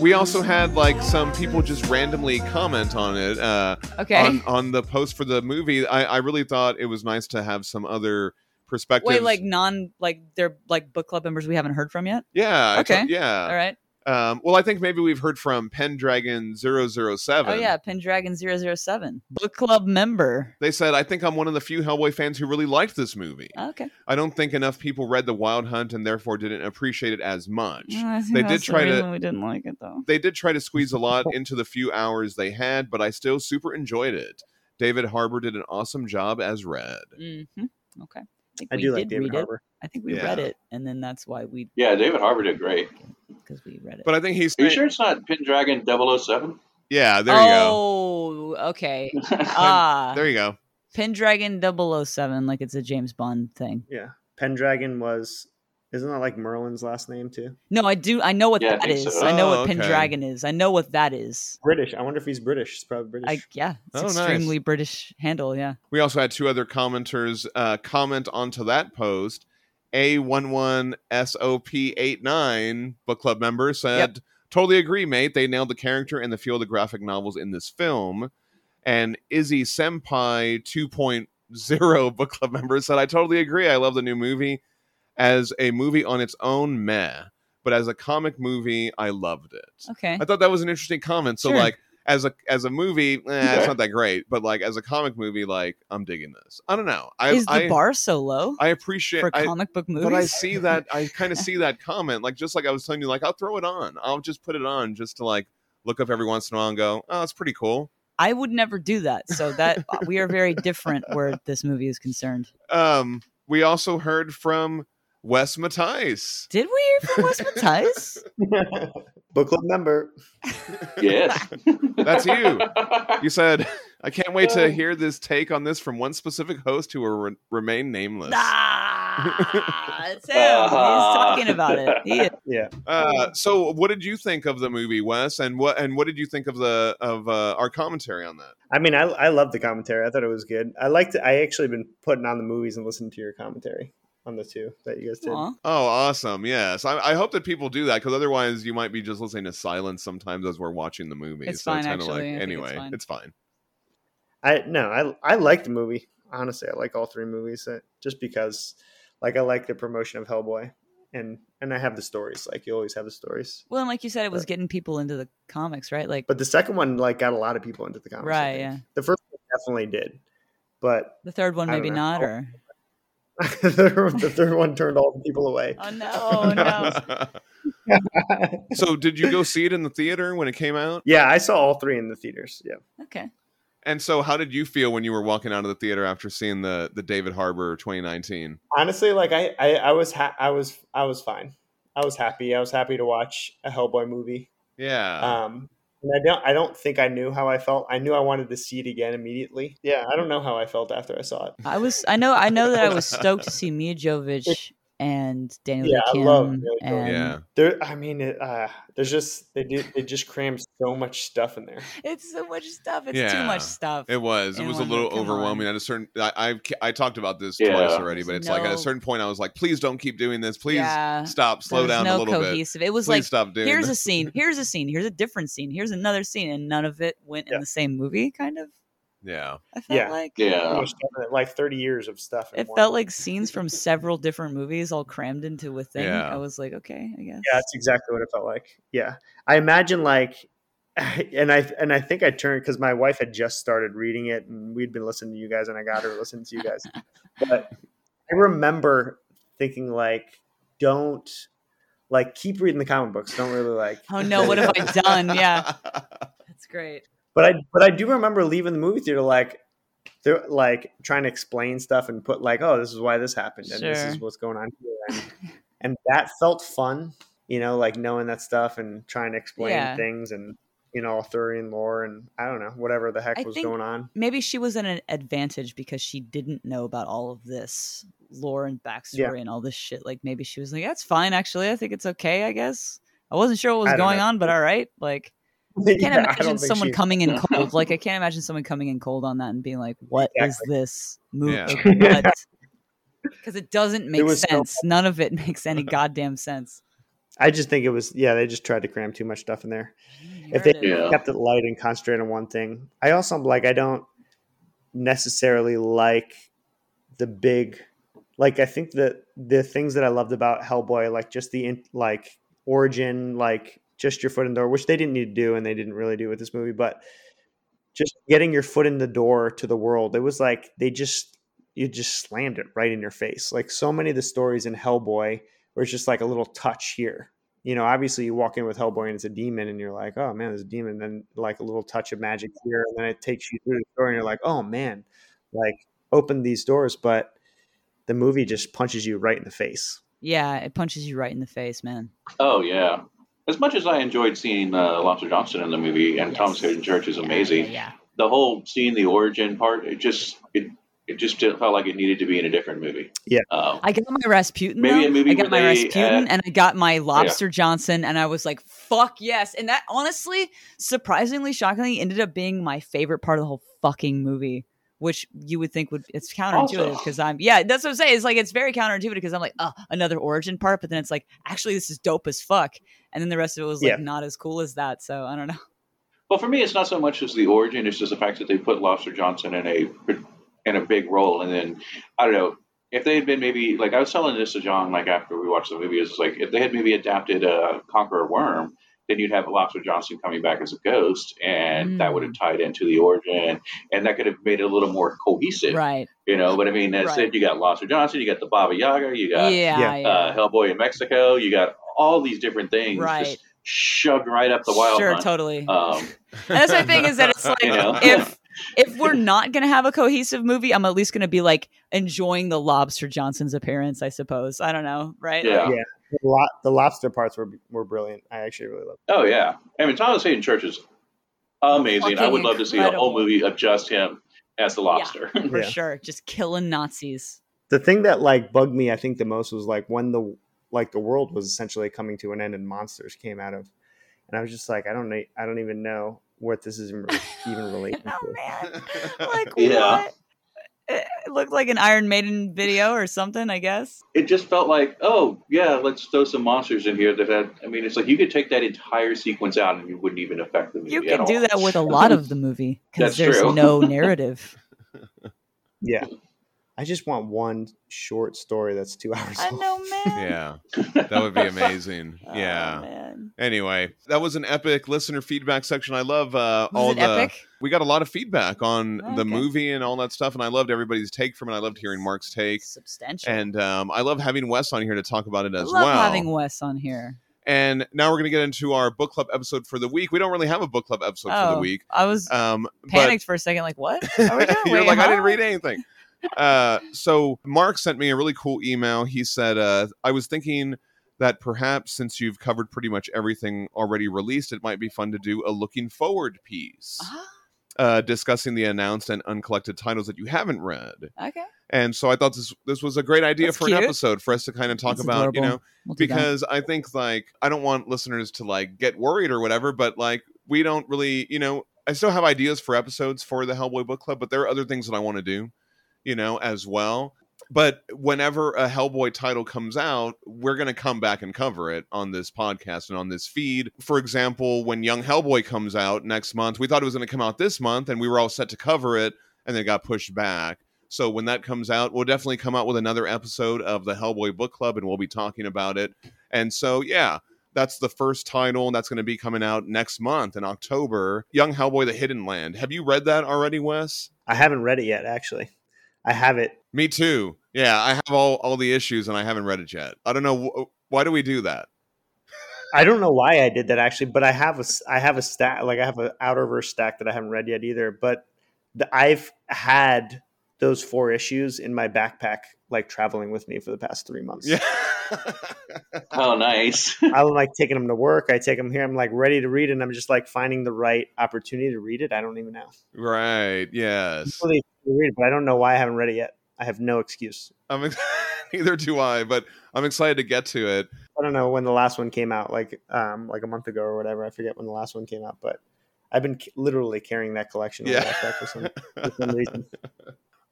Speaker 2: We also had like some people just randomly comment on it uh,
Speaker 4: Okay.
Speaker 2: on on the post for the movie. I, I really thought it was nice to have some other perspectives.
Speaker 4: Wait, like non, like they're like book club members we haven't heard from yet.
Speaker 2: yeah, I thought-
Speaker 4: okay. All
Speaker 2: yeah.
Speaker 4: right.
Speaker 2: Um, well, I think maybe we've heard from Pendragon 007.
Speaker 4: Oh yeah, Pendragon 007. book club member.
Speaker 2: They said, I think I'm one of the few Hellboy fans who really liked this movie.
Speaker 4: Ah, Okay.
Speaker 2: I don't think enough people read The Wild Hunt and therefore didn't appreciate it as much.
Speaker 4: Yeah, I think
Speaker 2: They did
Speaker 4: Ah, that's the
Speaker 2: try to-
Speaker 4: reason We didn't like it though.
Speaker 2: They did try to squeeze a lot into the few hours they had, but I still super enjoyed it. David Harbour did an awesome job as Red.
Speaker 4: hmm Okay. I, think
Speaker 5: I
Speaker 4: we
Speaker 5: do
Speaker 4: did
Speaker 5: like David
Speaker 4: read
Speaker 5: Harbour.
Speaker 4: it. I think we
Speaker 2: Yeah.
Speaker 4: read it, and then that's why we
Speaker 3: Yeah, David Harbour did great.
Speaker 4: because we read it.
Speaker 2: But I think he's
Speaker 3: Are you sure it's not Pendragon 007?
Speaker 2: Yeah, there you go.
Speaker 4: oh, okay. Ah,
Speaker 2: There you go.
Speaker 4: Pendragon 007, like it's a James Bond thing.
Speaker 5: Yeah. Pendragon was isn't that like Merlin's last name too?
Speaker 4: No, I do. I know what
Speaker 3: Yeah, I
Speaker 4: that
Speaker 3: think
Speaker 4: is.
Speaker 3: so.
Speaker 4: I know
Speaker 2: Oh,
Speaker 4: what
Speaker 2: okay.
Speaker 4: Pendragon is. I know what that is.
Speaker 5: British. I wonder if he's British. He's probably British.
Speaker 4: I yeah,
Speaker 2: Oh,
Speaker 4: it's
Speaker 2: nice.
Speaker 4: extremely British handle. Yeah.
Speaker 2: We also had two other commenters uh, comment onto that post. A11SOP89 book club member said, Totally agree, mate. They nailed the character and the feel of the graphic novels in this film. And Izzy Senpai 2.0 book club member said, I totally agree. I love the new movie. As a movie on its own, meh. But as a comic movie, I loved it.
Speaker 4: Okay.
Speaker 2: I thought that was an interesting comment. So
Speaker 4: Sure.
Speaker 2: like as a as a movie, eh, it's
Speaker 3: Okay.
Speaker 2: not that great, but like as a comic movie, like I'm digging this. I don't know. I
Speaker 4: is the
Speaker 2: I,
Speaker 4: bar so low
Speaker 2: I appreciate
Speaker 4: for
Speaker 2: I,
Speaker 4: comic book movies?
Speaker 2: but I see that I kind of see that comment. Like just like I was telling you, like I'll throw it on. I'll just put it on just to like look up every once in a while and go, oh, it's pretty cool.
Speaker 4: I would never do that. So that uh, we are very different where this movie is concerned.
Speaker 2: Um, we also heard from Wes Matthais.
Speaker 4: Did we hear from Wes Matthais?
Speaker 5: Book club member.
Speaker 3: yes.
Speaker 2: That's you. You said, I can't wait to hear this take on this from one specific host who will re- remain nameless.
Speaker 4: Ah, it's him.
Speaker 3: Ah.
Speaker 4: He's talking about it. He is.
Speaker 5: Yeah.
Speaker 2: Uh, so what did you think of the movie, Wes? And what and what did you think of the of uh, our commentary on that?
Speaker 5: I mean, I I love the commentary. I thought it was good. I liked. I actually been putting on the movies and listening to your commentary on the two that you guys did.
Speaker 4: Aw.
Speaker 2: Oh, awesome! Yes, I, I hope that people do that because otherwise, you might be just listening to silence sometimes as we're watching the movie.
Speaker 4: It's
Speaker 2: so it's
Speaker 4: fine,
Speaker 2: kind of like
Speaker 4: actually. I think it's
Speaker 2: anyway,
Speaker 4: fine.
Speaker 2: it's fine.
Speaker 5: I no, I I like the movie. Honestly, I like all three movies uh, just because, like, I like the promotion of Hellboy, and and I have the stories. Like, you always have the stories.
Speaker 4: Well, and like you said, it was getting people into the comics, right? Like
Speaker 5: But the second one like got a lot of people into the comics. I
Speaker 4: Right,
Speaker 5: think.
Speaker 4: yeah.
Speaker 5: The first one definitely did, but
Speaker 4: the third one,
Speaker 5: I don't
Speaker 4: maybe
Speaker 5: know.
Speaker 4: not. Or
Speaker 5: the, the third one turned all the people away.
Speaker 4: oh no, no.
Speaker 2: so did you go see it in the theater when it came out?
Speaker 5: yeah, I saw all three in the theaters. Yeah.
Speaker 4: Okay.
Speaker 2: And so how did you feel when you were walking out of the theater after seeing the the David Harbor 2019?
Speaker 5: honestly like i i, I was ha- i was i was fine i was happy i was happy to watch a hellboy movie
Speaker 2: Yeah.
Speaker 5: um and i don't i don't think i knew how i felt i knew i wanted to see it again immediately yeah i don't know how i felt after i saw it
Speaker 4: I was. I know. I know that I was stoked to see Mia Jovovich and Daniel
Speaker 5: Yeah,
Speaker 4: Day
Speaker 5: I
Speaker 4: Kim.
Speaker 5: love Neil Jordan.
Speaker 4: and
Speaker 2: yeah.
Speaker 5: There, I mean, it, uh, there's just they do they just cram so much stuff in there.
Speaker 4: It's so much stuff. It's too
Speaker 2: Yeah.
Speaker 4: much stuff.
Speaker 2: It was. It
Speaker 4: And
Speaker 2: was a
Speaker 4: one,
Speaker 2: little
Speaker 4: come
Speaker 2: overwhelming. At a certain, I, I've I talked about this
Speaker 3: Yeah.
Speaker 2: twice already, but
Speaker 4: There's
Speaker 2: it's like at
Speaker 4: no-
Speaker 2: a certain point, I was like, please don't keep doing this. Please
Speaker 4: Yeah.
Speaker 2: stop. Slow
Speaker 4: There
Speaker 2: down
Speaker 4: was
Speaker 2: a
Speaker 4: no
Speaker 2: little bit.
Speaker 4: cohesive. It was
Speaker 2: Please
Speaker 4: like
Speaker 2: stop doing.
Speaker 4: here's a
Speaker 2: this.
Speaker 4: scene, here's a scene, here's a different scene, here's another scene, and none of it went
Speaker 5: Yeah.
Speaker 4: in the same movie. Kind of,
Speaker 2: yeah.
Speaker 4: I felt
Speaker 5: Yeah.
Speaker 4: like
Speaker 5: So
Speaker 3: Yeah.
Speaker 5: much stuff in it, like 30 years of stuff. in
Speaker 4: it
Speaker 5: one.
Speaker 4: felt like scenes from several different movies all crammed into a thing.
Speaker 2: Yeah.
Speaker 4: I was like, okay, I guess.
Speaker 5: Yeah, that's exactly what it felt like. Yeah, I imagine like, and I and I think I turned because my wife had just started reading it, and we'd been listening to you guys, and I got her listening to you guys. but I remember thinking like, don't like keep reading the comic books. Don't really like.
Speaker 4: Oh no, what have I done? Yeah, that's great.
Speaker 5: But I but I do remember leaving the movie theater like. They're like trying to explain stuff and put like, oh, this is why this happened and this is
Speaker 4: Sure.
Speaker 5: what's going on here. And and that felt fun you know like knowing that stuff and trying to explain
Speaker 4: Yeah.
Speaker 5: things and you know arthurian lore and i don't know whatever the heck
Speaker 4: I
Speaker 5: was
Speaker 4: think-
Speaker 5: going on
Speaker 4: Maybe she was at an advantage because she didn't know about all of this lore and backstory and all this shit. Like maybe she was like, that's fine. Actually, I think it's okay. I guess I wasn't sure what was
Speaker 5: I don't
Speaker 4: going
Speaker 5: know.
Speaker 4: on, but all right. Like I can't
Speaker 5: Yeah, I don't
Speaker 4: imagine
Speaker 5: think
Speaker 4: someone
Speaker 5: she-
Speaker 4: coming in cold. Like I can't imagine someone coming in cold on that and being like, "What is
Speaker 5: Exactly.
Speaker 4: this movie?"
Speaker 2: Yeah.
Speaker 4: Because it doesn't make
Speaker 5: was so-
Speaker 4: sense. None of it makes any goddamn sense.
Speaker 5: i just think it was yeah they just tried to cram too much stuff in there if they
Speaker 3: Yeah.
Speaker 5: kept it light and concentrated on one thing i also like i don't necessarily like the big like i think that the things that i loved about hellboy like just the in, like origin like just your foot in the door which they didn't need to do and they didn't really do with this movie but just getting your foot in the door to the world it was like they just you just slammed it right in your face like so many of the stories in hellboy where it's just like a little touch here you know obviously you walk in with hellboy and it's a demon and you're like oh man there's a demon then like a little touch of magic here and then it takes you through the story and you're like oh man like open these doors but the movie just punches you right in the face
Speaker 4: yeah, it punches you right in the face, man.
Speaker 3: Oh yeah. As much as I enjoyed seeing uh, Lobster Johnson in the movie, and Thomas Hayden Church is
Speaker 4: Yeah,
Speaker 3: amazing,
Speaker 4: Yeah, yeah.
Speaker 3: the whole seeing the origin part, it just it it just didn't felt like it needed to be in a different movie.
Speaker 5: Yeah.
Speaker 3: Um,
Speaker 4: I got my Rasputin.
Speaker 3: Maybe
Speaker 4: though.
Speaker 3: a movie
Speaker 4: I got
Speaker 3: where
Speaker 4: my
Speaker 3: they
Speaker 4: Rasputin
Speaker 3: add-
Speaker 4: and I got my Lobster Johnson, and I was like, "Fuck yes!" And that honestly, surprisingly, shockingly, ended up being my favorite part of the whole fucking movie. Which you would think would it's counterintuitive
Speaker 3: Also-
Speaker 4: because I'm yeah that's what I'm saying it's like it's very counterintuitive because I'm like oh another origin part but then it's like actually this is dope as fuck and then the rest of it was like
Speaker 5: Yeah.
Speaker 4: not as cool as that so I don't know
Speaker 3: Well, for me, it's not so much as the origin; it's just the fact that they put Lobster Johnson in a in a big role, and then I don't know if they had been maybe like I was telling this to John like after we watched the movie is like if they had maybe adapted uh, Conqueror Worm, then you'd have Lobster Johnson coming back as a ghost, and that
Speaker 4: Mm.
Speaker 3: would have tied into the origin, and that could have made it a little more cohesive,
Speaker 4: right
Speaker 3: you know. But I mean, that's
Speaker 4: Right.
Speaker 3: it. You got Lobster Johnson, you got the Baba Yaga, you
Speaker 4: yeah
Speaker 3: got
Speaker 4: yeah,
Speaker 3: uh, Hellboy in Mexico, you got all these different things
Speaker 4: right
Speaker 3: just shoved right up the wild
Speaker 4: sure
Speaker 3: hunt.
Speaker 4: totally
Speaker 3: um,
Speaker 4: And that's my thing is that it's like
Speaker 3: You know?
Speaker 4: if if we're not gonna have a cohesive movie, I'm at least gonna be like enjoying the Lobster Johnson's appearance. I suppose I don't know, right?
Speaker 3: Yeah.
Speaker 5: Yeah. the, lo- the lobster parts were were brilliant i actually really loved
Speaker 3: Oh yeah, I mean Thomas Hayden Church is amazing. I
Speaker 4: Fucking
Speaker 3: would love to see a whole
Speaker 4: incredible.
Speaker 3: movie of just him as the lobster.
Speaker 4: Like, for
Speaker 5: Yeah.
Speaker 4: sure, just killing Nazis.
Speaker 5: the thing that like bugged me i think the most was like when the like the world was essentially coming to an end and monsters came out of and i was just like i don't know i don't even know what this is even, even related
Speaker 4: Oh
Speaker 5: to
Speaker 4: man, like
Speaker 3: Yeah.
Speaker 4: what? It it looked like an Iron Maiden video or something, I guess.
Speaker 3: It just felt like, oh yeah, let's throw some monsters in here. That had, I mean, it's like you could take that entire sequence out and it wouldn't even affect the movie.
Speaker 4: You
Speaker 3: at
Speaker 4: can
Speaker 3: all.
Speaker 4: do that with a lot of the movie because
Speaker 3: That's
Speaker 4: there's
Speaker 3: true.
Speaker 4: no narrative.
Speaker 5: yeah i just want one short story that's two hours
Speaker 4: I
Speaker 5: long.
Speaker 4: know, man.
Speaker 2: yeah. That would be amazing.
Speaker 4: Oh,
Speaker 2: yeah.
Speaker 4: man.
Speaker 2: Anyway, that was an epic listener feedback section. I love uh,
Speaker 4: Was
Speaker 2: all
Speaker 4: it
Speaker 2: the.
Speaker 4: epic?
Speaker 2: We got a lot of feedback on
Speaker 4: Oh,
Speaker 2: the
Speaker 4: okay.
Speaker 2: movie and all that stuff, and I loved everybody's take from it. I loved hearing Mark's take,
Speaker 4: Substantial.
Speaker 2: and um, I love having Wes on here to talk about it
Speaker 4: I
Speaker 2: as
Speaker 4: love
Speaker 2: well.
Speaker 4: having Wes on here.
Speaker 2: and now we're going to get into our book club episode for the week. We don't really have a book club episode for the week.
Speaker 4: I was
Speaker 2: Um, but
Speaker 4: panicked for a second, like what? Oh. Are we doing?
Speaker 2: you're
Speaker 4: Wait,
Speaker 2: like, I didn't
Speaker 4: huh?"
Speaker 2: read anything. Uh, so Mark sent me a really cool email. He said, uh, I was thinking that perhaps since you've covered pretty much everything already released, it might be fun to do a looking forward piece.
Speaker 4: Ah,
Speaker 2: uh, discussing the announced and uncollected titles that you haven't read.
Speaker 4: Okay.
Speaker 2: And so I thought this this was a great idea
Speaker 4: That's
Speaker 2: for an
Speaker 4: cute.
Speaker 2: episode for us to kind of talk
Speaker 4: That's
Speaker 2: about, you
Speaker 4: adorable.
Speaker 2: know,
Speaker 4: We'll do that.
Speaker 2: because I think like I don't want listeners to like get worried or whatever, but like we don't really, you know, I still have ideas for episodes for the Hellboy book club, but there are other things that I want to do, you know, as well. But whenever a Hellboy title comes out, we're going to come back and cover it on this podcast and on this feed. For example, when Young Hellboy comes out next month, we thought it was going to come out this month and we were all set to cover it and then it got pushed back. So when that comes out, we'll definitely come out with another episode of the Hellboy book club and we'll be talking about it. And so, yeah, that's the first title, and that's going to be coming out next month in October. Young Hellboy: The Hidden Land. Have you read that already, Wes?
Speaker 5: I haven't read it yet, actually. I have it.
Speaker 2: Me too. Yeah, I have all all the issues, and I haven't read it yet. I don't know wh- uh, why do we do that.
Speaker 5: I don't know why I did that actually, but I have a s- I have a stack like I have an outerverse stack that I haven't read yet either. But the, I've had those four issues in my backpack, like traveling with me for the past three months.
Speaker 2: Yeah,
Speaker 3: Oh, nice.
Speaker 5: I'm like taking them to work. I take them here. I'm like ready to read, and I'm just like finding the right opportunity to read it. I don't even know.
Speaker 2: right. Yes,
Speaker 5: Well, they read it, but I don't know why I haven't read it yet. I have no excuse.
Speaker 2: I'm. ex- Neither do I, but I'm excited to get to it.
Speaker 5: I don't know when the last one came out, like um like a month ago or whatever. I forget when the last one came out, but I've been c- literally carrying that collection in my
Speaker 2: Yeah.
Speaker 5: backpack for some, for some reason.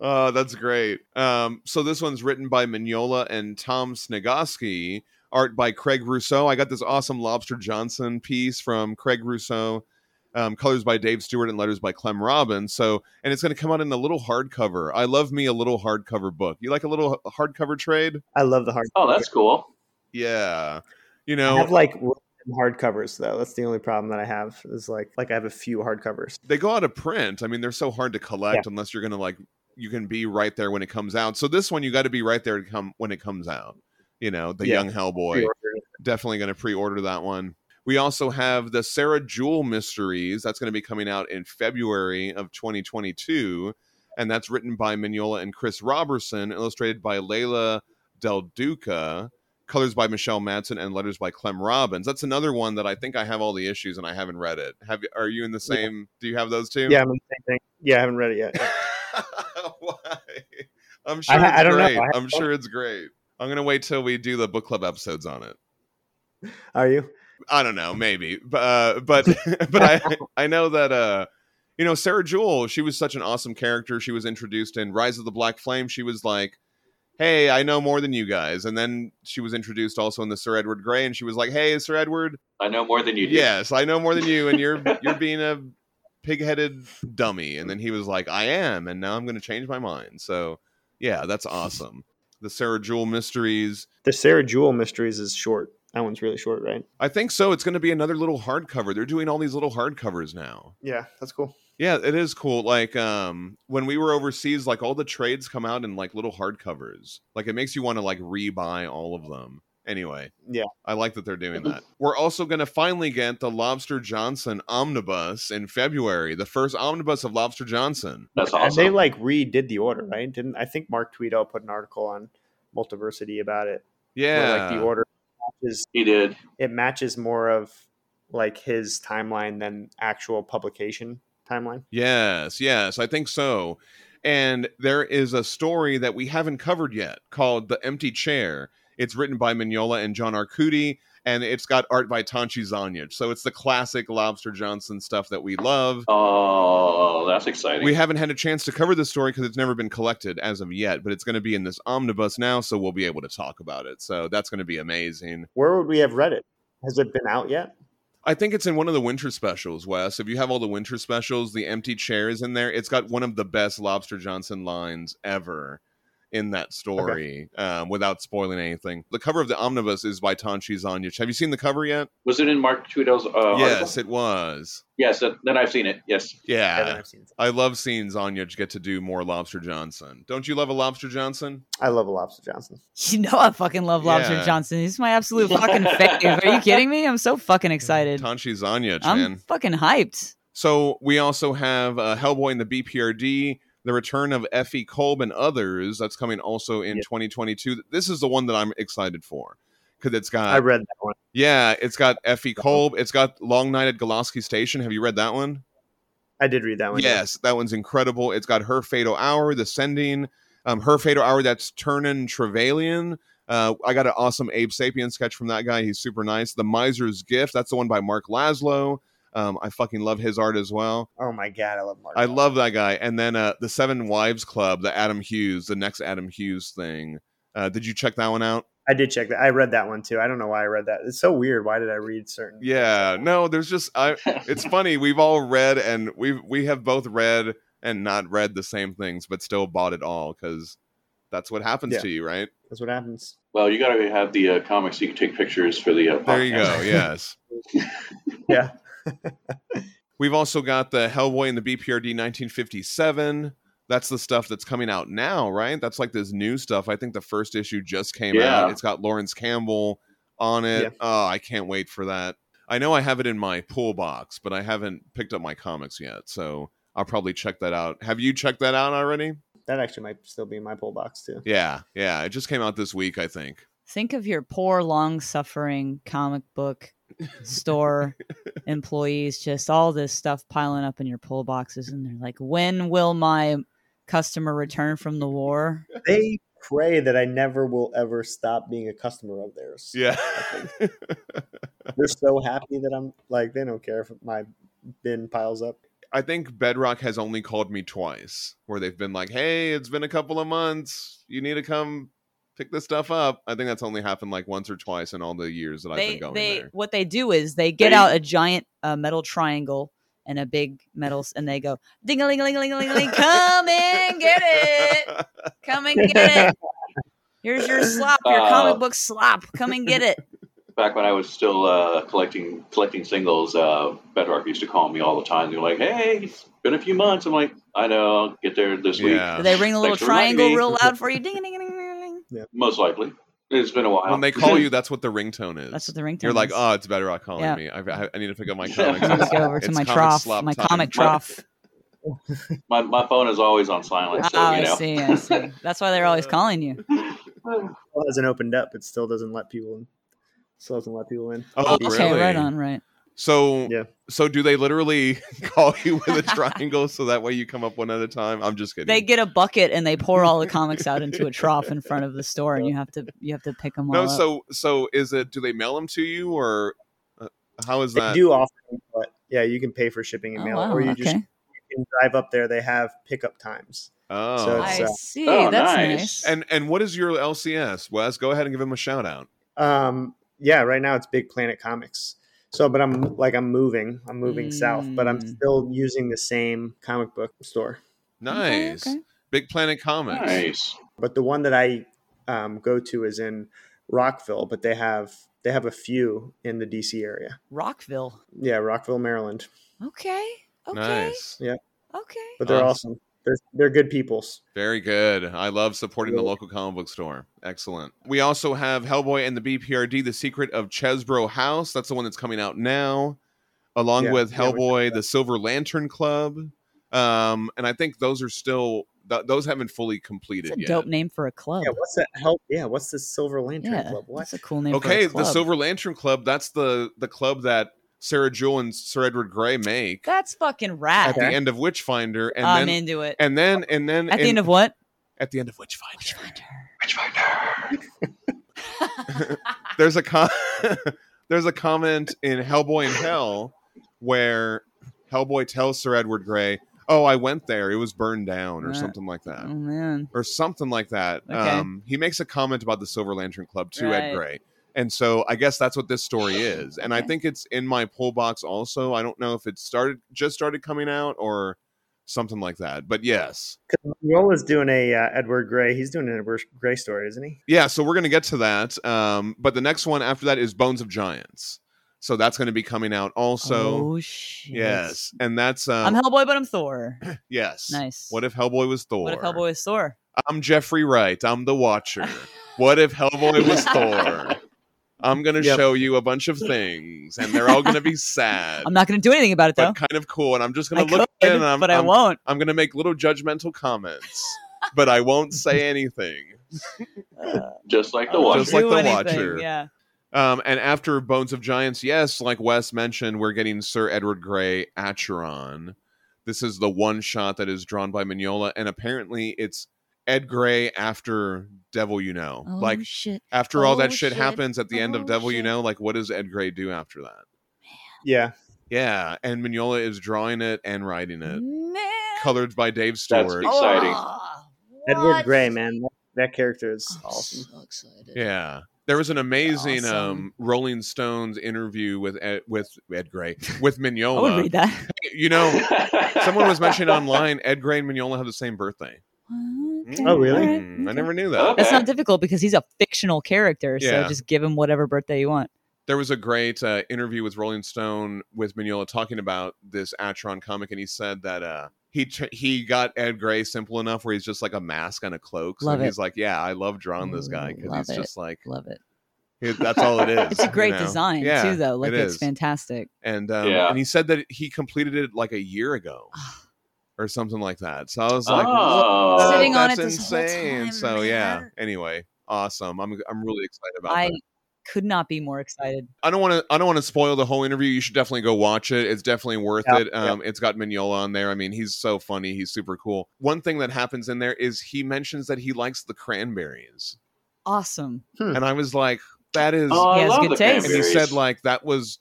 Speaker 2: Oh, that's great. Um, so this one's written by Mignola and Tom Snegoski, art by Craig Rousseau. I got this awesome Lobster Johnson piece from Craig Rousseau, um, colors by Dave Stewart and letters by Clem Robbins. So, and it's going to come out in a little hardcover. I love me a little hardcover book. You like a little h- hardcover trade?
Speaker 5: I love the hard.
Speaker 3: Oh, that's cool.
Speaker 2: Yeah. You
Speaker 5: I
Speaker 2: know,
Speaker 5: have like random hardcovers though. That's the only problem that I have is like like I have a few hardcovers.
Speaker 2: they go out of print. I mean, they're so hard to collect unless you're going to like you can be right there when it comes out. So this one you got to be right there to come when it comes out. You know, the
Speaker 5: Yeah.
Speaker 2: young Hellboy. definitely going to pre-order that one. We also have the Sarah Jewel Mysteries. That's going to be coming out in February of 2022, and that's written by Mignola and Chris Robertson, illustrated by Layla Del Duca, colors by Michelle Madsen, and letters by Clem Robbins. That's another one that I think I have all the issues and I haven't read it. Have you, are you in the
Speaker 5: Yeah.
Speaker 2: same? Do you have those two?
Speaker 5: Yeah, I'm in the same thing. Yeah, I haven't read it yet.
Speaker 2: Why? I'm sure
Speaker 5: I-
Speaker 2: it's
Speaker 5: I don't know.
Speaker 2: great.
Speaker 5: I have
Speaker 2: I'm
Speaker 5: fun.
Speaker 2: sure it's great. I'm gonna wait till we do the book club episodes on it.
Speaker 5: Are you?
Speaker 2: I don't know, maybe, but uh, but but I I know that uh, you know Sarah Jewell, she was such an awesome character. She was introduced in Rise of the Black Flame. She was like, "Hey, I know more than you guys," and then she was introduced also in the Sir Edward Grey, and she was like, "Hey, Sir Edward,
Speaker 3: I know more than you do.
Speaker 2: yes, I know more than you, and you're you're being a pig-headed dummy." And then he was like, "I am," and now I'm going to change my mind. So yeah, that's awesome. The Sarah Jewell mysteries.
Speaker 5: The Sarah Jewel Mysteries is short. That one's really short, right?
Speaker 2: I think so. It's going to be another little hardcover. They're doing all these little hardcovers now.
Speaker 5: Yeah, that's cool.
Speaker 2: Yeah, it is cool. Like um when we were overseas, like all the trades come out in like little hardcovers. Like it makes you want to like rebuy all of them. Anyway.
Speaker 5: Yeah.
Speaker 2: I like that they're doing that. We're also going to finally get the Lobster Johnson omnibus in February, the first omnibus of Lobster Johnson.
Speaker 3: That's
Speaker 5: And They
Speaker 3: awesome.
Speaker 5: like redid the order, right? Didn't I think Mark Tweedo put an article on Multiversity about it? where,
Speaker 2: Yeah.
Speaker 5: like the order matches
Speaker 3: he did.
Speaker 5: it matches more of like his timeline than actual publication timeline.
Speaker 2: Yes, yes, I think so. And there is a story that we haven't covered yet called The Empty Chair. It's written by Mignola and John Arcudi, and it's got art by Tanchi Zanyac. So it's the classic Lobster Johnson stuff that we love.
Speaker 3: Oh, that's exciting.
Speaker 2: We haven't had a chance to cover this story because it's never been collected as of yet, but it's going to be in this omnibus now, so we'll be able to talk about it. So that's going to be amazing.
Speaker 5: Where would we have read it? Has it been out yet?
Speaker 2: I think it's in one of the winter specials, Wes. If you have all the winter specials, the empty chair is in there. It's got one of the best Lobster Johnson lines ever in that story, um, without spoiling anything. The cover of the omnibus is by Tanchi Zanyic. Have you seen the cover yet?
Speaker 3: Was it in Mark Tweedo's? Uh,
Speaker 2: yes,
Speaker 3: article?
Speaker 2: it was.
Speaker 3: Yes. Then then I've seen it. Yes.
Speaker 5: I haven't-
Speaker 2: Yeah.
Speaker 5: I've seen it.
Speaker 2: I love seeing Zanyic get to do more Lobster Johnson. Don't you love a Lobster Johnson?
Speaker 5: I love a lobster Johnson.
Speaker 4: You know I fucking love Lobster
Speaker 2: Yeah.
Speaker 4: Johnson. He's my absolute fucking fave. Are you kidding me? I'm so fucking excited.
Speaker 2: Tanchi Zanyic,
Speaker 4: I'm
Speaker 2: man.
Speaker 4: fucking hyped.
Speaker 2: So we also have uh, Hellboy and the BPRD, the return of Effie Kolb and others. That's coming also in
Speaker 5: Yeah.
Speaker 2: 2022. This is the one that I'm excited for because it's
Speaker 5: I
Speaker 2: got
Speaker 5: read that one.
Speaker 2: E. yeah, it's got Effie Kolb. It's got Long Night at Goloski Station. Have you read that one?
Speaker 5: I did read that one. yeah.
Speaker 2: Yes, that one's incredible. It's got her fatal hour, the sending, um, her fatal hour. That's Turnin Trevelyan. Uh, I got an awesome Abe Sapien sketch from that guy. He's super nice. The Miser's Gift. That's the one by Mark Laszlo. Um, I fucking love his art as well.
Speaker 5: Oh my god, I love Mark.
Speaker 2: I love that guy. And then uh, the Seven Wives Club, the Adam Hughes, the next Adam Hughes thing. Uh, did you check that one out?
Speaker 5: I did check that. I read that one too. I don't know why I read that. It's so weird. Why did I read certain?
Speaker 2: Yeah, no, there's just I. It's funny. We've all read and we have we have both read and not read the same things, but still bought it all because that's what happens
Speaker 5: Yeah.
Speaker 2: to you, right?
Speaker 5: That's what happens.
Speaker 3: Well, you got to have the uh, comics so you can take pictures for the uh, podcast.
Speaker 2: There you go. Yes.
Speaker 5: Yeah.
Speaker 2: We've also got the Hellboy and the BPRD 1957. That's the stuff that's coming out now, right? That's like this new stuff. I think the first issue just came
Speaker 3: Yeah.
Speaker 2: out. It's got Lawrence Campbell on it.
Speaker 5: Yeah.
Speaker 2: Oh, I can't wait for that. I know I have it in my pool box, but I haven't picked up my comics yet. So I'll probably check that out. Have you checked that out already?
Speaker 5: That actually might still be in my pull box too.
Speaker 2: Yeah. Yeah. It just came out this week, I think.
Speaker 4: Think of your poor, long suffering comic book store employees, just all this stuff piling up in your pull boxes. And they're like, when will my customer return from the war?
Speaker 5: They pray that I never will ever stop being a customer of theirs.
Speaker 2: Yeah.
Speaker 5: They're so happy that I'm like they don't care if my bin piles up.
Speaker 2: I think Bedrock has only called me twice, where they've been like, "Hey, it's been a couple of months. You need to come pick this stuff up." I think that's only happened like once or twice in all the years that I've
Speaker 4: they
Speaker 2: been going
Speaker 4: they
Speaker 2: there.
Speaker 4: what they do is they get
Speaker 3: They-
Speaker 4: out a giant uh, metal triangle and a big metal s- and they go ding a ling a ling a ling a ling a ling come and get it come and get it here's your slop your
Speaker 3: Uh.
Speaker 4: comic book slop come and get it
Speaker 3: Back when I was still uh, collecting collecting singles, uh, Bedrock used to call me all the time. They were like, "Hey, it's been a few months." I'm like, "I know. I'll get there this
Speaker 2: Yeah.
Speaker 3: week,
Speaker 4: do they ring the little
Speaker 3: Thanks for reminding
Speaker 4: triangle
Speaker 3: me.
Speaker 4: real loud for you ding a ding a ding a ding a ding
Speaker 3: most likely." It's been a while.
Speaker 2: When they call you, that's what the ringtone is.
Speaker 4: that's what the ringtone
Speaker 2: You're like,
Speaker 4: is.
Speaker 2: "Oh, it's Bedrock calling
Speaker 4: Yeah.
Speaker 2: me. I, I, I need to pick up my
Speaker 3: Yeah.
Speaker 2: comics."
Speaker 4: I'm gonna
Speaker 2: It's-
Speaker 4: go over to
Speaker 2: it's
Speaker 4: my
Speaker 2: comic
Speaker 4: trough,
Speaker 2: slop
Speaker 4: my
Speaker 2: time.
Speaker 4: comic trough.
Speaker 3: my, my phone is always on silent, so
Speaker 4: oh,
Speaker 3: you
Speaker 4: I
Speaker 3: know.
Speaker 4: see, I see. That's why they're always calling you.
Speaker 5: Still hasn't opened up. It still doesn't let people in. Still doesn't let people in.
Speaker 2: Oh,
Speaker 4: Okay,
Speaker 2: really?
Speaker 4: right on, right.
Speaker 2: So,
Speaker 5: Yeah.
Speaker 2: so do they literally call you with a triangle so that way you come up one at a time? I'm just kidding.
Speaker 4: They get a bucket and they pour all the comics out into a trough in front of the store, and you have to you have to pick them all
Speaker 2: no,
Speaker 4: up.
Speaker 2: so so is it? Do they mail them to you or uh, how is
Speaker 5: They
Speaker 2: that?
Speaker 5: do offer, them, but yeah, you can pay for shipping and
Speaker 4: Oh,
Speaker 5: mail,
Speaker 4: wow,
Speaker 5: or you just
Speaker 4: okay.
Speaker 5: you can drive up there. They have pickup times.
Speaker 2: Oh,
Speaker 5: So it's,
Speaker 4: I
Speaker 5: uh,
Speaker 4: see.
Speaker 3: Oh,
Speaker 4: That's nice.
Speaker 3: nice.
Speaker 2: And and what is your LCS, Wes? Go ahead and give him a shout out.
Speaker 5: Um, yeah, right now it's Big Planet Comics. So, but I'm like I'm moving. I'm moving south, but I'm
Speaker 4: Mm.
Speaker 5: still using the same comic book store.
Speaker 4: Okay,
Speaker 2: Nice.
Speaker 4: okay.
Speaker 2: Big Planet Comics.
Speaker 3: Nice.
Speaker 5: But the one that I um, go to is in Rockville, but they have they have a few in the DC area.
Speaker 4: Rockville.
Speaker 5: Yeah, Rockville, Maryland.
Speaker 4: Okay. Okay.
Speaker 2: Nice.
Speaker 4: Okay.
Speaker 5: But they're
Speaker 2: Awesome.
Speaker 5: awesome. They're they're good peoples.
Speaker 2: Very good. I love supporting the
Speaker 5: Yeah.
Speaker 2: local comic book store. Excellent. We also have Hellboy and the BPRD, The Secret of Chesbro House. That's the one that's coming out now, along
Speaker 5: Yeah,
Speaker 2: with
Speaker 5: yeah, we
Speaker 2: Hellboy, The Silver Lantern Club. Um, and I think those are still, th- those haven't fully completed
Speaker 4: That's a
Speaker 2: yet.
Speaker 4: dope name for a club.
Speaker 5: Yeah, what's that help? Yeah, what's the Silver Lantern
Speaker 4: Oh. Yeah,
Speaker 5: Club? What?
Speaker 4: that's a cool name.
Speaker 2: okay,
Speaker 4: for a club.
Speaker 2: the Silver Lantern Club, that's the the club that Sarah Jewell and Sir Edward Gray make.
Speaker 4: That's fucking
Speaker 2: at
Speaker 4: rad.
Speaker 2: the end of Witchfinder, and
Speaker 4: I'm
Speaker 2: then
Speaker 4: into it.
Speaker 2: and then and then
Speaker 4: Um, At the
Speaker 2: in-
Speaker 4: end of what?
Speaker 2: at the end of Witchfinder,
Speaker 3: Witchfinder.
Speaker 2: there's a com- there's a comment in Hellboy in Hell where Hellboy tells Sir Edward Grey, "Oh, I went there. It was burned down, or
Speaker 4: Uh,
Speaker 2: something like
Speaker 4: oh
Speaker 2: that,
Speaker 4: man.
Speaker 2: or something like that."
Speaker 4: Okay.
Speaker 2: Um, he makes a comment about the Silver Lantern Club to Ed
Speaker 4: Right.
Speaker 2: Grey. And so I guess that's what this story is. And I
Speaker 4: Okay.
Speaker 2: think it's in my pull box also. I don't know if it started just started coming out or something like that. But yes.
Speaker 5: Yola's doing a uh, Edward Gray. He's doing an Edward Gray story, isn't he?
Speaker 2: Yeah, so we're gonna get to that. Um, but the next one after that is Bones of Giants. So that's gonna be coming out also.
Speaker 4: oh shit.
Speaker 2: yes, and that's
Speaker 4: I'm
Speaker 2: um,
Speaker 4: Hellboy, but I'm Thor.
Speaker 2: yes.
Speaker 4: Nice.
Speaker 2: What if Hellboy was Thor?
Speaker 4: What if Hellboy is Thor?
Speaker 2: I'm Jeffrey Wright. I'm the Watcher. what if Hellboy was Thor? I'm gonna
Speaker 5: Yep.
Speaker 2: show you a bunch of things, and they're all gonna be sad,
Speaker 4: I'm not going to do anything about it though.
Speaker 2: but kind of cool. And I'm just
Speaker 4: I
Speaker 2: gonna
Speaker 4: could,
Speaker 2: look in, and I'm,
Speaker 4: but I
Speaker 2: I'm,
Speaker 4: won't.
Speaker 2: I'm gonna make little judgmental comments, but I won't say anything.
Speaker 4: Uh,
Speaker 3: Just like
Speaker 4: I
Speaker 3: the
Speaker 4: won't
Speaker 3: Watcher.
Speaker 2: Just like
Speaker 4: do
Speaker 2: the
Speaker 4: anything,
Speaker 2: Watcher.
Speaker 4: Yeah.
Speaker 2: Um, and after Bones of Giants, yes, like Wes mentioned, we're getting Sir Edward Grey Acheron. This is the one shot that is drawn by Mignola, and apparently it's Ed Gray after Devil You Know.
Speaker 4: Oh,
Speaker 2: like
Speaker 4: shit.
Speaker 2: after all
Speaker 4: Oh,
Speaker 2: that shit,
Speaker 4: shit.
Speaker 2: happens at the end of
Speaker 4: Oh,
Speaker 2: Devil You
Speaker 4: shit.
Speaker 2: Know, like what does Ed Gray do after that?
Speaker 5: Yeah.
Speaker 2: Yeah, and Mignola is drawing it and writing it,
Speaker 4: Man.
Speaker 2: colored by Dave
Speaker 3: That's
Speaker 2: Stewart.
Speaker 3: big- exciting.
Speaker 4: Ah,
Speaker 5: Edward
Speaker 4: what?
Speaker 5: Gray, man. That, that character is
Speaker 4: I'm
Speaker 5: awesome.
Speaker 4: Oh, so excited.
Speaker 2: Yeah. There was an amazing
Speaker 4: Awesome.
Speaker 2: um, Rolling Stones interview with Ed, with Ed Gray with
Speaker 4: I would
Speaker 2: Mignola.
Speaker 4: read that.
Speaker 2: you know, someone was mentioning online Ed Gray and Mignola have the same birthday.
Speaker 4: Okay,
Speaker 5: Oh, really?
Speaker 4: alright.
Speaker 2: Mm, I never knew that.
Speaker 3: Okay.
Speaker 4: That's not difficult because he's a fictional character,
Speaker 2: Yeah.
Speaker 4: so just give him whatever birthday you want.
Speaker 2: There was a great uh, interview with Rolling Stone with Mignola talking about this Atron comic, and he said that uh, he tr- he got Ed Gray simple enough where he's just like a mask and a cloak. So
Speaker 4: Love it.
Speaker 2: he's like, yeah, I love drawing this guy because
Speaker 4: Love
Speaker 2: he's
Speaker 4: it.
Speaker 2: just like
Speaker 4: Love it.
Speaker 2: he- that's all it is.
Speaker 4: It's a
Speaker 2: you
Speaker 4: great
Speaker 2: know?
Speaker 4: design
Speaker 2: Yeah,
Speaker 4: too, though. Like
Speaker 2: it
Speaker 4: it's
Speaker 2: is.
Speaker 4: fantastic.
Speaker 2: and um,
Speaker 3: Yeah.
Speaker 2: and he said that he completed it like a year ago
Speaker 4: Ah.
Speaker 2: or something like that. So I was like,
Speaker 3: oh,
Speaker 4: Sitting on
Speaker 2: Uh, that's
Speaker 4: it this whole
Speaker 2: insane.
Speaker 4: time,
Speaker 2: so yeah.
Speaker 4: man.
Speaker 2: Anyway, awesome. I'm I'm really excited about
Speaker 4: I
Speaker 2: that.
Speaker 4: could not be more excited.
Speaker 2: I don't want to I don't want to spoil the whole interview. You should definitely go watch it. It's definitely worth
Speaker 5: Yeah,
Speaker 2: it. Um, It's got Mignola on there. I mean, he's so funny. He's super cool. One thing that happens in there is he mentions that he likes the cranberries,
Speaker 4: Awesome.
Speaker 2: and I was like, that is.
Speaker 3: oh,
Speaker 4: He
Speaker 3: I
Speaker 4: has
Speaker 3: love
Speaker 4: good
Speaker 3: the
Speaker 4: taste.
Speaker 2: and he
Speaker 3: cranberries.
Speaker 2: said like that was.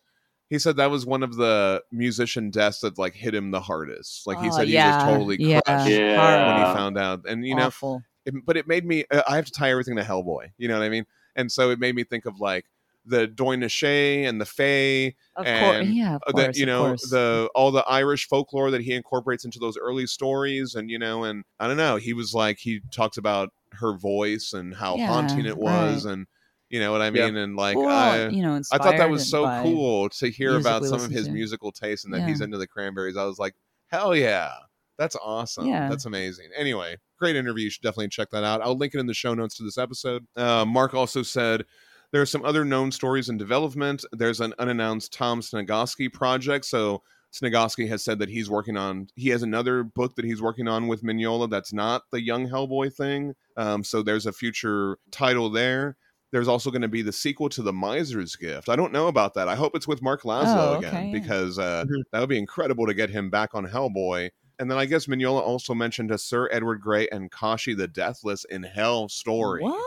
Speaker 2: He said that was one of the musician deaths that like hit him the hardest. Like he
Speaker 4: Oh,
Speaker 2: said, he
Speaker 4: yeah,
Speaker 2: was totally
Speaker 4: yeah,
Speaker 2: crushed when he
Speaker 3: Yeah.
Speaker 2: found out. And you know,
Speaker 4: Awful.
Speaker 2: it, but it made me uh, i have to tie everything to hellboy you know what i mean and so it made me think of like the Doynache and the Fae,
Speaker 4: Of course.
Speaker 2: and,
Speaker 4: Yeah. Of
Speaker 2: uh,
Speaker 4: course.
Speaker 2: the, you
Speaker 4: of
Speaker 2: know
Speaker 4: course.
Speaker 2: the all the Irish folklore that he incorporates into those early stories, and you know, and I don't know, he was like he talks about her voice and how
Speaker 4: Yeah,
Speaker 2: haunting it was, and you know what I
Speaker 5: Yeah.
Speaker 2: mean, and like
Speaker 4: We're all,
Speaker 2: I,
Speaker 4: you know,
Speaker 2: I thought that
Speaker 4: inspired
Speaker 2: was
Speaker 4: and
Speaker 2: so
Speaker 4: by-
Speaker 2: cool to hear
Speaker 4: music
Speaker 2: about
Speaker 4: we
Speaker 2: some of
Speaker 4: listen
Speaker 2: his
Speaker 4: to.
Speaker 2: musical taste and that he's
Speaker 4: Yeah.
Speaker 2: into the Cranberries. I was like, hell yeah, that's awesome.
Speaker 4: Yeah.
Speaker 2: That's amazing. Anyway, great interview. You should definitely check that out. I'll link it in the show notes to this episode. Uh, Mark also said there are some other known stories in development. There's an unannounced Tom Snagowski project. So Snagowski has said that he's working on. He has another book that he's working on with Mignola. That's not the Young Hellboy thing. Um, so there's a future title there. There's also going to be the sequel to The Miser's Gift. I don't know about that. I hope it's with Mark Laszlo
Speaker 4: Oh, okay,
Speaker 2: again
Speaker 4: yeah.
Speaker 2: because uh,
Speaker 3: Mm-hmm.
Speaker 5: Mhm.
Speaker 2: that would be incredible to get him back on Hellboy. And then I guess Mignola also mentioned a Sir Edward Grey and Kashi the Deathless in Hell story.
Speaker 4: What?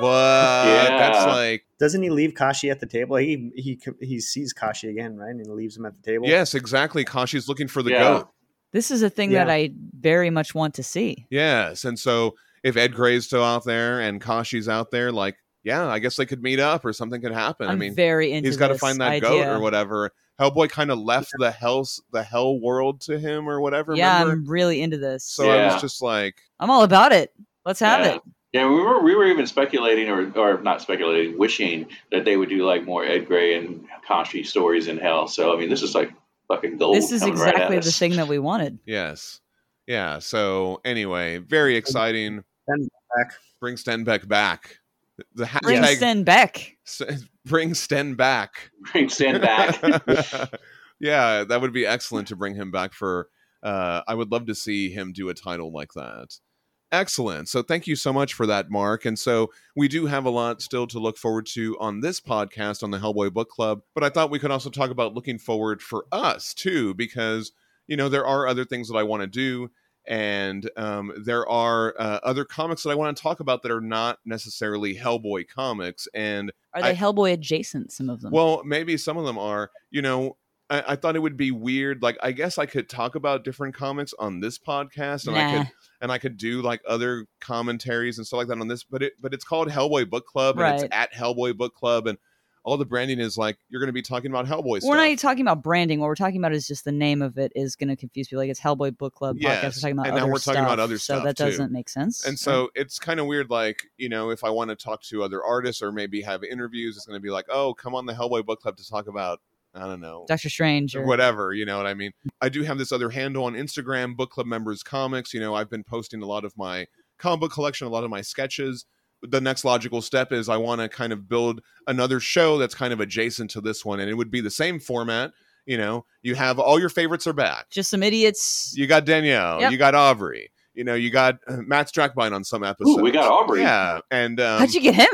Speaker 2: What? That's
Speaker 3: Yeah.
Speaker 2: like
Speaker 5: Doesn't he leave Kashi at the table? He he he sees Kashi again, right? And he leaves him at the table.
Speaker 2: yes, exactly. Kashi's looking for the
Speaker 3: Yeah.
Speaker 2: goat.
Speaker 4: This is a thing that
Speaker 5: Yeah.
Speaker 4: I very much want to see.
Speaker 2: Yes, and so if Ed Gray's still out there and Kashi's out there, like yeah, I guess they could meet up or something could happen. i
Speaker 4: I'm
Speaker 2: mean,
Speaker 4: very into.
Speaker 2: he's got to
Speaker 4: this
Speaker 2: find that
Speaker 4: idea.
Speaker 2: goat or whatever. Hellboy kind of left the hell's the hell world to him or whatever.
Speaker 4: Yeah,
Speaker 2: remember?
Speaker 4: I'm really into this.
Speaker 2: So I
Speaker 3: Yeah.
Speaker 2: was just like,
Speaker 4: I'm all about it. Let's have
Speaker 3: Yeah.
Speaker 4: it.
Speaker 3: Yeah, we were we were even speculating, or or not speculating, wishing that they would do like more Ed Gray and Kashi stories in Hell. So I mean, this is like fucking gold.
Speaker 4: This is
Speaker 3: coming right at
Speaker 4: exactly the
Speaker 3: us.
Speaker 4: thing that we wanted.
Speaker 2: yes, yeah. So anyway, very exciting.
Speaker 5: Stenbeck back.
Speaker 2: Bring Stenbeck back. The
Speaker 4: Bring
Speaker 2: hashtag
Speaker 4: Sten Beck.
Speaker 2: Sten- bring Sten back.
Speaker 3: Bring Stan back.
Speaker 2: yeah, that would be excellent to bring him back for. Uh, I would love to see him do a title like that. Excellent. So thank you so much for that, Mark. And so we do have a lot still to look forward to on this podcast on the Hellboy Book Club, but I thought we could also talk about looking forward for us too, because, you know, there are other things that I want to do. And um, there are uh, other comics that I want to talk about that are not necessarily Hellboy comics. And
Speaker 4: Are they
Speaker 2: I-
Speaker 4: Hellboy adjacent? Some of them.
Speaker 2: well, maybe some of them are. You know, I, I thought it would be weird. Like, I guess I could talk about different comics on this podcast, and I
Speaker 4: nah.
Speaker 2: could and I could do like other commentaries and stuff like that on this. But it but it's called Hellboy Book Club, and
Speaker 4: Right.
Speaker 2: it's at Hellboy Book Club, and all the branding is like you're going to be talking about Hellboy.
Speaker 4: we're
Speaker 2: stuff.
Speaker 4: not even talking about branding. What we're talking about is just the name of it is going to confuse people. Like it's Hellboy Book Club
Speaker 2: Yes,
Speaker 4: podcast. We're talking about
Speaker 2: and now
Speaker 4: other
Speaker 2: we're talking about other
Speaker 4: so
Speaker 2: stuff,
Speaker 4: that
Speaker 2: too.
Speaker 4: doesn't make sense.
Speaker 2: And so it's kind of weird, like, you know, if I want to talk to other artists or maybe have interviews, it's going to be like, oh, come on the Hellboy Book Club to talk about, I don't know,
Speaker 4: Doctor Strange or
Speaker 2: whatever you know what i mean i do have this other handle on instagram book club members comics you know i've been posting a lot of my comic book collection a lot of my sketches the next logical step is i want to kind of build another show that's kind of adjacent to this one and it would be the same format you know you have all your favorites are back
Speaker 4: just some idiots.
Speaker 2: you got danielle
Speaker 4: Yep.
Speaker 2: you got aubrey you know you got uh, matt strackbine on some episodes
Speaker 3: Ooh, we got Aubrey.
Speaker 2: yeah and um,
Speaker 4: How'd you get him?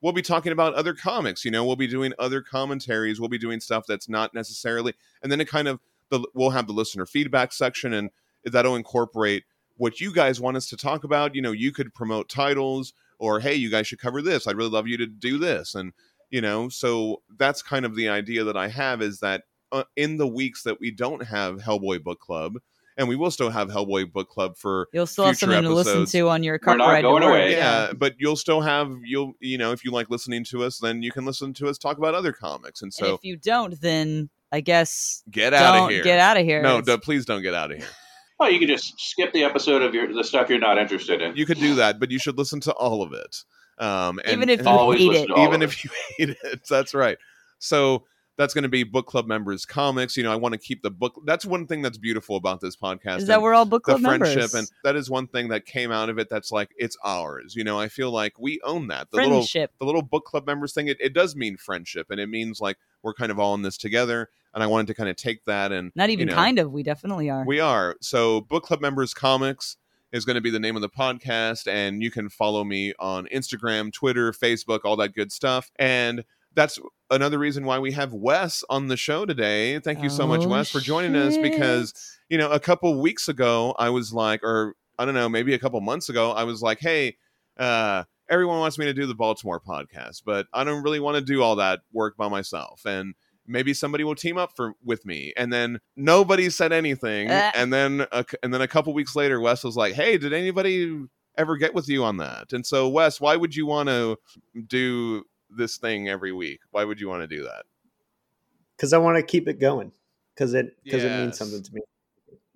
Speaker 2: we'll be talking about other comics you know we'll be doing other commentaries we'll be doing stuff that's not necessarily and then it kind of the we'll have the listener feedback section, and that'll incorporate what you guys want us to talk about. You know, you could promote titles, or hey, you guys should cover this. I'd really love you to do this, and you know, so that's kind of the idea that I have is that uh, in the weeks that we don't have Hellboy Book Club, and we will still have Hellboy Book Club for
Speaker 4: You'll still have
Speaker 2: Future
Speaker 4: something to
Speaker 2: episodes.
Speaker 4: listen to on your
Speaker 3: We're
Speaker 4: car
Speaker 3: not
Speaker 4: ride to
Speaker 3: going
Speaker 4: work.
Speaker 3: away.
Speaker 2: yeah, uh, but you'll still have you'll you know if you like listening to us, then you can listen to us talk about other comics, and
Speaker 4: And
Speaker 2: so
Speaker 4: if you don't, then I guess
Speaker 2: get out of
Speaker 4: don't
Speaker 2: here.
Speaker 4: get out of here.
Speaker 2: No,
Speaker 4: It's-
Speaker 2: d- please don't get out of here.
Speaker 3: Oh, you can just skip the episode of your the stuff you're not interested in.
Speaker 2: You could do that, but you should listen to all of it. Um, and,
Speaker 4: even if
Speaker 2: and-
Speaker 4: you
Speaker 3: Always
Speaker 4: hate
Speaker 3: listen
Speaker 4: it,
Speaker 3: to all
Speaker 2: even
Speaker 3: of
Speaker 2: if you hate it, that's right. So that's going to be book club members comics. You know, I want to keep the book. That's one thing that's beautiful about this podcast.
Speaker 4: is
Speaker 2: and-
Speaker 4: that we're all book
Speaker 2: the
Speaker 4: club
Speaker 2: friendship
Speaker 4: members.
Speaker 2: and that is one thing that came out of it that's like it's ours you know i feel like we own that the little
Speaker 4: friendship.
Speaker 2: the little book club members thing it, it does mean friendship and it means like we're kind of all in this together and i wanted to kind of take that and
Speaker 4: Not even
Speaker 2: you know,
Speaker 4: kind of. We definitely are.
Speaker 2: we are so book club members comics is going to be the name of the podcast and you can follow me on instagram twitter facebook all that good stuff and that's another reason why we have wes on the show today thank you so much
Speaker 4: Oh,
Speaker 2: wes for joining us because
Speaker 4: shit.
Speaker 2: you know, a couple weeks ago, I was like, or I don't know, maybe a couple months ago, I was like, hey, uh, everyone wants me to do the Baltimore podcast, but I don't really want to do all that work by myself. And maybe somebody will team up for with me. And then nobody said anything.
Speaker 4: Ah.
Speaker 2: And then, a, c- and then a couple weeks later, Wes was like, hey, did anybody ever get with you on that? And so, Wes, why would you want to do this thing every week? Why would you want to do that?
Speaker 5: because I want to keep it going because it because it
Speaker 2: Yes.
Speaker 5: means something to me.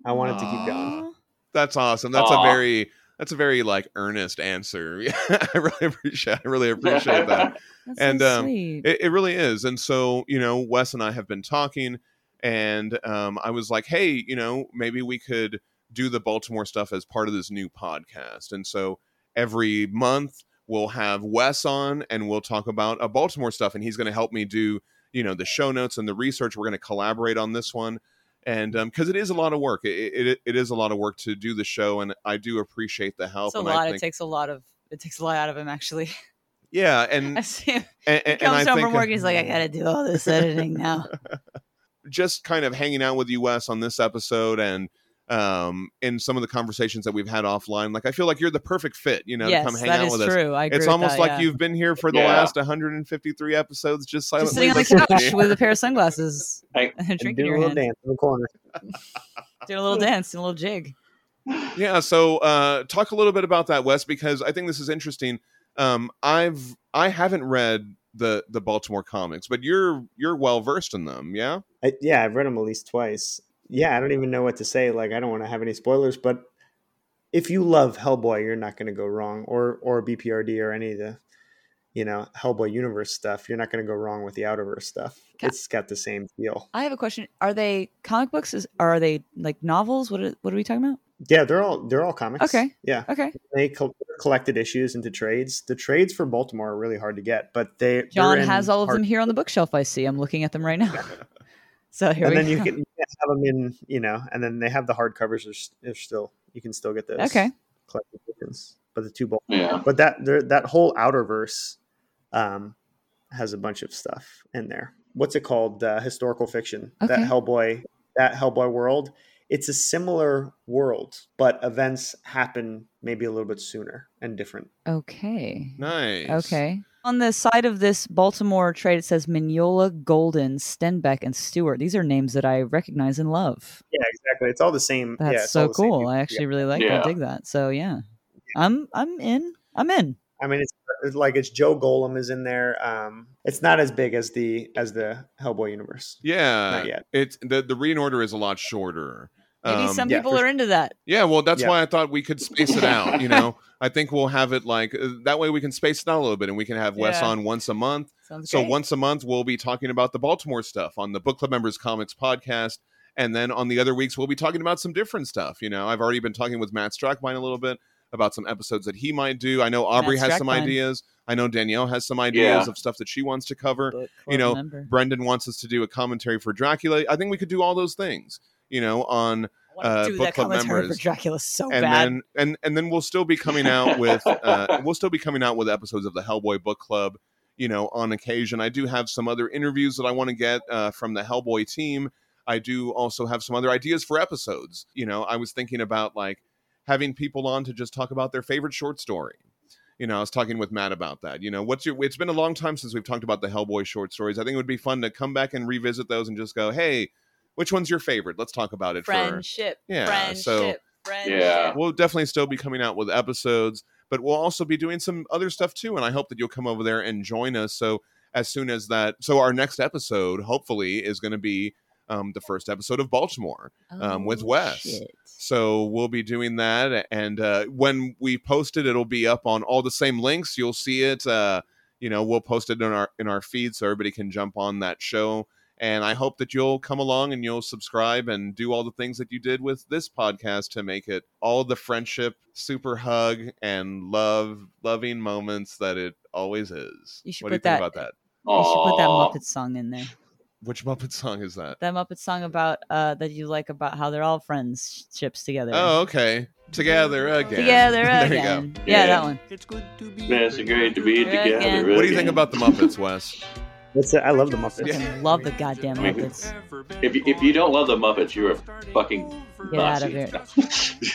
Speaker 5: I want it to keep going.
Speaker 2: Aw. That's awesome. That's a
Speaker 3: Aw.
Speaker 2: very that's a very like earnest answer. I really appreciate I really appreciate that.
Speaker 4: That's
Speaker 2: And,
Speaker 4: so
Speaker 2: um,
Speaker 4: sweet.
Speaker 2: It, it really is. And so, you know, Wes and I have been talking and um, I was like, hey, you know, maybe we could do the Baltimore stuff as part of this new podcast. And so every month we'll have Wes on and we'll talk about a Baltimore stuff and he's going to help me do, you know, the show notes and the research. We're going to collaborate on this one and because it is a lot of work, it, it it is a lot of work to do the show, and I do appreciate the help.
Speaker 4: it's a
Speaker 2: and
Speaker 4: lot.
Speaker 2: I
Speaker 4: It takes a lot of. It takes a lot out of him, actually.
Speaker 2: yeah, and
Speaker 4: I see him.
Speaker 2: and,
Speaker 4: He
Speaker 2: and, and I
Speaker 4: comes home
Speaker 2: think uh,
Speaker 4: from work. He's like, I gotta do all this editing now.
Speaker 2: just kind of hanging out with you, Wes, on this episode, and um, in some of the conversations that we've had offline, like I feel like you're the perfect fit, you know,
Speaker 4: yes,
Speaker 2: to come hang
Speaker 4: that
Speaker 2: out
Speaker 4: is
Speaker 2: with us.
Speaker 4: true. I agree
Speaker 2: It's
Speaker 4: with
Speaker 2: almost
Speaker 4: that,
Speaker 2: like
Speaker 4: yeah.
Speaker 2: you've been here for the
Speaker 3: Yeah.
Speaker 2: last 153 episodes, just silently.
Speaker 4: just sitting on the
Speaker 2: listening.
Speaker 4: couch with a pair of sunglasses
Speaker 3: Hey,
Speaker 4: and a drink
Speaker 5: And
Speaker 4: in
Speaker 5: do a
Speaker 4: your
Speaker 5: little
Speaker 4: hand,
Speaker 5: dance in the corner.
Speaker 4: doing a little dance, doing a little jig.
Speaker 2: yeah so uh talk a little bit about that wes because i think this is interesting um i've i haven't read the the baltimore comics but you're you're well versed in them yeah
Speaker 5: I, yeah, I've read them at least twice. Yeah, I don't even know what to say. Like, I don't want to have any spoilers, but if you love Hellboy, you're not going to go wrong, or or BPRD or any of the, you know, Hellboy universe stuff. You're not going to go wrong with the Outerverse stuff.
Speaker 4: Ca-
Speaker 5: It's got the same feel.
Speaker 4: I have a question: Are they comic books? Is, are they like novels? What are, what are we talking about?
Speaker 5: Yeah, they're all they're all comics.
Speaker 4: Okay.
Speaker 5: Yeah,
Speaker 4: Okay,
Speaker 5: they co- collected issues into trades. The trades for Baltimore are really hard to get, but they they're
Speaker 4: John
Speaker 5: in
Speaker 4: has all of
Speaker 5: hard-
Speaker 4: them here on the bookshelf. I see. I'm looking at them right now. So here
Speaker 5: and
Speaker 4: we
Speaker 5: then
Speaker 4: go.
Speaker 5: you can, you can have them in, you know, and then they have the hardcovers. Are, s- are still you can still get those.
Speaker 4: Okay.
Speaker 5: collected editions, but the two ball.
Speaker 3: yeah.
Speaker 5: But that there, that whole outer verse um, has a bunch of stuff in there. What's it called? Uh, historical fiction. That
Speaker 4: Okay.
Speaker 5: Hellboy. That Hellboy world. It's a similar world, but events happen maybe a little bit sooner and different.
Speaker 4: Okay.
Speaker 2: nice
Speaker 4: Mm-hmm. Okay. On the side of this Baltimore trade, it says Mignola, Golden, Stenbeck, and Stewart. These are names that I recognize and love.
Speaker 5: Yeah, exactly. It's all the same.
Speaker 4: That's
Speaker 5: yeah, it's all
Speaker 4: so
Speaker 5: the same
Speaker 4: cool.
Speaker 5: people.
Speaker 4: I actually really like
Speaker 3: Yeah.
Speaker 4: that. Dig that. So yeah, I'm I'm in. I'm in.
Speaker 5: I mean, it's, it's like it's Joe Golem is in there. Um, it's not as big as the as the Hellboy universe.
Speaker 2: yeah
Speaker 5: Not yet.
Speaker 2: it's the the reading order is a lot shorter
Speaker 4: Maybe
Speaker 2: Um,
Speaker 4: some
Speaker 5: yeah,
Speaker 4: people
Speaker 5: for
Speaker 4: are into that.
Speaker 2: yeah well that's
Speaker 5: Yeah.
Speaker 2: why i thought we could space it out you know i think we'll have it like uh, that way we can space it out a little bit and we can have wes
Speaker 4: Yeah.
Speaker 2: on once a month
Speaker 4: Sounds
Speaker 2: So
Speaker 4: great.
Speaker 2: once a month, we'll be talking about the Baltimore stuff on the Book Club Members Comics podcast. And then on the other weeks, we'll be talking about some different stuff. You know, I've already been talking with Matt Strackbine a little bit about some episodes that he might do. I know Aubrey
Speaker 4: Matt
Speaker 2: has some
Speaker 4: Strackbine.
Speaker 2: ideas. I know Danielle has some ideas
Speaker 3: Yeah.
Speaker 2: of stuff that she wants to cover.
Speaker 4: Book
Speaker 2: you
Speaker 4: club
Speaker 2: know,
Speaker 4: member.
Speaker 2: Brendan wants us to do a commentary for Dracula. I think we could do all those things, you know, on
Speaker 4: I wanna
Speaker 2: uh,
Speaker 4: do
Speaker 2: book
Speaker 4: that
Speaker 2: club
Speaker 4: commentary
Speaker 2: members.
Speaker 4: for Dracula so
Speaker 2: and
Speaker 4: bad.
Speaker 2: then and and then we'll still be coming out with uh, we'll still be coming out with episodes of the Hellboy book club. You know, on occasion, I do have some other interviews that I want to get uh, from the Hellboy team. I do also have some other ideas for episodes. You know, I was thinking about like having people on to just talk about their favorite short story. You know, I was talking with Matt about that. You know, what's your? It's been a long time since we've talked about the Hellboy short stories. I think it would be fun to come back and revisit those and just go, hey, which one's your favorite? Let's talk about it. for
Speaker 4: friendship,
Speaker 2: Yeah,
Speaker 4: friendship,
Speaker 2: so-
Speaker 4: friendship.
Speaker 3: Yeah.
Speaker 2: we'll definitely still be coming out with episodes, but we'll also be doing some other stuff too. And I hope that you'll come over there and join us. So as soon as that, so our next episode hopefully is going to be um, the first episode of Baltimore. Um, with
Speaker 4: Oh,
Speaker 2: Wes.
Speaker 4: shit.
Speaker 2: So we'll be doing that, and uh, when we post it, it'll be up on all the same links. You'll see it. Uh, you know, we'll post it in our in our feed so everybody can jump on that show. And I hope that you'll come along and you'll subscribe and do all the things that you did with this podcast to make it all the friendship, super hug, and love loving moments that it always is.
Speaker 4: You should
Speaker 2: what do you think
Speaker 4: put that-
Speaker 2: about that?
Speaker 4: You should put that
Speaker 3: Aw.
Speaker 4: Muppet song in there.
Speaker 2: Which Muppet song is that?
Speaker 4: That Muppet song about uh that you like about how they're all friendships together.
Speaker 2: Oh, okay. Together again.
Speaker 4: together
Speaker 2: there you go.
Speaker 4: again.
Speaker 3: Yeah.
Speaker 4: Yeah, that one.
Speaker 6: It's good to be.
Speaker 3: Man, it's great to be
Speaker 4: Again.
Speaker 3: together.
Speaker 2: What do you think
Speaker 3: again.
Speaker 2: about the Muppets, Wes?
Speaker 5: That's it. I love the Muppets.
Speaker 4: Yeah. Fucking love the goddamn Muppets.
Speaker 3: If you, if you don't love the Muppets, you're a fucking
Speaker 4: Get out of
Speaker 3: Nazi.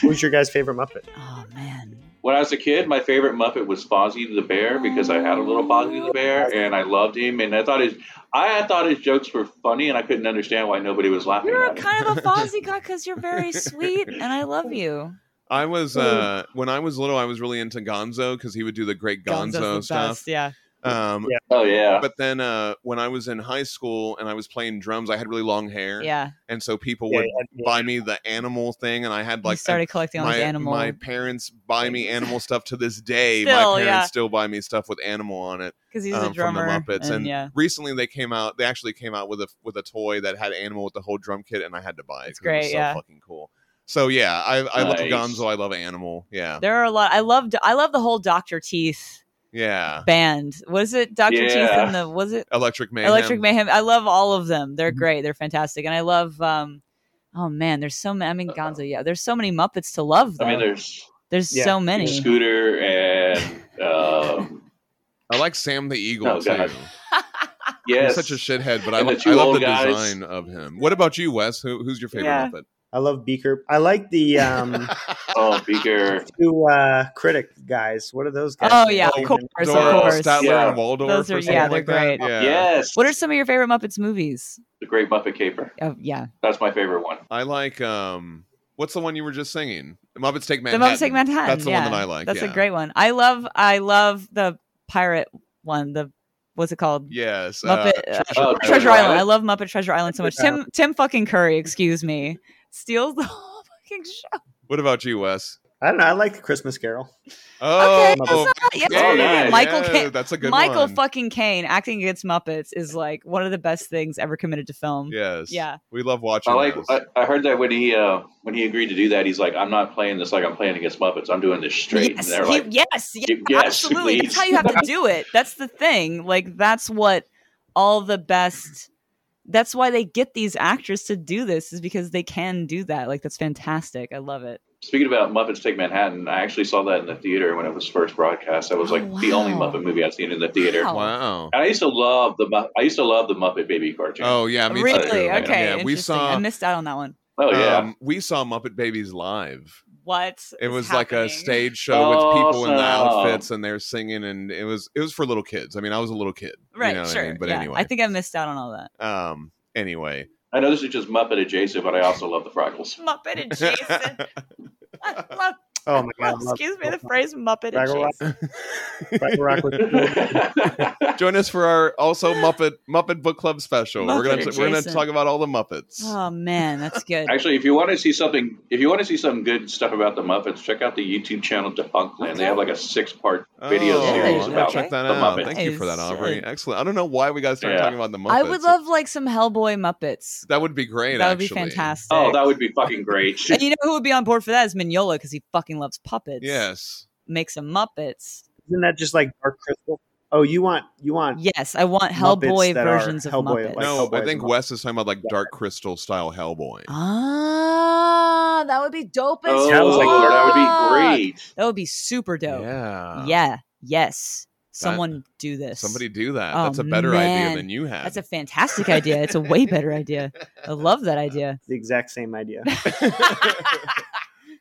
Speaker 5: Who's your guy's favorite Muppet?
Speaker 4: Oh man.
Speaker 3: when I was a kid, my favorite Muppet was Fozzie the Bear because I had a little Fozzie the Bear and I loved him and I thought his I thought his jokes were funny and I couldn't understand why nobody was laughing.
Speaker 4: You're
Speaker 3: at him.
Speaker 4: kind of a Fozzie guy because you're very sweet and I love you.
Speaker 2: I was uh when I was little, I was really into Gonzo because he would do the great Gonzo stuff.
Speaker 4: Yeah.
Speaker 2: Um,
Speaker 5: Yeah.
Speaker 3: Oh yeah,
Speaker 2: but then uh when I was in high school and I was playing drums, I had really long hair,
Speaker 4: Yeah.
Speaker 2: and so people
Speaker 5: Yeah,
Speaker 2: would
Speaker 5: yeah.
Speaker 2: buy me the animal thing, and I had
Speaker 4: Like,
Speaker 2: like
Speaker 4: started collecting all
Speaker 2: my
Speaker 4: these animal.
Speaker 2: my parents buy me animal stuff to this day.
Speaker 4: Still,
Speaker 2: my parents
Speaker 4: yeah.
Speaker 2: still buy me stuff with animal on it.
Speaker 4: because he's
Speaker 2: um,
Speaker 4: a
Speaker 2: from the
Speaker 4: drummer.
Speaker 2: Muppets,
Speaker 4: and,
Speaker 2: and-
Speaker 4: yeah,
Speaker 2: Recently, they came out. They actually came out with a with a toy that had animal with the whole drum kit, and I had to buy it.
Speaker 4: That's
Speaker 2: 'cause it was
Speaker 4: great,
Speaker 2: so
Speaker 4: yeah.
Speaker 2: fucking cool. So yeah, I, I
Speaker 3: Nice.
Speaker 2: love Gonzo. I love animal. Yeah,
Speaker 4: there are a lot. I loved. I love the whole Doctor Teeth
Speaker 2: yeah.
Speaker 4: band. Was it Doctor Teeth
Speaker 3: Yeah.
Speaker 4: and the? Was it
Speaker 2: Electric Mayhem.
Speaker 4: Electric Mayhem? I love all of them. They're great. They're fantastic, and I love. um Oh man, there's so many. I mean, Gonzo. Yeah, there's so many Muppets to love. Though.
Speaker 3: I mean there's
Speaker 4: there's
Speaker 5: Yeah.
Speaker 4: so many.
Speaker 3: Scooter and um,
Speaker 2: I like Sam the Eagle
Speaker 3: Oh,
Speaker 2: too.
Speaker 3: God.
Speaker 2: He's
Speaker 3: yes,
Speaker 2: such a shithead, but I,
Speaker 3: And the
Speaker 2: lo- I
Speaker 3: two
Speaker 2: love
Speaker 3: old
Speaker 2: the
Speaker 3: guys.
Speaker 2: design of him. What about you, Wes? Who, who's your favorite
Speaker 4: Yeah.
Speaker 2: Muppet?
Speaker 5: I love Beaker. I like the um
Speaker 3: Oh, Beaker.
Speaker 5: two uh critic guys. What are those guys?
Speaker 4: Oh, yeah,
Speaker 5: named?
Speaker 4: of course, of
Speaker 2: Dora
Speaker 4: course.
Speaker 2: Statler
Speaker 3: Yeah.
Speaker 2: and Waldorf.
Speaker 4: Those
Speaker 2: or
Speaker 4: are-
Speaker 2: something
Speaker 4: yeah, they're
Speaker 2: like that?
Speaker 4: great.
Speaker 2: Yeah.
Speaker 3: Yes.
Speaker 4: What are some of your favorite Muppets movies?
Speaker 3: the Great Muppet Caper?
Speaker 4: Oh yeah,
Speaker 3: That's my favorite one.
Speaker 2: I like. um What's the one you were just singing? The Muppets Take
Speaker 4: the
Speaker 2: Manhattan.
Speaker 4: Muppets Take Manhattan.
Speaker 2: That's the
Speaker 4: yeah.
Speaker 2: one that I like.
Speaker 4: That's
Speaker 2: yeah.
Speaker 4: a great one. I love. I love the pirate one. The what's it called?
Speaker 2: Yes. uh,
Speaker 4: Muppet uh,
Speaker 3: Oh,
Speaker 4: Treasure Island. I love Muppet Treasure Island so much. Tim Tim fucking Curry, excuse me, steals the whole fucking show.
Speaker 2: what about you, Wes?
Speaker 5: I don't know. I like the Christmas Carol.
Speaker 2: Oh,
Speaker 5: Muppets.
Speaker 2: oh,
Speaker 4: Yeah,
Speaker 3: Oh, nice.
Speaker 4: Michael
Speaker 2: yeah,
Speaker 4: Caine-
Speaker 2: That's a good
Speaker 4: Michael
Speaker 2: one.
Speaker 4: fucking Caine acting against Muppets is like one of the best things ever committed to film.
Speaker 2: Yes.
Speaker 4: Yeah.
Speaker 2: We love watching.
Speaker 3: I like.
Speaker 2: those.
Speaker 3: I, I heard that when he uh, when he agreed to do that, he's like, "I'm not playing this like I'm playing against Muppets. I'm doing this straight."
Speaker 4: Yes,
Speaker 3: and they're
Speaker 4: he-
Speaker 3: like,
Speaker 4: yes, yeah,
Speaker 3: yes,
Speaker 4: absolutely.
Speaker 3: please.
Speaker 4: That's how you have to do it. That's the thing. Like that's what all the best. That's why they get these actors to do this is because they can do that. Like that's fantastic. I love it.
Speaker 3: Speaking about Muppets Take Manhattan, I actually saw that in the theater when it was first broadcast. That was
Speaker 4: Oh,
Speaker 3: like the only
Speaker 4: wow.
Speaker 3: Muppet movie I've seen in the theater.
Speaker 4: Wow.
Speaker 2: Wow.
Speaker 3: And I used to love the Mu- I used to love the Muppet Baby cartoon.
Speaker 2: Oh yeah. Me
Speaker 4: really?
Speaker 2: Too.
Speaker 3: yeah.
Speaker 4: Okay.
Speaker 2: Yeah, we
Speaker 4: interesting.
Speaker 2: saw.
Speaker 4: I missed out on that one.
Speaker 3: Oh, yeah,
Speaker 2: um, we saw Muppet Babies live.
Speaker 4: What?
Speaker 2: It
Speaker 4: is
Speaker 2: was like a
Speaker 4: happening?
Speaker 2: stage show with people in the
Speaker 3: Awesome.
Speaker 2: outfits and they're singing, and it was it was for little kids. I mean, I was a little kid, you
Speaker 4: Right,
Speaker 2: know what I
Speaker 4: sure.
Speaker 2: mean? But
Speaker 4: yeah.
Speaker 2: anyway,
Speaker 4: I think I missed out on all that.
Speaker 2: um, anyway,
Speaker 3: I know this is just Muppet adjacent, but I also love the Fraggles.
Speaker 4: Muppet and Jason. I love,
Speaker 5: Oh my god. I love-
Speaker 4: excuse me, the phrase Muppet and
Speaker 5: Fraggle Rock.
Speaker 4: Jason.
Speaker 5: Fraggle Rock was
Speaker 2: join us for our also Muppet Muppet Book Club special. we're
Speaker 4: Muppet
Speaker 2: gonna
Speaker 4: and
Speaker 2: we're gonna
Speaker 4: Jason.
Speaker 2: talk about all the Muppets.
Speaker 4: Oh man, that's good.
Speaker 3: Actually, if you want to see something, if you want to see some good stuff about the Muppets, check out the YouTube channel Defunctland. They have like a six-part video
Speaker 2: Oh,
Speaker 3: series
Speaker 2: I'll
Speaker 3: about
Speaker 2: check that
Speaker 3: the
Speaker 2: out.
Speaker 3: Muppets.
Speaker 2: Thank you for that,
Speaker 4: Nice.
Speaker 2: Aubrey. Excellent. I don't know why we guys started
Speaker 3: Yeah.
Speaker 2: talking about the Muppets.
Speaker 4: I would love like some Hellboy Muppets.
Speaker 2: that would be great.
Speaker 4: that would be
Speaker 2: actually.
Speaker 4: fantastic.
Speaker 3: Oh, that would be fucking great.
Speaker 4: and you know who would be on board for that is Mignola because he fucking loves puppets.
Speaker 2: Yes.
Speaker 4: Make some Muppets.
Speaker 5: Isn't that just like Dark Crystal? Oh, you want you want
Speaker 4: Yes, I want
Speaker 5: Muppets
Speaker 4: Hellboy
Speaker 5: that are
Speaker 4: versions of
Speaker 5: Hellboy-like.
Speaker 4: Muppets.
Speaker 5: Like
Speaker 2: no, I
Speaker 5: Hellboy's
Speaker 2: think
Speaker 5: Muppet.
Speaker 2: Wes is talking about like Dark Crystal style Hellboy.
Speaker 4: Ah, that would be dope as
Speaker 3: oh,
Speaker 5: Sounds like-
Speaker 4: fuck.
Speaker 3: that would be great.
Speaker 4: That would be super dope.
Speaker 2: Yeah.
Speaker 4: Yeah. Yes. Someone do this.
Speaker 2: Somebody do that.
Speaker 4: Oh,
Speaker 2: That's a better
Speaker 4: man.
Speaker 2: idea than you had.
Speaker 4: That's a fantastic idea. It's a way better idea. I love that idea.
Speaker 5: the exact same idea.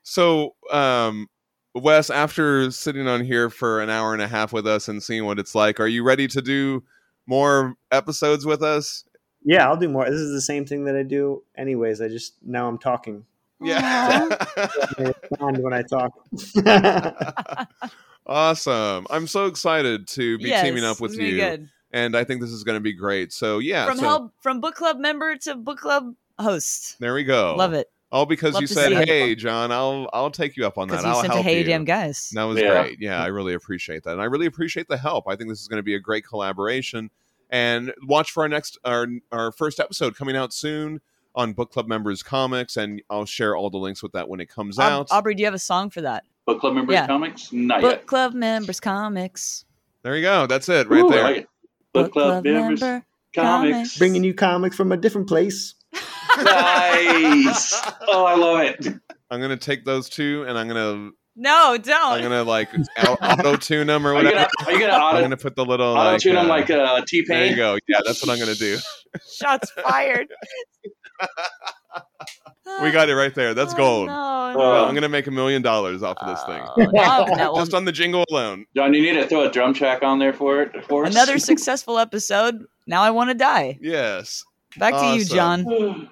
Speaker 2: so, um, Wes, after sitting on here for an hour and a half with us and seeing what it's like, are you ready to do more episodes with us?
Speaker 5: yeah, I'll do more. This is the same thing that I do anyways. I just now I'm talking.
Speaker 2: Yeah.
Speaker 5: I respond when I talk.
Speaker 2: awesome. I'm so excited to be
Speaker 4: Yes,
Speaker 2: teaming up with
Speaker 4: it's gonna be
Speaker 2: you.
Speaker 4: Good.
Speaker 2: And I think this is going to be great. So, yeah.
Speaker 4: from
Speaker 2: so
Speaker 4: help from book club member to book club host.
Speaker 2: there we go.
Speaker 4: Love it.
Speaker 2: All because
Speaker 4: Love
Speaker 2: you
Speaker 4: to
Speaker 2: said,
Speaker 4: see it.
Speaker 2: "Hey, John, I'll I'll take you up on that.
Speaker 4: Because you
Speaker 2: I'll
Speaker 4: sent a
Speaker 2: help
Speaker 4: hey
Speaker 2: you."
Speaker 4: damn guys.
Speaker 2: That was
Speaker 3: Yeah.
Speaker 2: great. Yeah, I really appreciate that, and I really appreciate the help. I think this is going to be a great collaboration. And watch for our next our our first episode coming out soon on Book Club Members Comics, and I'll share all the links with that when it comes
Speaker 4: Aub-
Speaker 2: out.
Speaker 4: Aubrey, do you have a song for that?
Speaker 3: Book club members
Speaker 4: Yeah.
Speaker 3: comics? Not
Speaker 4: Book
Speaker 3: yet.
Speaker 4: club members comics.
Speaker 2: there you go. That's it right
Speaker 3: Ooh, I
Speaker 2: there.
Speaker 3: like it. Book club members comics.
Speaker 5: Bringing you comics from a different place.
Speaker 3: nice. Oh, I love it.
Speaker 2: I'm gonna take those two, and I'm gonna
Speaker 4: No, don't.
Speaker 2: I'm gonna like auto tune them or
Speaker 3: Are you
Speaker 2: whatever.
Speaker 3: gonna, are you gonna
Speaker 2: I'm
Speaker 3: auto,
Speaker 2: gonna put the little
Speaker 3: auto
Speaker 2: like,
Speaker 3: tune them
Speaker 2: uh,
Speaker 3: like uh, T
Speaker 2: there you
Speaker 3: Pain?
Speaker 2: go. Yeah, that's what I'm gonna do.
Speaker 4: Shots fired.
Speaker 2: We got it right there. That's
Speaker 4: Oh,
Speaker 2: gold.
Speaker 4: No,
Speaker 3: Uh,
Speaker 2: Well, I'm gonna make a million dollars off of this thing.
Speaker 4: Oh, no, no, well,
Speaker 2: Just on the jingle alone.
Speaker 3: John, you need to throw a drum track on there for it. For us.
Speaker 4: another successful episode. Now I want to die.
Speaker 2: Yes.
Speaker 4: Back to you,
Speaker 2: Awesome.
Speaker 4: John.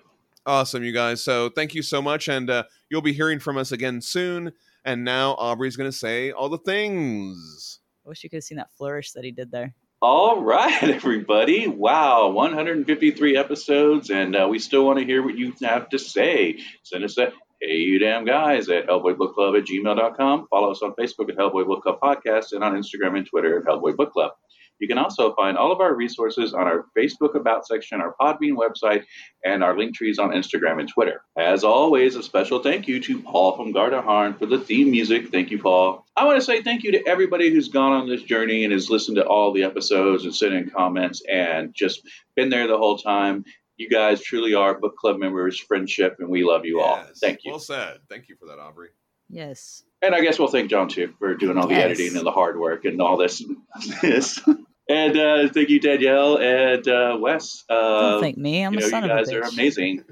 Speaker 2: Awesome, you guys. So thank you so much. And uh, you'll be hearing from us again soon. And now Aubrey's going to say all the things.
Speaker 4: I wish you could have seen that flourish that he did there.
Speaker 3: All right, everybody. Wow, 153 episodes, and uh, we still want to hear what you have to say. Send us a hey, you damn guys at hellboybookclub at gmail.com. Follow us on Facebook at Hellboy Book Club Podcast and on Instagram and Twitter at Hellboy Book Club. You can also find all of our resources on our Facebook About section, our Podbean website, and our link trees on Instagram and Twitter. As always, a special thank you to Paul from Gardaharn for the theme music. Thank you, Paul. I want to say thank you to everybody who's gone on this journey and has listened to all the episodes and sent in comments and just been there the whole time. You guys truly are book club members, friendship, and we love you all.
Speaker 2: Yes.
Speaker 3: Thank you.
Speaker 2: Well said. Thank you for that, Aubrey.
Speaker 4: Yes.
Speaker 3: And I guess we'll thank John too for doing all the
Speaker 4: Yes.
Speaker 3: editing and the hard work and all this. this. and uh, thank you, Danielle and uh, Wes.
Speaker 4: Don't
Speaker 3: Uh,
Speaker 4: thank me. I'm
Speaker 3: you know,
Speaker 4: a son
Speaker 3: you
Speaker 4: of a
Speaker 3: guys
Speaker 4: bitch.
Speaker 3: are amazing.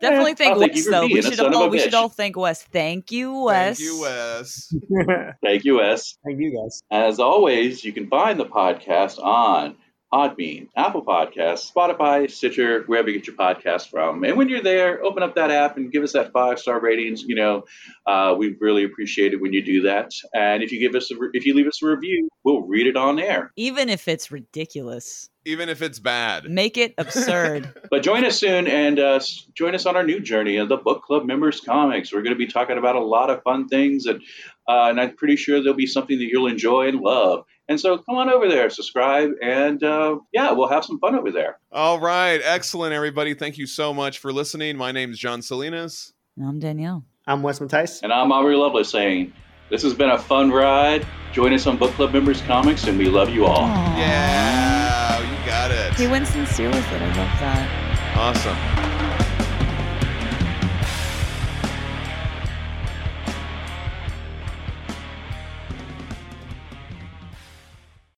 Speaker 4: Definitely
Speaker 3: Eh,
Speaker 4: thank
Speaker 3: I'll thank you
Speaker 4: Wes
Speaker 3: for
Speaker 4: though. We
Speaker 3: being a
Speaker 4: should
Speaker 3: son of
Speaker 4: all
Speaker 3: a
Speaker 4: we should
Speaker 3: bitch.
Speaker 4: all thank Wes. Thank you, Wes.
Speaker 2: Thank you, Wes.
Speaker 5: Thank
Speaker 3: Thank you, Wes.
Speaker 5: you guys.
Speaker 3: As always, you can find the podcast on Podbean, Apple Podcasts, Spotify, Stitcher, wherever you get your podcast from. And when you're there, open up that app and give us that five star ratings. You know, uh, we really appreciate it when you do that. And if you give us, a re- if you leave us a review, we'll read it on air.
Speaker 4: Even if it's ridiculous,
Speaker 2: Even if it's bad.
Speaker 4: make it absurd.
Speaker 3: But join us soon and uh, s- join us on our new journey of the Book Club Members Comics. We're going to be talking about a lot of fun things, and, uh, and I'm pretty sure there'll be something that you'll enjoy and love. And so come on over there, subscribe, and uh, yeah, we'll have some fun over there.
Speaker 2: All right. Excellent, everybody. Thank you so much for listening. My name's John Salinas.
Speaker 4: I'm Danielle.
Speaker 5: I'm Wes Matice.
Speaker 3: And I'm Aubrey Lovelace saying, This has been a fun ride. Join us on Book Club Members Comics, and we love you all.
Speaker 4: Aw.
Speaker 2: Yeah. You got
Speaker 4: He
Speaker 2: it.
Speaker 4: went sincere with it. I love that.
Speaker 2: Awesome.